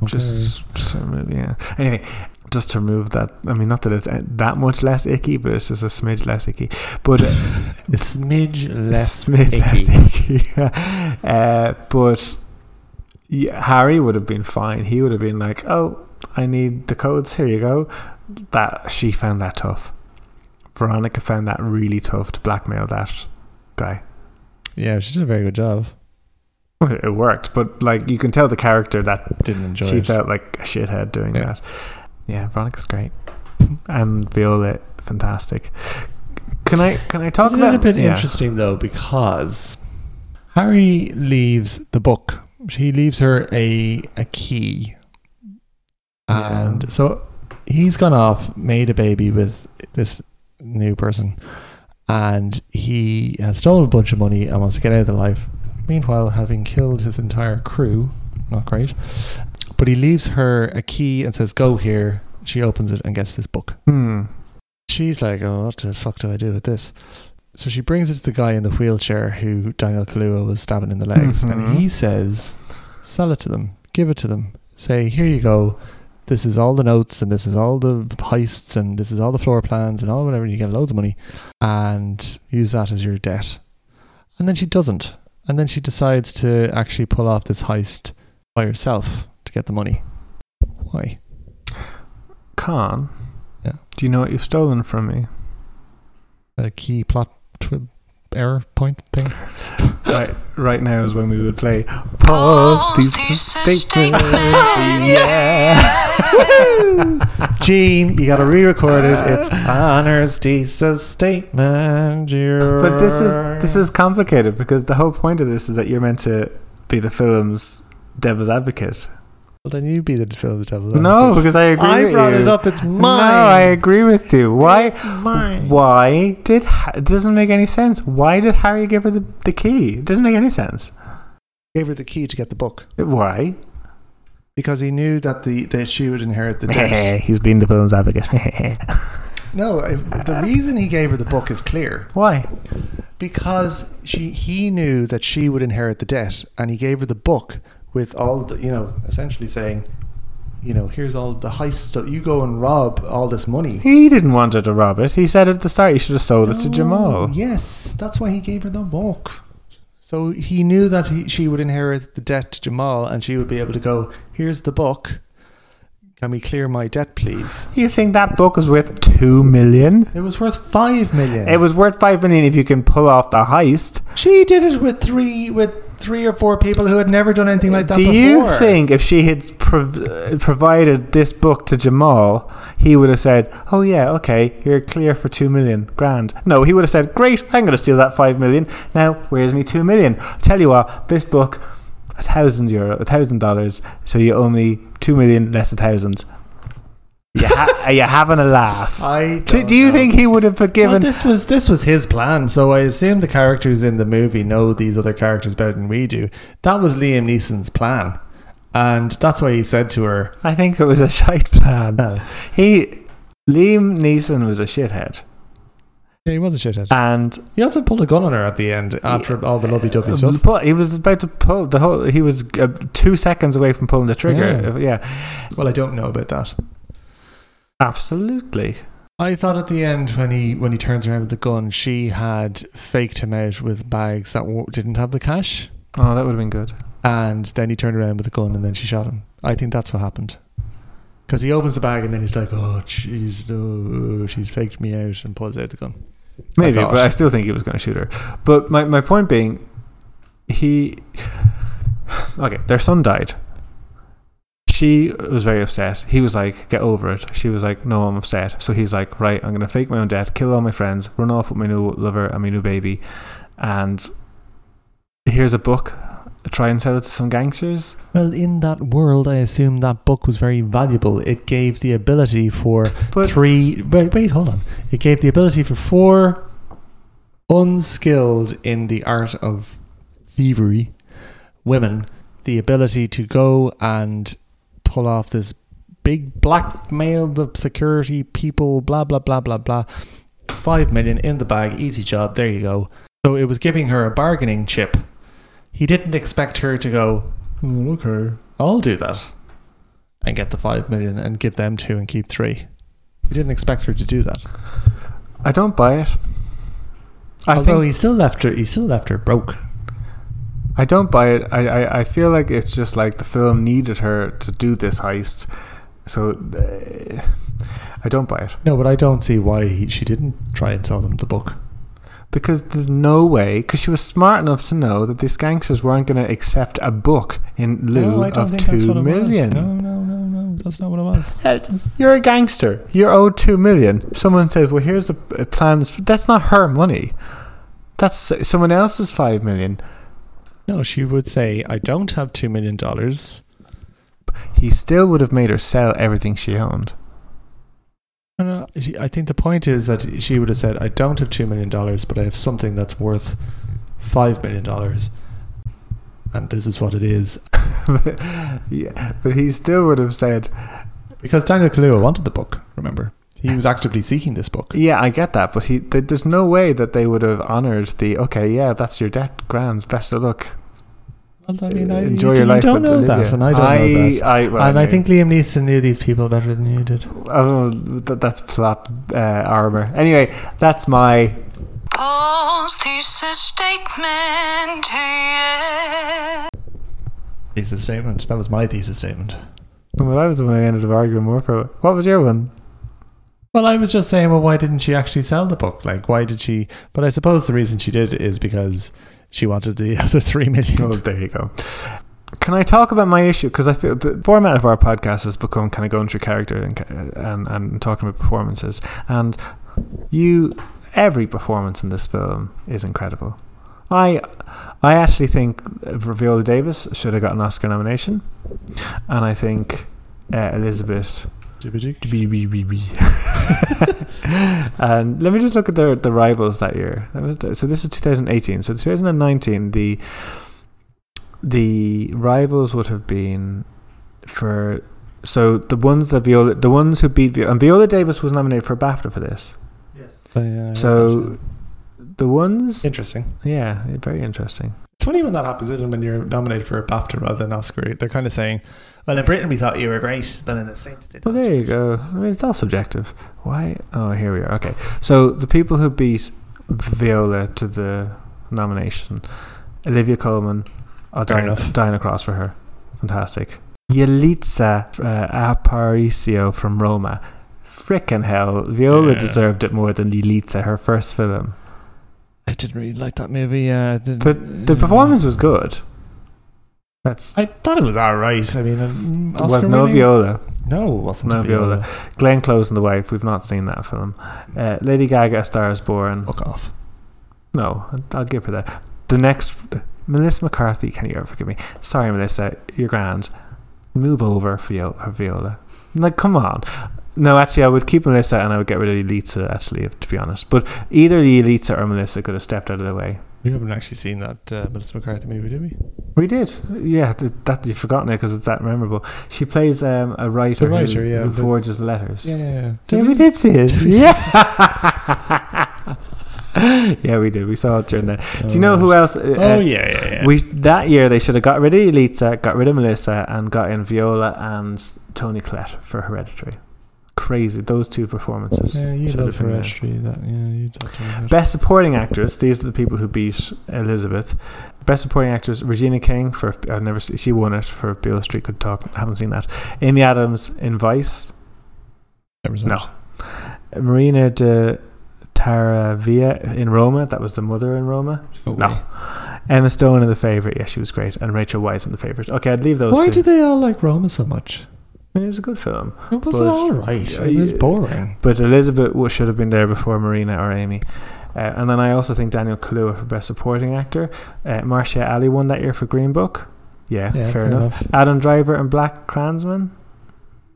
S2: Just, just to remove, yeah. Anyway, just to remove that. I mean, not that it's uh, that much less icky, but it's just a smidge less icky. But uh,
S1: A smidge
S2: a
S1: less.
S2: smidge
S1: icky.
S2: less icky. uh, but yeah, Harry would have been fine. He would have been like, "Oh, I need the codes. Here you go." That she found that tough. Veronica found that really tough to blackmail that guy.
S1: Yeah, she did a very good job.
S2: It worked, but like you can tell the character that
S1: Didn't enjoy
S2: she
S1: it.
S2: felt like a shithead doing
S1: Yeah.
S2: that. Yeah, Veronica's great, and Viola fantastic. Can I can I talk
S1: It's a
S2: about
S1: little bit
S2: yeah.
S1: interesting though because Harry leaves the book. He leaves her a a key,
S2: Yeah.
S1: and so he's gone off, made a baby with this new person, and he has stolen a bunch of money and wants to get out of the life. Meanwhile, having killed his entire crew, not great. But he leaves her a key and says, "Go here." She opens it and gets this book.
S2: Hmm.
S1: She's like, oh, what the fuck do I do with this? So she brings it to the guy in the wheelchair who Daniel Kaluuya was stabbing in the legs,
S2: Mhm.
S1: and he says, sell it to them, give it to them, say, here you go. This is all the notes, and this is all the heists, and this is all the floor plans, and all whatever. And you get loads of money, and use that as your debt. And then she doesn't, and then she decides to actually pull off this heist by herself to get the money. Why?
S2: Khan.
S1: Yeah.
S2: Do you know what you've stolen from me?
S1: A key plot twi- error point thing.
S2: right, right now is when we would play pause these statements. Yeah.
S1: Gene, you got to re-record it. It's honors thesis statement. You're
S2: But this is this is complicated because the whole point of this is that you're meant to be the film's devil's advocate.
S1: Well, then you be the film devil's
S2: No, because I agree.
S1: I
S2: with
S1: brought
S2: you.
S1: it up. It's
S2: No,
S1: mine.
S2: I agree with you. Why?
S1: It's mine.
S2: Why did Ha- it doesn't make any sense? Why did Harry give her the, the key? It doesn't make any sense.
S1: Gave her the key to get the book
S2: Why?
S1: because he knew that the that she would inherit the debt.
S2: He's been the film's advocate.
S1: no, I- the reason he gave her the book is clear
S2: Why?
S1: because she he knew that she would inherit the debt, and he gave her the book with all the you know essentially saying. You know, here's all the heist stuff. You go and rob all this money.
S2: He didn't want her to rob it. He said at the start he should have sold it to
S1: No,
S2: Jamal.
S1: Oh, Yes, that's why he gave her the book. So he knew that he, she would inherit the debt to Jamal and she would be able to go, here's the book, Can we clear my debt, please?
S2: You think that book is worth two million?
S1: It was worth five million.
S2: It was worth five million if you can pull off the heist.
S1: she did it with three with three or four people who had never done anything like that
S2: Do
S1: before.
S2: you think if she had prov- uh, provided this book to Jamal, he would have said, "Oh yeah, okay, you're clear for two million grand"? No, he would have said, "Great, I'm going to steal that five million. Now, where's me two million? Tell you what, this book, a thousand euro, a thousand dollars, so you owe me two million less a thousand. You ha- are you having a laugh?
S1: I
S2: Do,
S1: don't
S2: do you
S1: know.
S2: think he would have
S1: Well,
S2: forgiven?
S1: this was this was his plan, so I assume the characters in the movie know these other characters better than we do. That was Liam Neeson's plan, and that's why he said to her,
S2: I think it was a shite plan.
S1: "Well,
S2: He, Liam Neeson was a shithead,
S1: yeah, he was a shithead."
S2: and
S1: "Ah." He also pulled a gun on her at the end after all the lovey dovey stuff.
S2: But Um, he was about to pull the whole. He was uh, two seconds away from pulling the trigger. Yeah,
S1: Well, I don't know about that.
S2: absolutely.
S1: I thought at the end when he when he turns around with the gun, she had faked him out with bags that w- didn't have the cash,
S2: Oh, that would have been good.
S1: and then he turned around with the gun and then she shot him. I think that's what happened. Because he opens the bag and then he's like, "Oh, jeez, no, she's faked me out," and pulls out the gun.
S2: Maybe,
S1: thought.
S2: but I still think he was going to shoot her. But my my point being, he. Okay, their son died. She was very upset. He was like, "Get over it." She was like, "No, I'm upset." So he's like, "Right, I'm going to fake my own death, kill all my friends, run off with my new lover and my new baby, and here's a book. Try and sell it to some gangsters."
S1: Well, in that world, I assume that book was very valuable. It gave the ability for
S2: But-
S1: three. Wait, wait, hold on. It gave the ability for four unskilled in the art of thievery women the ability to go and pull off this big blackmail the security people, blah, blah, blah, blah, blah. Five million in the bag, easy job, there you go. So it was giving her a bargaining chip. He didn't expect her to go, "Hmm, okay, I'll do that and get the five million and give them two and keep three. He didn't expect her to do that.
S2: I don't buy it. I
S1: Although
S2: think
S1: he still left her, he still left her broke.
S2: I don't buy it. I, I, I feel like it's just like the film needed her to do this heist, so uh, I don't buy it
S1: No, but I don't see why he, she didn't try and sell them the book.
S2: because there's no way because she was smart enough to know that these gangsters weren't going to accept a book in lieu
S1: no, I don't
S2: of
S1: think
S2: two
S1: that's what it
S2: million.
S1: was. No, no, no, no, that's not what it was.
S2: Uh, You're a gangster. You're owed two million. Someone says, "Well, here's the uh, plans." For, that's not her money. That's uh, someone else's five million.
S1: No, she would say, I don't have two million dollars.
S2: He still would have made her sell everything she owned.
S1: No, no, she- I think the point is that she would have said, I don't have two million dollars, but I have something that's worth five million dollars. And this is what it is.
S2: yeah, but he still would have said,
S1: Because Daniel Kaluuya wanted the book, remember? He was actively seeking this book.
S2: "Yeah, I get that," but he th- there's no way that they would have honored the okay, yeah, that's your debt, grand, best of luck, Uh,
S1: Well, I mean, I,
S2: enjoy
S1: you
S2: your life.
S1: don't
S2: with
S1: know
S2: Olivia."
S1: that, and I don't know that.
S2: I, well,
S1: and I
S2: knew.
S1: think Liam Neeson knew these people better than you did.
S2: oh, th- that's plot uh, armor. Anyway, that's my
S3: Als diese statement hier.
S1: Thesis statement. That was my thesis statement.
S2: well, I was the one I ended up arguing more for. What was your one?
S1: Well, I was just saying, well, why didn't she actually sell the book? Like, why did she? But I suppose the reason she did is because she wanted the other three million.
S2: Oh, there you go. Can I talk about my issue? Because I feel the format of our podcast has become kind of going through character and and, and talking about performances. And you, every performance in this film is incredible. I, I actually think Viola Davis should have got an Oscar nomination, and I think uh, Elizabeth. and let me just look at their the rivals that year. That was the- so this is 2018. So 2019, the the rivals would have been for so the ones that Viola the ones who beat Viola and Viola Davis was nominated for a BAFTA for this. So the ones
S1: interesting.
S2: yeah, very interesting.
S1: It's funny when that happens, isn't it? When you're nominated for a BAFTA rather than Oscar, they're kind of saying, "Well, in Britain we thought you were great, but in the States they
S2: Well, there you go. I mean, it's all subjective. Why? Oh, here we are. Okay. So the people who beat Viola to the nomination Olivia Coleman, oh,
S1: Fair
S2: Diana,
S1: enough.
S2: Diana Cross for her. Fantastic. Yelitsa uh, Aparicio from Roma. Frickin' hell. Viola
S1: Yeah.
S2: deserved it more than Yelitsa, her first film.
S1: I didn't really like that movie. Uh, the,
S2: But the performance was good. That's.
S1: I thought it was alright. I mean, um, Oscar
S2: was no
S1: winning?
S2: Viola.
S1: No, it wasn't
S2: No
S1: a Viola.
S2: Glenn Close and the Wife. We've not seen that film. Uh, Lady Gaga, A Star is Born.
S1: Fuck off.
S2: No, I'll give her that. The next. Melissa McCarthy, can you ever forgive me? Sorry, Melissa, you're grand. Move over for, Vio- for Viola. Like, come on. No, actually, I would keep Melissa and I would get rid of Elita, actually, if- to be honest. But either Elita or Melissa could have stepped out of the way.
S1: We haven't actually seen that uh, Melissa McCarthy movie, did we?
S2: We did. Yeah, th- that you've forgotten it because it's that memorable. She plays um, a writer, who-
S1: writer, yeah,
S2: who
S1: but-
S2: forges letters.
S1: Yeah, yeah, yeah.
S2: Yeah, we did see it.
S1: Did we see
S2: Yeah. yeah, we did. We saw it during that. Do you know who else? uh,
S1: Oh
S2: uh,
S1: yeah, yeah, yeah.
S2: We that year they should have got rid of Elitsa, got rid of Melissa, and got in Viola and Tony Collette for Hereditary. Crazy. Those two performances.
S1: yeah, you
S2: should
S1: love
S2: have been there.
S1: Hereditary. That yeah, you talked about
S2: Best Supporting Actress. These are the people who beat Elizabeth. Best Supporting Actress: Regina King for I've never seen, she won it for Beale Street Could Talk. I haven't seen that. Amy Adams in Vice. No. Marina de Taravia in Roma. That was the mother in Roma. No. Emma Stone in The Favorite. Yeah, she was great. And Rachel Weisz in The Favorite. Okay, I'd leave those
S1: Why
S2: two.
S1: do they all like Roma so much?
S2: I mean, it was a good film.
S1: It was
S2: But-
S1: all right.
S2: Yeah,
S1: it was
S2: yeah.
S1: boring.
S2: But Elizabeth w- should have been there before Marina or Amy. Uh, and then I also think Daniel Kaluuya for Best Supporting Actor. Uh, Marcia Alley won that year for Green Book. Yeah, fair, enough. Adam Driver and Black Klansman.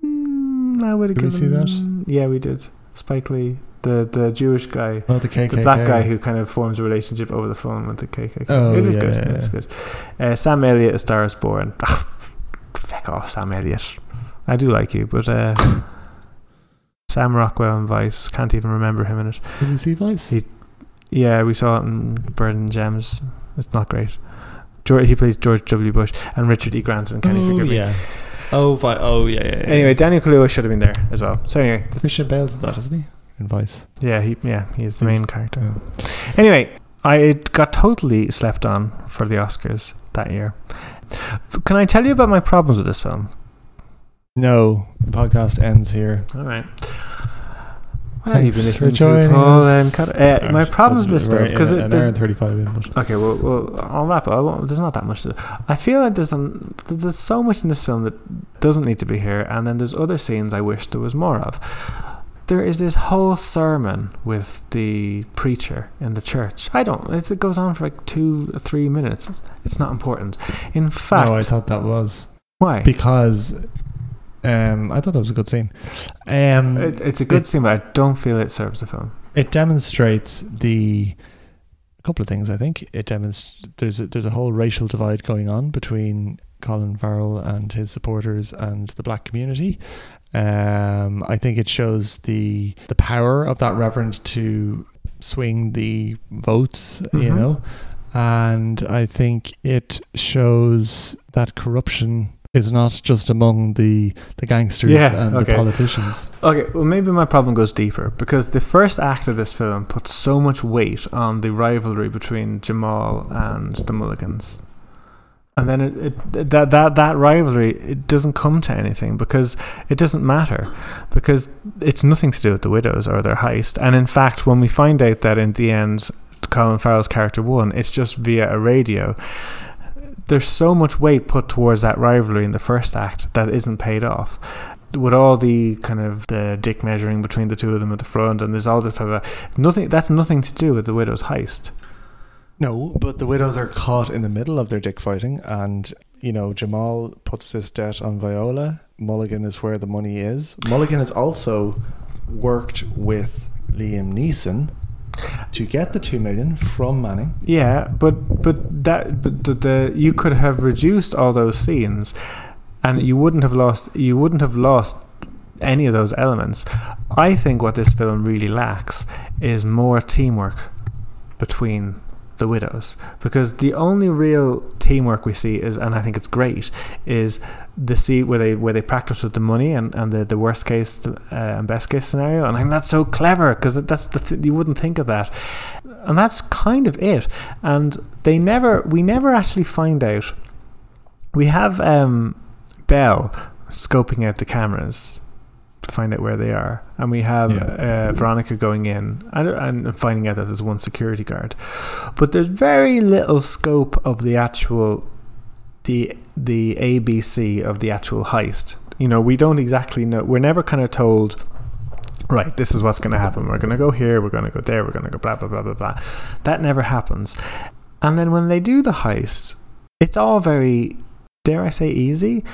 S2: Mm, I would have
S1: Did we see
S2: that? Yeah, we did. Spike Lee, the, the Jewish guy.
S1: Oh, the KKK.
S2: the black guy who kind of forms a relationship over the phone with the KKK.
S1: Oh,
S2: it is
S1: yeah,
S2: good.
S1: yeah,
S2: It is
S1: yeah.
S2: good. Uh, Sam Elliott, A Star is Born. Feck off, Sam Elliott. I do like you, but uh, Sam Rockwell in Vice. Can't even remember him in it.
S1: Did you see Vice?
S2: Yeah, we saw it in Bird and Gems. It's not great. George, he plays George W. Bush and Richard E. Granton. Can you
S1: oh,
S2: forgive me?
S1: yeah. Oh, Vi- oh yeah, yeah, yeah.
S2: Anyway, Daniel Kaluuya should have been there as well. So anyway,
S1: Christian Bale's in that, isn't he? In Vice.
S2: yeah, he yeah he is the
S1: He's-
S2: main character. Anyway, I got totally slept on for the Oscars that year. But Can I tell you about my problems with this film?
S1: No, the podcast ends here.
S2: All right. Well,
S1: Thanks
S2: you've been
S1: for
S2: listening to
S1: joining
S2: Paul and
S1: us.
S2: Cut- uh, My problems with this
S1: We're
S2: film
S1: in
S2: because
S1: an
S2: it
S1: hour
S2: there's-
S1: and thirty-five in, but
S2: Okay, well, well, I'll wrap it. I won't, there's not that much. To, I feel like there's um, th- there's so much in this film that doesn't need to be here, and then there's other scenes I wish there was more of. There is this whole sermon with the preacher in the church. I don't. It's, it goes on for like two, three minutes. It's not important. In fact,
S1: no, I thought that was
S2: why?
S1: because um, I thought that was a good scene. Um,
S2: It, it's a good
S1: it-
S2: scene, but I don't feel it serves the film.
S1: it demonstrates the a couple of things. I think it demonstrates there's a, there's a whole racial divide going on between Colin Farrell and his supporters and the black community. Um, I think it shows the the power of that reverend to swing the votes. You
S2: Mhm.
S1: know. And I think it shows that corruption is not just among the, the gangsters
S2: Yeah,
S1: and
S2: okay.
S1: the politicians.
S2: Okay, well, maybe my problem goes deeper because the first act of this film puts so much weight on the rivalry between Jamal and the Mulligans, and then it, it that that that rivalry it doesn't come to anything because it doesn't matter because it's nothing to do with the widows or their heist. And in fact, when we find out that in the end, Colin Farrell's character won, it's just via a radio. There's so much weight put towards that rivalry in the first act that isn't paid off with all the kind of the dick measuring between the two of them at the front, and there's all this blah, blah, blah, nothing. That's nothing to do with the widow's heist.
S1: No, but the widows are caught in the middle of their dick fighting, and you know Jamal puts this debt on Viola. Mulligan is where the money is. Mulligan has also worked with Liam Neeson to get the two million from Manning.
S2: Yeah, but but that but the, the you could have reduced all those scenes, and you wouldn't have lost you wouldn't have lost any of those elements. I think what this film really lacks is more teamwork between the widows because the only real teamwork we see is and I think it's great is the scene where they where they practice with the money and, and the, the worst case uh, and best case scenario and I think that's so clever because that's the th- you wouldn't think of that and that's kind of it and they never we never actually find out we have um Bell scoping out the cameras to find out where they are, and we have
S1: Yeah.
S2: uh, Veronica going in and, and finding out that there's one security guard, but there's very little scope of the actual the the ABC of the actual heist. You know, we don't exactly know. We're never kind of told. Right, this is what's going to happen. We're going to go here. We're going to go there. We're going to go blah blah blah blah blah. That never happens. And then when they do the heist, it's all very, dare I say, easy.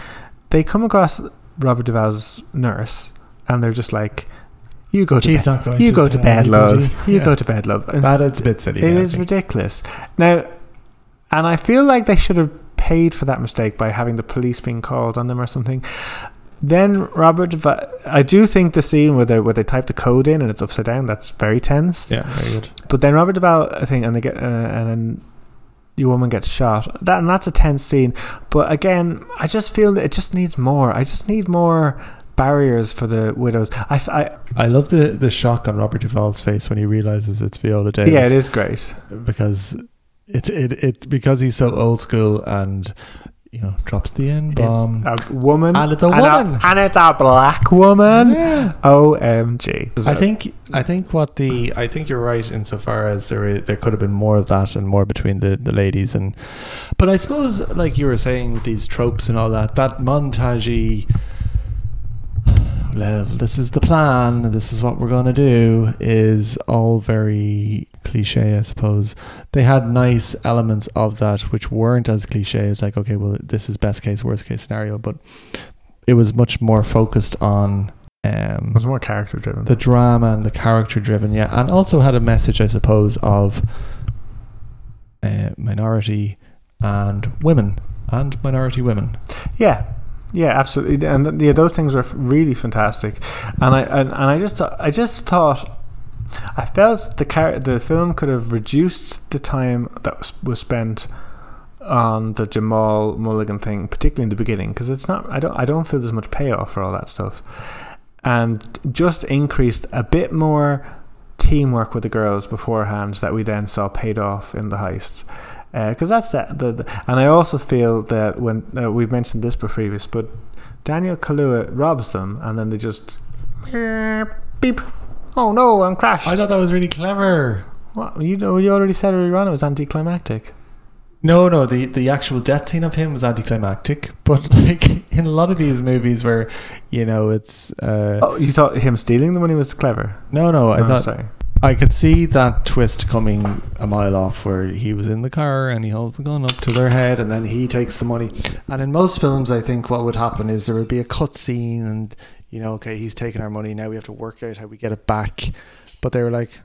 S2: They come across Robert Duvall's nurse, and they're just like, "You go to
S1: She's
S2: bed.
S1: not going
S2: You
S1: to
S2: go to
S1: tell
S2: bed,
S1: anybody.
S2: love. You
S1: Yeah.
S2: go to bed, love." And
S1: That it's a bit silly.
S2: it
S1: yeah, I
S2: is
S1: think.
S2: ridiculous. Now, and I feel like they should have paid for that mistake by having the police being called on them or something. Then Robert, Deva- I do think the scene where they where they type the code in and it's upside down that's very tense.
S1: Yeah, very good.
S2: But then Robert Duvall, I think, and they get uh, and then your woman gets shot. That and that's a tense scene. But again, I just feel that it just needs more. I just need more barriers for the widows. I, f- I-
S1: I love the, the shock on Robert Duvall's face when he realizes it's Viola Davis.
S2: yeah, it is great.
S1: because it it it because he's so old school and you know drops the N bomb.
S2: it's a woman.
S1: Um, And it's a woman.
S2: and it's a black woman. OMG.
S1: I think I think what the I think you're right insofar as there i- there could have been more of that and more between the, the ladies and but I suppose like you were saying these tropes and all that that montagey level this is the plan this is what we're going to do is all very cliche I suppose they had nice elements of that which weren't as cliche as like okay well this is best case worst case scenario but it was much more focused on um,
S2: it was more character driven.
S1: the drama and the character driven yeah and also had a message i suppose of uh, minority and women and minority women
S2: yeah. Yeah, absolutely, and th- yeah, those things were f- really fantastic, and I and, and I just thought, I just thought I felt the char- the film could have reduced the time that was, was spent on the Jamal Mulligan thing, particularly in the beginning, because it's not I don't I don't feel there's much payoff for all that stuff, and just increased a bit more teamwork with the girls beforehand that we then saw paid off in the heist. Because that's that, the, the, and I also feel that when uh, we've mentioned this before previous, but Daniel Kaluuya robs them, and then they just beep. Oh no, I'm crashed.
S1: i thought that was really clever
S2: What? You know, you already said earlier on it was anticlimactic.
S1: no no the, the actual death scene of him was anticlimactic but like in a lot of these movies where you know it's uh,
S2: Oh, you thought him stealing the money was clever?
S1: no no i
S2: Oh,
S1: thought
S2: sorry.
S1: I could see that twist coming a mile off where he was in the car and he holds the gun up to their head and then he takes the money. And in most films, I think what would happen is there would be a cut scene and, you know, okay, he's taken our money. Now we have to work out how we get it back. But they were like,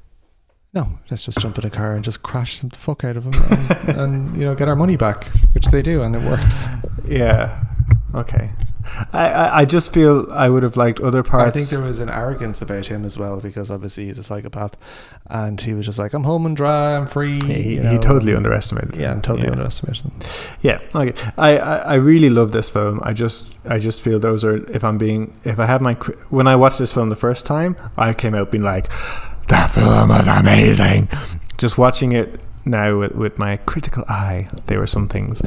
S1: no, let's just jump in a car and just crash some the fuck out of him and, and, you know, get our money back, which they do and it works.
S2: Yeah. Okay. I, I, I just feel I would have liked other parts.
S1: I think there was an arrogance about him as well because obviously he's a psychopath and he was just like, I'm home and dry, I'm free.
S2: Yeah, he,
S1: you
S2: he
S1: know,
S2: totally
S1: and-
S2: underestimated.
S1: Yeah, I'm
S2: it.
S1: totally
S2: yeah.
S1: underestimated them.
S2: Yeah, okay. I, I, I really love this film. I just I just feel those are if I'm being if I have my cri- when I watched this film the first time I came out being like that film was amazing. Just watching it now with, with my critical eye, there were some things.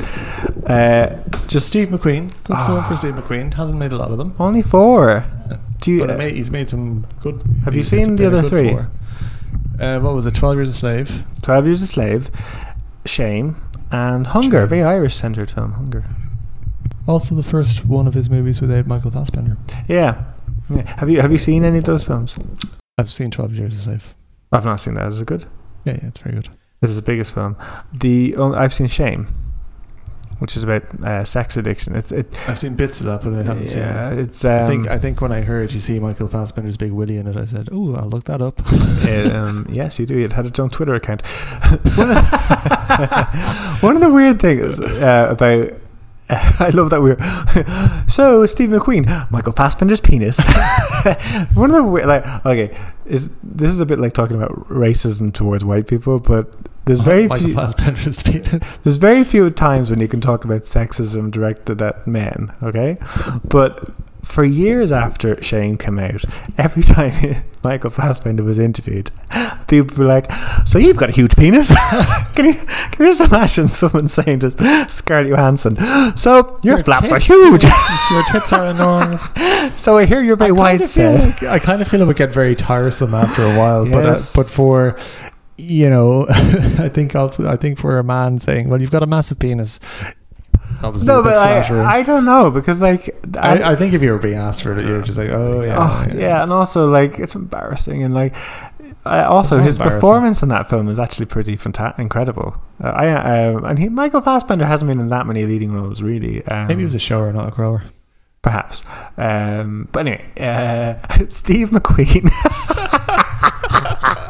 S2: Uh, just
S1: Steve McQueen, good film
S2: Ah.
S1: for Steve McQueen. Hasn't made a lot of them,
S2: only four. Do you
S1: but it made, he's made some good.
S2: Have you
S1: he's made
S2: seen
S1: some
S2: the
S1: really
S2: other
S1: good
S2: three?
S1: four. Uh, what was it? Twelve Years a Slave.
S2: Twelve Years a Slave, Shame, and Hunger?
S1: Shame.
S2: Very Irish centered film, Hunger.
S1: Also, the first one of his movies without Michael Fassbender.
S2: Yeah. yeah. Have you have you seen any of those films?
S1: I've seen Twelve Years a Slave.
S2: I've not seen that. Is it good?
S1: Yeah, yeah, it's very good.
S2: This is the biggest film. The oh, I've seen Shame, which is about uh, sex addiction. It's it.
S1: I've seen bits of that, but I haven't seen.
S2: yeah,
S1: It.
S2: it's. Um,
S1: I think I think when I heard you see Michael Fassbender's big willy in it, I said, "Oh, I'll look that up."
S2: um, yes, you do. It had its own Twitter account. one, of, one of the weird things uh, about. I love that we're so Steve McQueen, Michael Fassbender's penis. One of the weird, like okay, is this is a bit like talking about racism towards white people, but there's very
S1: Oh, Michael
S2: few.
S1: Fassbender's penis.
S2: There's very few times when you can talk about sexism directed at men, okay? But for years after Shane came out, every time Michael Fassbender was interviewed, people be like, "So you've got a huge penis?" can you can you just imagine someone saying to Scarlett Johansson, "So your, flaps
S1: tits-
S2: are huge."
S1: Your tits are enormous.
S2: so I hear you're very
S1: kind
S2: wide
S1: of feel like-
S2: set.
S1: I kind of feel it would get very tiresome after a while, but uh,
S2: Yes.
S1: but for you know, I think also I think for a man saying, "Well, you've got a massive penis," it's obviously
S2: No,
S1: a bit
S2: but
S1: flattering.
S2: I I don't know because like I-
S1: I, I think if you were being asked for it, you're just like, "Oh yeah,
S2: oh, yeah. and also like it's embarrassing and like I also
S1: not
S2: his
S1: embarrassing.
S2: performance in that film is actually pretty fanta- incredible. Uh, I um, and he Michael Fassbender hasn't been in that many leading roles really. Um,
S1: Maybe it was a shower, not a grower.
S2: perhaps. Um, but anyway, uh, Steve McQueen.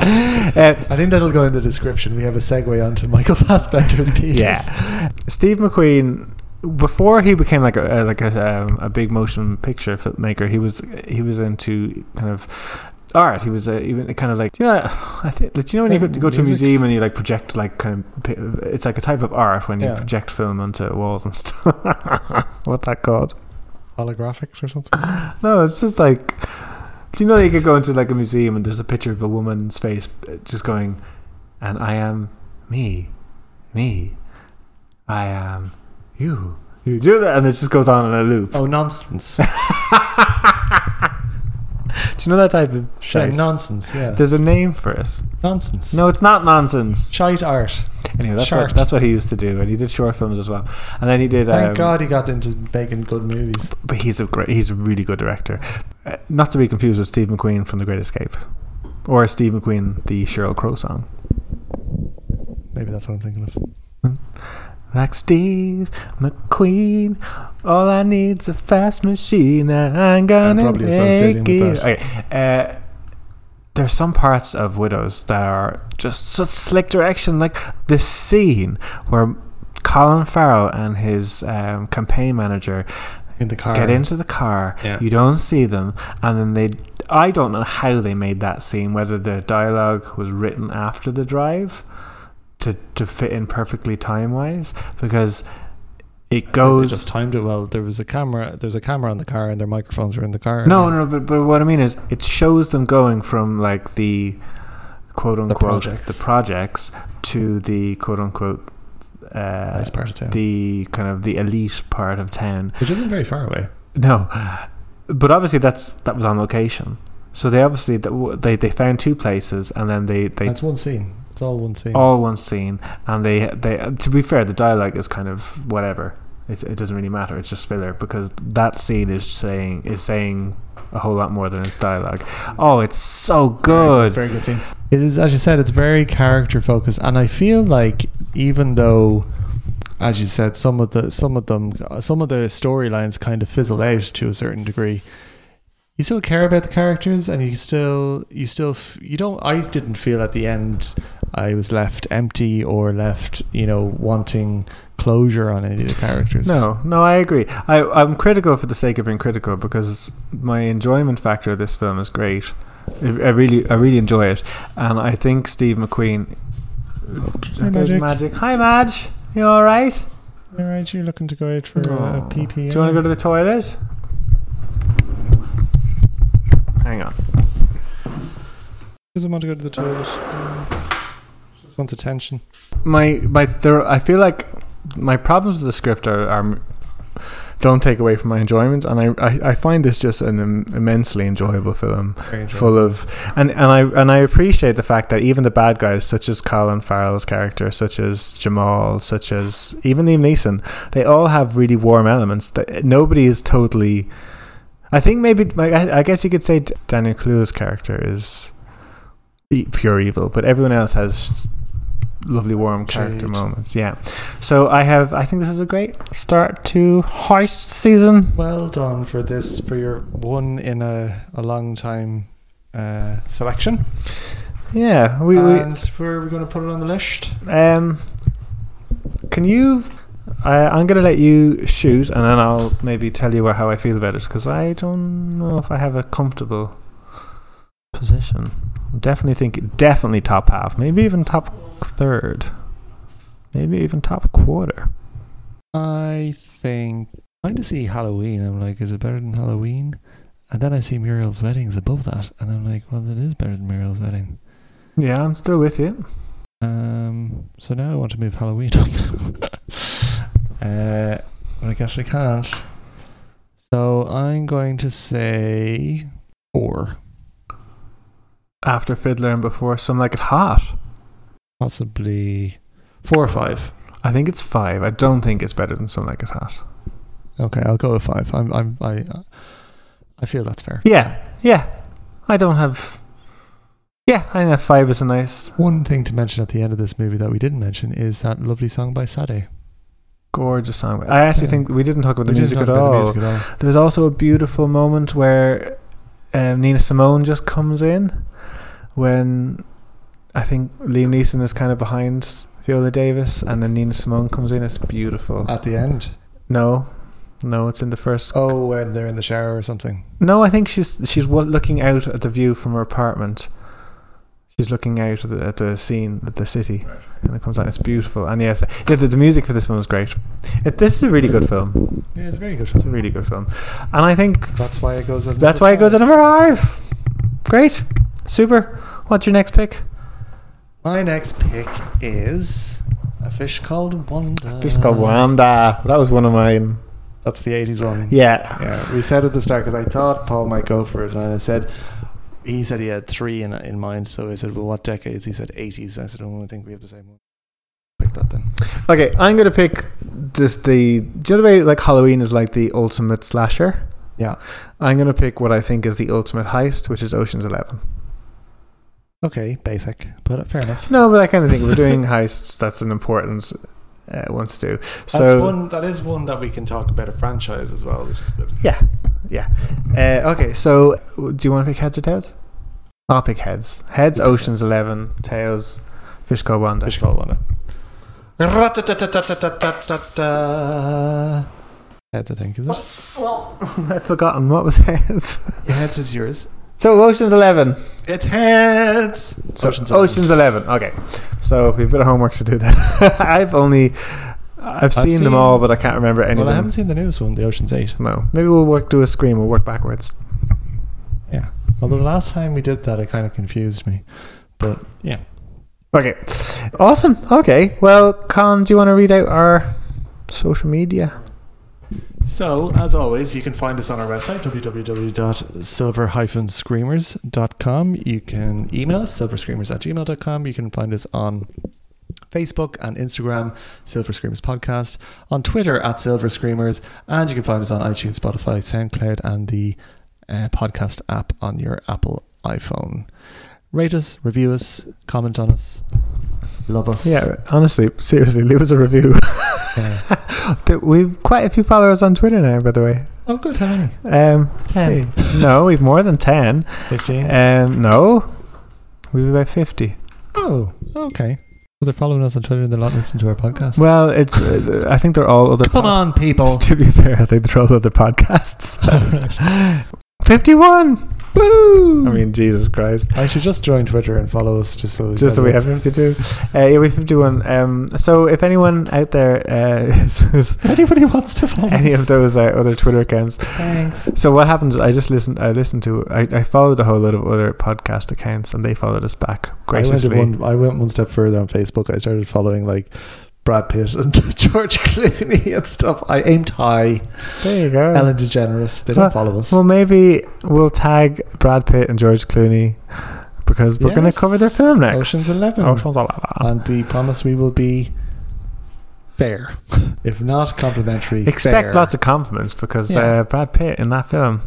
S2: Uh,
S1: I think that'll go in the description. We have a segue onto Michael Fassbender's penis.
S2: Yeah, Steve McQueen. Before he became like a a- like a, um, a big motion picture filmmaker, he was he was into kind of art. He was uh, even kind of like do you know I think do you know when you
S1: Yeah,
S2: go, you go to a
S1: music.
S2: museum and you like project like kind of pi- it's like a type of art when you
S1: Yeah.
S2: project film onto walls and stuff. What's that called?
S1: holographics or something.
S2: No, it's just like do you know you could go into like a museum and there's a picture of a woman's face uh, just going, and I am me, me, I am you. You do that, and it just goes on in a loop.
S1: Oh, nonsense!
S2: Do you know that type of
S1: Shit,
S2: shit?
S1: nonsense. Yeah,
S2: There's a name for it.
S1: nonsense.
S2: No, it's not nonsense.
S1: Shite art.
S2: Anyway, that's
S1: Short.
S2: what, that's what he used to do, and he did short films as well. And then he did.
S1: Thank
S2: um,
S1: God he got into making good movies.
S2: But he's a great, he's a really good director. Uh, not to be confused with Steve McQueen from The Great Escape, or Steve McQueen the Cheryl Crow song.
S1: Maybe that's what I'm thinking of.
S2: Like Steve McQueen, all I need's a fast machine. I'm gonna
S1: probably
S2: make
S1: associating with
S2: it.
S1: that.
S2: Okay, uh, there's some parts of Widows that are just such slick direction, like this scene where Colin Farrell and his um, campaign manager
S1: In the car.
S2: get into the car.
S1: Yeah.
S2: You don't see them, and then they. I don't know how they made that scene. Whether the dialogue was written after the drive to to fit in perfectly time wise, because it
S1: They
S2: goes.
S1: just timed it well. There was a camera. There's a camera on the car, and their microphones were in the car.
S2: No, no, but but what I mean is, it shows them going from like the quote unquote
S1: projects.
S2: the projects to the quote unquote uh,
S1: nice part of town.
S2: the kind of the elite part of town.
S1: Which isn't very far away.
S2: No, but obviously that's that was on location. So they obviously that w- they they found two places and then they they
S1: That's one scene. It's all one scene.
S2: all one scene and they they to be fair the dialogue is kind of whatever. It, it doesn't really matter. It's just filler because that scene is saying is saying a whole lot more than its dialogue. Oh, it's so good.
S1: Very good scene. It is, as you said, it's very character focused, and I feel like even though, as you said, some of the some of them some of the storylines kind of fizzled out to a certain degree. You still care about the characters, and you still you still f- you don't. I didn't feel at the end I was left empty or left you know wanting closure on any of the characters.
S2: No, no, I agree. I, I'm critical for the sake of being critical because my enjoyment factor of this film is great. I, I really, I really enjoy it, and I think Steve McQueen.
S1: Hi,
S2: there's
S1: Magic.
S2: magic. Hi, Madge. You all right?
S1: all right, you're looking to go out for uh,
S2: Aw.
S1: a PP.
S2: Do you want to go to the toilet? Hang on.
S1: Doesn't want to go to the toilet. Just wants attention.
S2: My, my, there. I feel like my problems with the script are. are don't take away from my enjoyment, and I, I, I find this just an im- immensely enjoyable film. full of and, and I and I appreciate the fact that even the bad guys such as Colin Farrell's character such as Jamal such as even Liam Neeson they all have really warm elements that nobody is totally I think maybe like, I, I guess you could say D- Daniel Kaluuya's character is e- pure evil but everyone else has lovely warm character
S1: Shade.
S2: moments yeah so I have I think this is a great start to heist season
S1: Well done for this, for your one in a, a long time uh, selection.
S2: yeah we, we
S1: and we're, we're going to put it on the list.
S2: Um, can you? I, I'm going to let you shoot, and then I'll maybe tell you how I feel about it because I don't know if I have a comfortable position. I'm definitely think definitely top half, maybe even top third, maybe even top quarter.
S1: I think. I kind of see Halloween. I'm like, is it better than Halloween? And then I see Muriel's Weddings above that. And I'm like, well, it is better than Muriel's Wedding.
S2: Yeah, I'm still with you.
S1: Um, so now I want to move Halloween up. uh, but I guess I can't. So I'm going to say four,
S2: After Fiddler and before Some Like It Hot.
S1: possibly four or five.
S2: I think it's five. I don't think it's better than Some Like It Hot.
S1: Okay, I'll go with five. I'm, I'm, I, I feel that's fair.
S2: Yeah, yeah. I don't have. Yeah, I know five is a nice,
S1: One thing to mention at the end of this movie that we didn't mention is that lovely song by Sade.
S2: gorgeous song. I actually
S1: Yeah.
S2: think we didn't talk about the
S1: We didn't
S2: music
S1: talk
S2: at
S1: about the
S2: all.
S1: music at all.
S2: There was also a beautiful moment where um, Nina Simone just comes in when I think Liam Neeson is kind of behind Viola Davis, and then Nina Simone comes in. It's beautiful.
S1: At the end.
S2: no, no, it's in the first.
S1: Oh, when they're in the shower or something.
S2: No, I think she's she's wa- looking out at the view from her apartment. She's looking out at the, at the scene, at the city, and it comes out. It's beautiful, and yes, yeah, the, the music for this one was great. It, this is a really good film.
S1: Yeah, it's a very good
S2: It's a
S1: film.
S2: really good film, and I think
S1: That's why it goes. at
S2: That's
S1: number
S2: why it goes
S1: five.
S2: at number five. Great. Super. What's your next pick?
S1: My next pick is a fish called Wanda.
S2: Wanda. That was one of mine.
S1: That's the '80s one.
S2: Yeah.
S1: yeah. We said at the start because I thought Paul might go for it, and I said he said he had three in in mind. So I said, "Well, what decades?" He said '80s. I said, "Oh, I think we have the same one." Pick that then.
S2: Okay, I'm gonna pick this. The do you know the way like Halloween is like the ultimate slasher.
S1: Yeah.
S2: I'm gonna pick what I think is the ultimate heist, which is Ocean's Eleven.
S1: Okay, basic, but fair enough.
S2: No, but I kind of think we're doing heists. That's an important uh, one to do. So
S1: That's one. That is one that we can talk about a franchise as well, which is good.
S2: Yeah, yeah. Uh, okay, so w- do you want to pick heads or tails? I'll pick heads. Heads, Ocean's Eleven. Tails, Fish Called Wanda.
S1: Fish called Wanda. Heads, I think, is it?
S2: I've forgotten what was heads.
S1: Yeah, heads was yours.
S2: So Ocean's Eleven.
S1: It's heads.
S2: So,
S1: Ocean's Eleven.
S2: Ocean's Eleven. Okay, so we've got homework to do. That I've only I've seen,
S1: seen-
S2: them all, but I can't remember any
S1: Well, I
S2: of them.
S1: haven't seen the newest one, The Ocean's Eight.
S2: No, maybe we'll work do a scream. We'll work backwards.
S1: Yeah. Although the last time we did that, it kind of confused me. But yeah.
S2: Okay, awesome. Okay, well, Con, do you want to read out our social media?
S1: So, as always, you can find us on our website, www.silver-screamers.com. You can email us, silverscreamers at gmail.com. You can find us on Facebook and Instagram, Silver Screamers Podcast, on Twitter at Silver Screamers, and you can find us on iTunes, Spotify, SoundCloud, and the uh, podcast app on your Apple iPhone. Rate us, review us, comment on us, love us.
S2: Yeah, honestly, seriously, leave us a review.
S1: Yeah.
S2: Th- We've quite a few followers on Twitter now, by the way.
S1: Oh, good, how many?
S2: Um,
S1: Ten.
S2: see. no, we've more than ten.
S1: 15.
S2: Um, no, we've about fifty.
S1: Oh, okay. Well, they're following us on Twitter and they're not listening to our podcast.
S2: Well, it's. Uh, I think they're all other.
S1: Come on, people.
S2: To be fair, I think they're all other podcasts. Fifty-one. Woo! I mean, Jesus Christ.
S1: I should just join Twitter and follow us just so
S2: Just so we have 52. Uh, yeah, we have 51. Um, so if anyone out there uh, is- is
S1: Anybody wants to follow
S2: any
S1: us.
S2: of those uh, other Twitter accounts,
S1: Thanks.
S2: So what happens? is I just listened. I listened to. I, I followed a whole lot of other podcast accounts, and they followed us back
S1: I went,
S2: graciously.
S1: one, I went one step further on Facebook. I started following like Brad Pitt and George Clooney and stuff. I aimed high.
S2: there you go.
S1: Ellen DeGeneres. They don't follow us.
S2: Uh, Well, maybe we'll tag Brad Pitt and George Clooney because we're going to cover their
S1: Yes.
S2: film next.
S1: Ocean's Eleven.
S2: Ocean's Eleven.
S1: And we promise we will be fair, if not complimentary.
S2: Expect
S1: fair.
S2: lots of compliments because
S1: Yeah.
S2: uh, Brad Pitt in that film.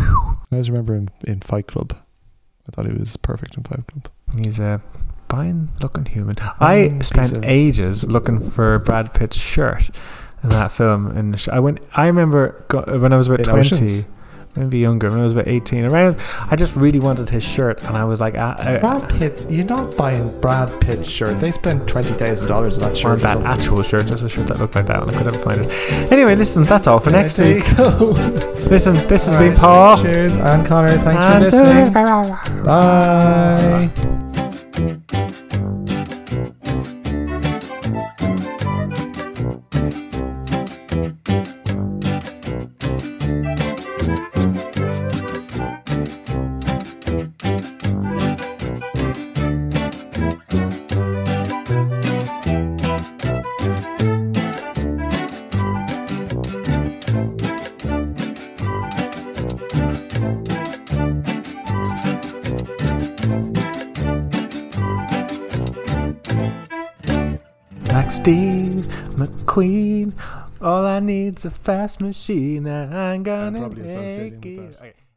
S1: I always remember him in Fight Club. I thought he was perfect in Fight Club.
S2: He's a fine looking human. I
S1: piece
S2: spent
S1: of-
S2: ages looking for Brad Pitt's shirt in that film. And sh- I went. I remember go, uh, when I was about
S1: In
S2: twenty,
S1: Oceans?
S2: maybe younger. When I was about eighteen, around, I just really wanted his shirt, and I was like, "Ah, I, I,
S1: Brad Pitt, you're not buying Brad Pitt shirt. They spent twenty thousand dollars on that
S2: I
S1: shirt.
S2: want that actual shirt, just a shirt that looked like that, and I could never find it. Anyway, listen, that's all for next week. Listen, this has been Paul.
S1: Cheers, and Connor. Thanks
S2: and
S1: for listening.
S2: Sarah.
S1: Bye.
S2: like Steve McQueen. All I need's a fast machine. I'm gonna
S4: probably
S2: make
S4: associating with
S2: it.
S4: that.
S2: Okay.